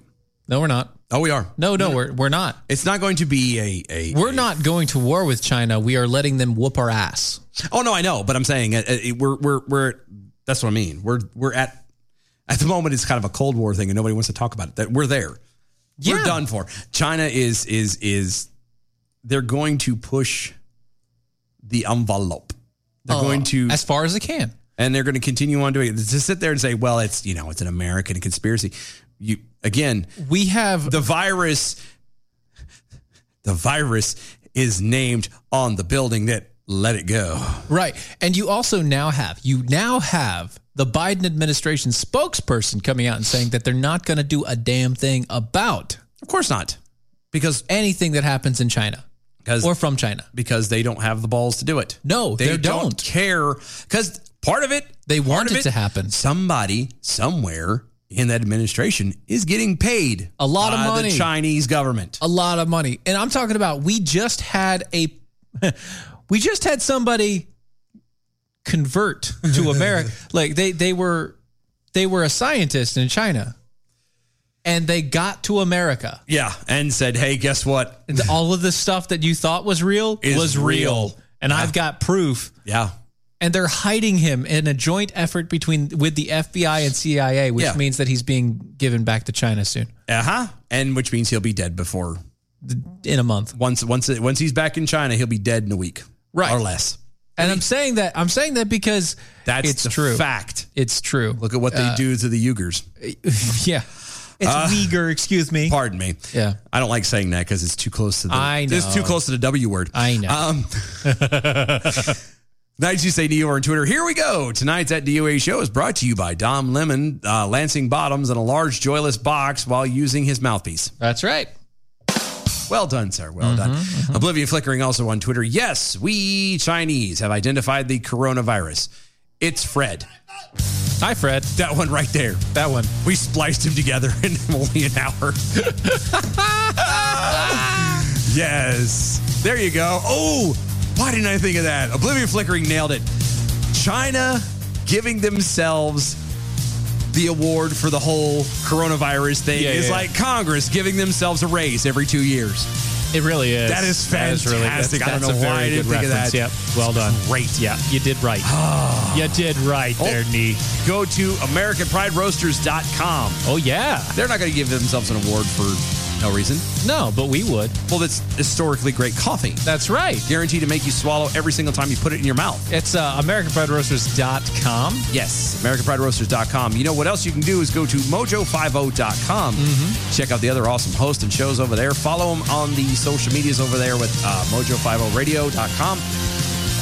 S3: No, we're not.
S2: Oh, we are.
S3: No, no, we're we're not.
S2: It's not going to be a a.
S3: We're not going to war with China. We are letting them whoop our ass.
S2: Oh no, I know, but I'm saying uh, uh, we're we're we're that's what I mean. We're we're at at the moment it's kind of a cold war thing and nobody wants to talk about it. That we're there. We're done for. China is is is they're going to push the envelope. They're
S3: Oh,
S2: going to
S3: as far as they can.
S2: And they're going to continue on doing it. To sit there and say, well, it's you know, it's an American conspiracy. You again,
S3: we have
S2: the virus the virus is named on the building that let it go.
S3: Right. And you also now have you now have the Biden administration spokesperson coming out and saying that they're not going to do a damn thing about
S2: Of course not. Because
S3: anything that happens in China or from China
S2: because they don't have the balls to do it.
S3: No, they don't.
S2: care because part of it
S3: they
S2: want
S3: it to happen.
S2: Somebody somewhere in that administration is getting paid
S3: a lot of money.
S2: The Chinese government.
S3: A lot of money. And I'm talking about we just had a we just had somebody convert to America. like they they were they were a scientist in China. And they got to America.
S2: Yeah, and said, "Hey, guess what?
S3: All of the stuff that you thought was real
S2: Is
S3: was real.
S2: real.
S3: And I've got proof.
S2: Yeah.
S3: And they're hiding him in a joint effort between with the FBI and CIA, which
S2: Yeah.
S3: means that he's being given back to China soon.
S2: Uh huh. And which means he'll be dead before
S3: in a month.
S2: Once once once he's back in China, he'll be dead in a week,
S3: Right.
S2: or less.
S3: And I'm saying that I'm saying that because
S2: That's
S3: it's
S2: the
S3: true.
S2: fact.
S3: It's true.
S2: Look at what they
S3: Uh,
S2: do to the Uyghurs.
S3: yeah. It's
S2: Uyghur,
S3: excuse me.
S2: Pardon me.
S3: Yeah.
S2: I don't like saying that because it's too close to the.
S3: I know.
S2: It's too close to the W word. I know. Um, Nice you say DOR on Twitter. Here we go. Tonight's at DOA show is brought to you by Dom Lemon, uh, lancing bottoms in a large joyless box while using his mouthpiece.
S3: That's right.
S2: Well done, sir. Well done.
S3: Mm-hmm,
S2: Oblivion Flickering also on Twitter. Yes, we Chinese have identified the coronavirus. It's Fred.
S3: Hi, Fred.
S2: That one right there.
S3: That one.
S2: We spliced him together in only an hour. yes. There you go. Oh, why didn't I think of that? Oblivion Flickering nailed it. China giving themselves the award for the whole coronavirus thing
S3: Yeah,
S2: is
S3: yeah,
S2: like
S3: yeah.
S2: Congress giving themselves a raise every two years.
S3: It really is.
S2: That is
S3: really-
S2: fantastic. I don't
S3: that's a
S2: know why I
S3: very
S2: didn't
S3: good
S2: think of
S3: reference.
S2: that.
S3: Yep. Well done.
S2: Great.
S3: Yeah. You did right. you did right
S2: Oh.
S3: there, Nee.
S2: Go to AmericanPrideRoasters.com.
S3: Oh, yeah.
S2: They're not going to give themselves an award for no reason.
S3: No, but we would.
S2: Well, that's historically great coffee.
S3: That's right.
S2: Guaranteed to make you swallow every single time you put it in your mouth.
S3: It's uh, AmericanFriedRoasters.com.
S2: Yes, AmericanPrideRoasters.com. You know what else you can do is go to Mojo50.com. Check out the other awesome hosts and shows over there. Follow them on the social medias over there with uh, Mojo50Radio.com.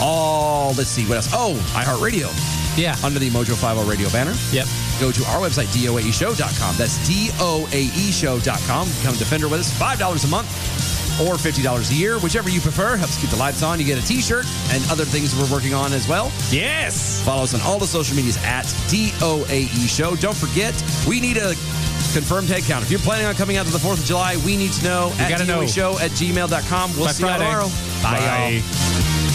S2: All, let's see, what else? Oh, iHeartRadio.
S3: Yeah.
S2: Under the Mojo50 Radio banner.
S3: Yep.
S2: Go to our website, DOAEShow.com. That's E DOAEShow.com. Become a defender with us. $5 a month or $50 a year, whichever you prefer. Helps keep the lights on. You get a t shirt and other things we're working on as well.
S3: Yes.
S2: Follow us on all the social medias at DOAE E Show. Don't forget, we need a confirmed headcount. If you're planning on coming out to the 4th of July, we need to know
S3: We
S2: at
S3: gotta know.
S2: DOAE E Show at gmail.com. We'll
S3: By
S2: see
S3: Friday.
S2: you tomorrow. Bye,
S3: Bye.
S2: y'all.